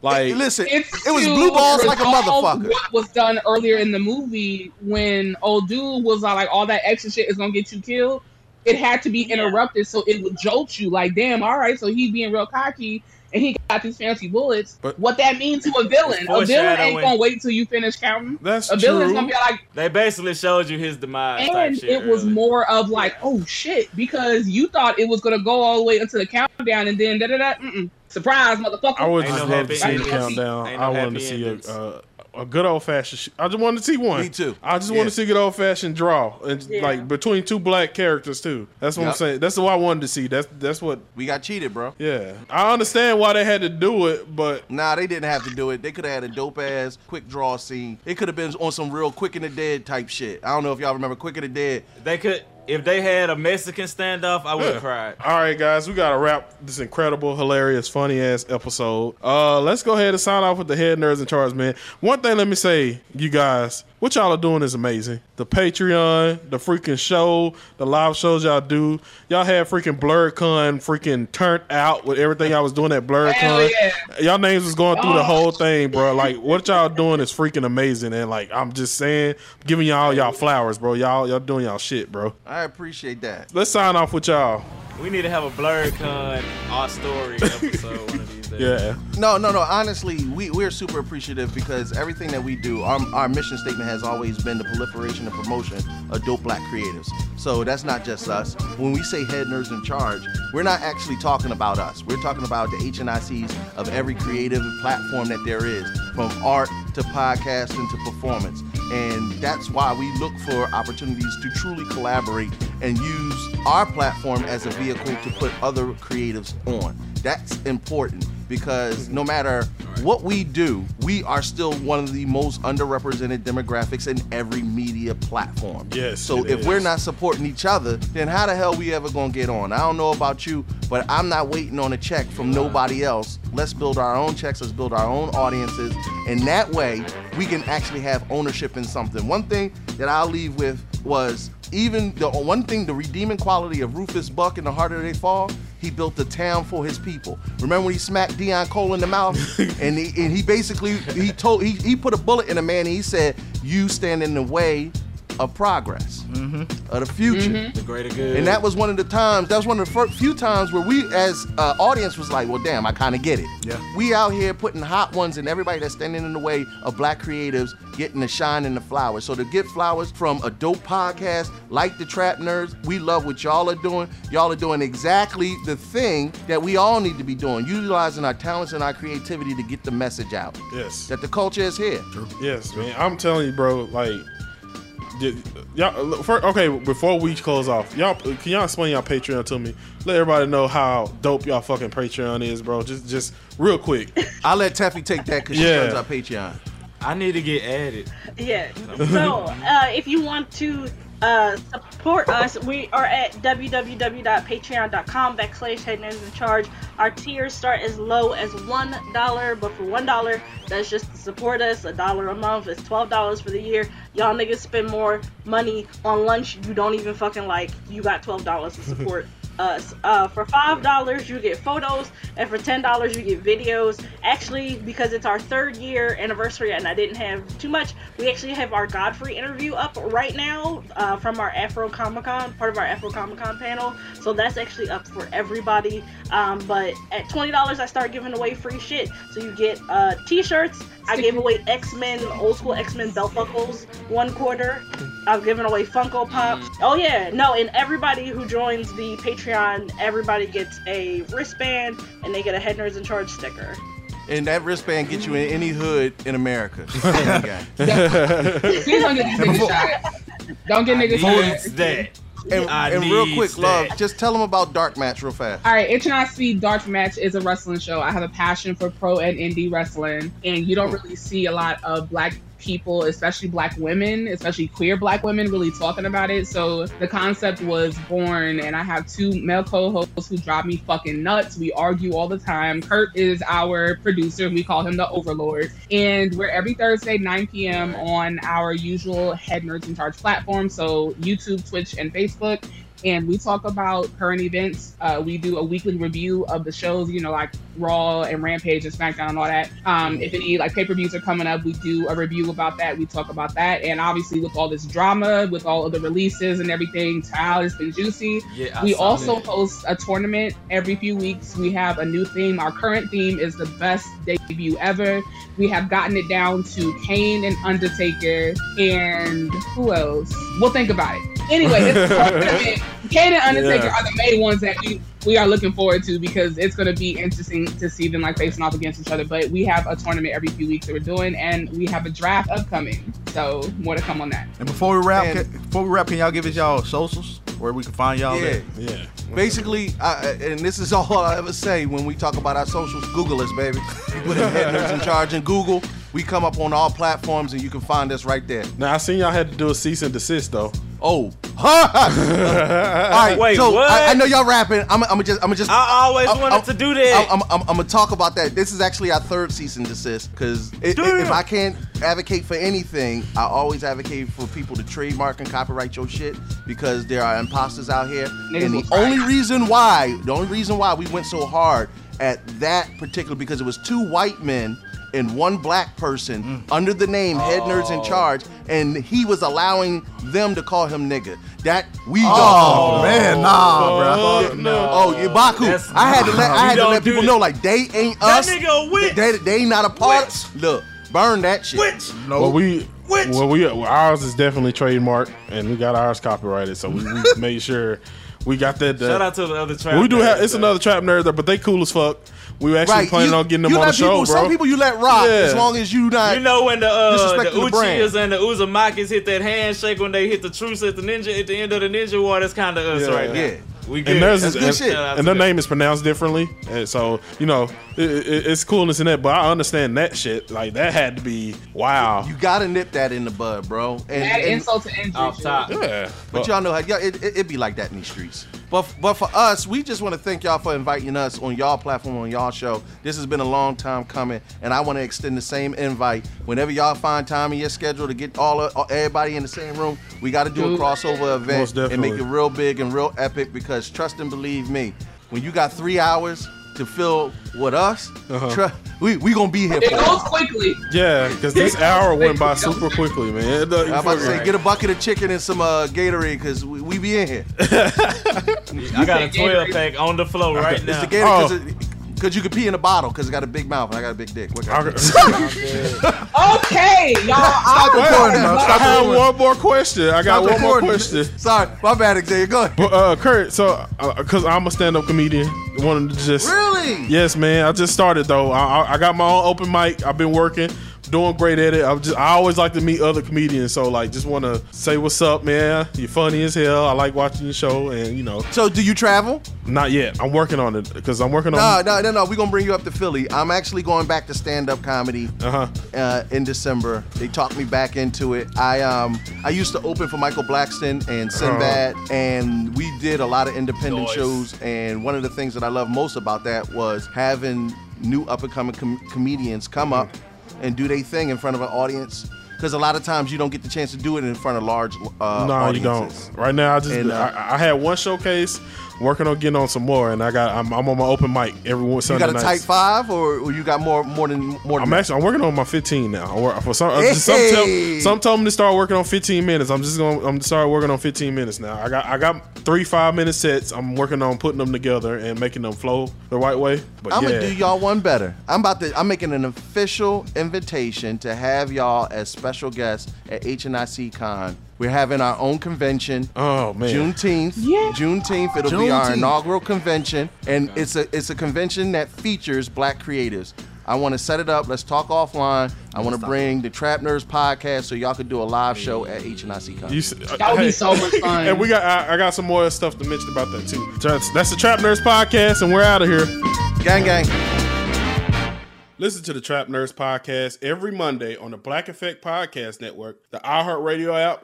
Speaker 3: Like,
Speaker 4: listen,
Speaker 5: it was blue balls like a motherfucker. What was done earlier in the movie when old dude was all like, all that extra shit is gonna get you killed. It had to be interrupted so it would jolt you like, damn, all right. So he being real cocky and he got these fancy bullets. what that means to a villain? A villain ain't
Speaker 2: foreshadowing.
Speaker 5: gonna wait till you finish counting.
Speaker 3: That's
Speaker 5: a villain's gonna be like,
Speaker 2: they basically showed you his demise. type
Speaker 5: and
Speaker 2: shit
Speaker 5: it was
Speaker 2: early.
Speaker 5: more of like, oh shit, because you thought it was gonna go all the way into the countdown, and then da da da. mm-mm. Surprise, motherfucker!
Speaker 3: I would just love to see the countdown. I wanted to see a, uh, a good old fashioned. Sh- I just wanted to see one.
Speaker 4: Me too.
Speaker 3: I just
Speaker 4: Yeah.
Speaker 3: want to see good old fashioned draw and
Speaker 4: Yeah.
Speaker 3: like between two black characters too. That's what I'm
Speaker 4: Yep.
Speaker 3: saying. That's what I wanted to see. That's that's what
Speaker 4: we got cheated, bro.
Speaker 3: Yeah, I understand why they had to do it, but
Speaker 4: nah, they didn't have to do it. They could have had a dope ass quick draw scene. It could have been on some real quick in the dead type shit. I don't know if y'all remember quick in the dead.
Speaker 2: They could if they had a Mexican standoff, I would have
Speaker 3: Yeah.
Speaker 2: cried.
Speaker 3: All right, guys, we gotta wrap this incredible, hilarious, funny ass episode. Uh, let's go ahead and sign off with the head nerds in charge, man. One thing, let me say, you guys, what y'all are doing is amazing. The Patreon, the freaking show, the live shows y'all do. Y'all had freaking BlurredCon freaking turned out with everything I was doing at BlurredCon. Y'all names was going
Speaker 2: Oh.
Speaker 3: through the whole thing, bro. Like what y'all doing is freaking amazing, and like I'm just saying, giving y'all y'all flowers, bro. Y'all y'all doing y'all shit, bro.
Speaker 4: I appreciate that.
Speaker 3: Let's sign off with y'all.
Speaker 2: We need to have a blurred con our story episode one of these days.
Speaker 3: Yeah.
Speaker 4: No, no, no. Honestly, we, we're super appreciative because everything that we do, our, our mission statement has always been the proliferation and promotion of dope black creatives. So that's not just us. When we say head nerds in charge, we're not actually talking about us. We're talking about the HNICs of every creative platform that there is, from art to podcasting to performance. And that's why we look for opportunities to truly collaborate and use our platform as a vehicle to put other creatives on. That's important because no matter what we do, we are still one of the most underrepresented demographics in every media platform.
Speaker 3: Yes.
Speaker 4: So
Speaker 3: it
Speaker 4: if we're
Speaker 3: is.
Speaker 4: not supporting each other, then how the hell we ever gonna get on? I don't know about you, but I'm not waiting on a check from nobody else. Let's build our own checks. Let's build our own audiences, and that way we can actually have ownership in something. One thing that I'll leave with was even the one thing, the redeeming quality of Rufus Buck in The Harder They Fall, he built a town for his people. Remember when he smacked Dion Cole in the mouth, and he and he basically he told he, he put a bullet in a man. and He said, "You stand in the way of progress, of the future."
Speaker 2: The greater good.
Speaker 4: And that was one of the times. That was one of the fir- few times where we, as uh, audience, was like, "Well, damn, I kind of get it."
Speaker 6: Yeah.
Speaker 4: We out here putting hot ones and everybody that's standing in the way of black creatives getting the shine and the flowers. So to get flowers from a dope podcast like the Trap Nerds, we love what y'all are doing. Y'all are doing exactly the thing that we all need to be doing, utilizing our talents and our creativity to get the message out.
Speaker 3: Yes.
Speaker 4: That the culture is here. True.
Speaker 3: Yes, man. I'm telling you, bro. Like, did, y'all. look, fir- okay, before we close off, y'all, can y'all explain y'all Patreon to me? Let everybody know how dope y'all fucking Patreon is, bro. Just, just real quick.
Speaker 4: I'll let Teffy take that because
Speaker 2: she runs our
Speaker 4: Patreon.
Speaker 2: I need to get added.
Speaker 7: Yeah. So, uh, if you want to uh, support us, we are at www.patreon.com backslash headness in charge. Our tiers start as low as one dollar, but for one dollar, that's just to support us. A dollar a month is twelve dollars for the year. Y'all niggas spend more money on lunch you don't even fucking like. You got twelve dollars to support us. Uh, for five dollars, you get photos, and for ten dollars, you get videos. Actually, because it's our third year anniversary, and I didn't have too much, we actually have our Godfrey interview up right now uh, from our Afro Comic Con, part of our Afro Comic Con panel. So that's actually up for everybody. Um, but at twenty dollars, I start giving away free shit. So you get uh, t-shirts. I gave away X Men, old school X Men belt buckles, one quarter. I've given away Funko Pops. Oh yeah, no, and everybody who joins the Patreon, everybody gets a wristband and they get a Head Nerds in Charge sticker.
Speaker 4: And that wristband gets you in any hood in America.
Speaker 5: Please don't get these niggas shot. Don't get niggas shot.
Speaker 4: And,
Speaker 5: I
Speaker 4: and real
Speaker 5: need
Speaker 4: quick, love,
Speaker 5: that.
Speaker 4: just tell them about Dark Match real fast.
Speaker 5: All right, HNIC Dark Match is a wrestling show. I have a passion for pro and indie wrestling, and you don't really see a lot of black people, especially black women, especially queer black women, really talking about it. So the concept was born, and I have two male co hosts who drive me fucking nuts. We argue all the time. Kurt is our producer, we call him the Overlord. And we're every Thursday, 9 p.m., on our usual Head Nerds in Charge platform. So YouTube, Twitch, and Facebook and we talk about current events. Uh, we do a weekly review of the shows, you know, like Raw and Rampage and SmackDown and all that. Um, if any like pay per views are coming up, we do a review about that. We talk about that, and obviously with all this drama, with all of the releases and everything, child, it's been juicy.
Speaker 12: Yeah, I
Speaker 5: we
Speaker 12: saw
Speaker 5: also
Speaker 12: that.
Speaker 5: host a tournament every few weeks. We have a new theme. Our current theme is the best debut ever. We have gotten it down to Kane and Undertaker, and who else? We'll think about it. Anyway, it's a tournament. Kane and Undertaker
Speaker 12: Yeah.
Speaker 5: are the main ones that we, we are looking forward to because it's going to be interesting to see them like facing off against each other. But we have a tournament every few weeks that we're doing, and we have a draft upcoming. So more to come on that.
Speaker 6: And before we wrap, can, before we wrap, can y'all give us y'all socials where we can find y'all?
Speaker 4: Yeah.
Speaker 6: at?
Speaker 3: yeah.
Speaker 4: Basically, I, I- and this is all I ever say when we talk about our socials. Google us, baby. You put in Head Nerds in Charge in Google. We come up on all platforms, and you can find us right there.
Speaker 3: Now I seen y'all had to do a cease and desist though.
Speaker 4: Oh, all right,
Speaker 3: Wait,
Speaker 4: so
Speaker 3: what?
Speaker 4: I, I know y'all rapping. I'm, I'm just, I'm just.
Speaker 2: I always wanted to do that.
Speaker 4: I'm, I'm, I'm, gonna talk about that. This is actually our third cease and desist because if I can't advocate for anything, I always advocate for people to trademark and copyright your shit because there are imposters out here.
Speaker 5: Niggas
Speaker 4: and
Speaker 5: will
Speaker 4: the
Speaker 5: try.
Speaker 4: only reason why, the only reason why we went so hard at that particular because it was two white men and one black person
Speaker 5: Mm.
Speaker 4: under the name Head Nerds
Speaker 2: Oh.
Speaker 4: in Charge, and he was allowing them to call him nigga. That we
Speaker 6: Oh,
Speaker 4: don't.
Speaker 6: man, nah,
Speaker 4: bruh. Oh, yeah, Baku.
Speaker 6: That's-
Speaker 4: I had to let I
Speaker 6: We
Speaker 4: had to
Speaker 6: don't
Speaker 4: let
Speaker 6: do
Speaker 4: people
Speaker 6: that.
Speaker 4: know like they ain't
Speaker 6: That
Speaker 4: us.
Speaker 6: nigga a witch.
Speaker 4: They, they ain't not a part. Look, burn that shit.
Speaker 2: Oh,
Speaker 3: Well, we. Well, we well, ours is definitely trademark, and we got ours copyrighted, so we, we made sure we got that. that-
Speaker 2: Shout out to the other trap
Speaker 3: We do have
Speaker 2: nerds,
Speaker 3: it's another trap nerd there, but they cool as fuck. We were actually
Speaker 2: Right,
Speaker 3: planning
Speaker 2: you-
Speaker 3: on getting them
Speaker 2: you
Speaker 3: on the
Speaker 2: let
Speaker 3: show,
Speaker 2: people-
Speaker 3: bro.
Speaker 2: some people
Speaker 4: you let rock as long
Speaker 2: as
Speaker 4: you not.
Speaker 2: You know when the uh, the
Speaker 4: disrespecting the brand.
Speaker 2: Uchiyas and the Uzumakis hit that handshake when they hit the truce at the ninja at the end of the ninja war. That's kind of us
Speaker 3: Yeah.
Speaker 2: right now.
Speaker 3: Yeah.
Speaker 2: we good.
Speaker 3: and theirs is-
Speaker 2: That's
Speaker 3: and,
Speaker 2: Shout out
Speaker 3: and
Speaker 2: to
Speaker 3: their name is pronounced differently, and so you know it, it, it's coolness in that. But I understand that shit. Like that had to be wow.
Speaker 4: You gotta nip that in the bud, bro. And,
Speaker 5: Add insult to injury.
Speaker 4: Off
Speaker 5: top.
Speaker 3: Yeah.
Speaker 4: But y'all know how y'all, it, it, it be like that in these streets. But but for us, we just want to thank y'all for inviting us on y'all platform on y'all show. This has been a long time coming, and I want to extend the same invite whenever y'all find time in your schedule to get all, of- all everybody in the same room. We got to do a
Speaker 3: Dude.
Speaker 4: crossover
Speaker 3: Most
Speaker 4: event and
Speaker 3: definitely.
Speaker 4: make it real big and real epic because trust and believe me, when you got three hours to fill with us,
Speaker 3: Uh-huh.
Speaker 4: tru- we we gonna be here.
Speaker 5: It
Speaker 4: for
Speaker 5: goes
Speaker 4: you.
Speaker 5: quickly.
Speaker 3: Yeah, because this hour went by super quickly, man. It doesn't
Speaker 4: I'm about to say,
Speaker 3: fucking-
Speaker 4: get a bucket of chicken and some uh, Gatorade because we, we be in here.
Speaker 2: the- I got a twelve pack on the floor right now. Oh.
Speaker 4: It's the Gatorade because you can pee in a bottle because it got a big mouth and I got a big dick. What can I do?
Speaker 5: Okay, y'all.
Speaker 4: Stop
Speaker 5: I'm-
Speaker 4: recording, man.
Speaker 3: I
Speaker 4: Stop
Speaker 3: have
Speaker 4: recording.
Speaker 3: one more question. I got
Speaker 4: Stop
Speaker 3: one more
Speaker 4: recording.
Speaker 3: question.
Speaker 4: Sorry, my bad, Xavier. Go ahead.
Speaker 3: But, uh, Kurt, so because I'm a stand-up comedian, wanted to just
Speaker 4: Really?
Speaker 3: Yes, man. I just started though. I, I- I got my own open mic. I've been working, doing great at it. I just I always like to meet other comedians, so like just want to say what's up, man. You're funny as hell. I like watching your show, and you know.
Speaker 4: So do you travel?
Speaker 3: Not yet. I'm working on it because I'm working
Speaker 4: No,
Speaker 3: on.
Speaker 4: no, no, no. We're gonna bring you up to Philly. I'm actually going back to stand-up comedy
Speaker 3: Uh-huh.
Speaker 4: uh in December. They talked me back into it. I um I used to open for Michael Blackston and Sinbad,
Speaker 3: Uh-huh.
Speaker 4: and we did a lot of independent
Speaker 6: Nice.
Speaker 4: shows. And one of the things that I love most about that was having new up-and-coming com- comedians come up
Speaker 3: Mm-hmm.
Speaker 4: and do their thing in front of an audience. Because a lot of times you don't get the chance to do it in front of large. Uh,
Speaker 3: no,
Speaker 4: audiences.
Speaker 3: you don't. Right now, I just
Speaker 4: And, uh,
Speaker 3: I, I had one showcase, working on getting on some more, and I got I'm, I'm on my open mic every one Sunday
Speaker 4: you got a
Speaker 3: nights.
Speaker 4: tight five, or, or you got more more than more than
Speaker 3: I'm
Speaker 4: that?
Speaker 3: actually I'm working on my 15 now. I work- for some, uh, just some,
Speaker 4: Hey.
Speaker 3: tell, some told me to start working on 15 minutes. I'm just gonna I'm start working on 15 minutes now. I got I got three five minute sets. I'm working on putting them together and making them flow the right way. But
Speaker 4: I'm
Speaker 3: yeah,
Speaker 4: gonna do y'all one better. I'm about to. I'm making an official invitation to have y'all as special guests at HNIC Con. We're having our own convention.
Speaker 3: Oh man,
Speaker 4: Juneteenth. Yeah. Juneteenth. It'll be our
Speaker 6: Juneteenth.
Speaker 4: inaugural convention, and it's a it's a convention that features Black creatives. I want to set it up. Let's talk offline. I want to bring the Trap Nerds podcast so y'all could do a live show at HNIC Con.
Speaker 3: You s- uh, hey. and we got I, I got some more stuff to mention about that too. That's, that's the Trap Nerds podcast, and we're out of here.
Speaker 4: Gang gang.
Speaker 3: Listen to the Trap Nerds podcast every Monday on the Black Effect Podcast Network, the iHeartRadio app,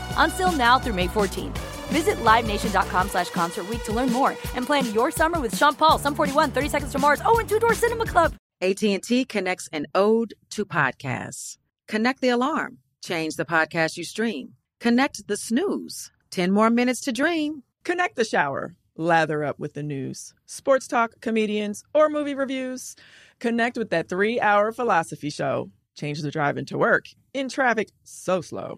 Speaker 11: Until now through May 14th. Visit LiveNation.com slash Concert Week to learn more and plan your summer with Sean Paul, Sum 41, 30 Seconds to Mars, oh, and Two Door Cinema Club.
Speaker 9: AT&T connects an ode to podcasts. Connect the alarm. Change the podcast you stream. Connect the snooze. 10 more minutes to dream.
Speaker 10: Connect the shower. Lather up with the news, sports talk, comedians, or movie reviews. Connect with that three hour philosophy show. Change the drive into work in traffic so slow.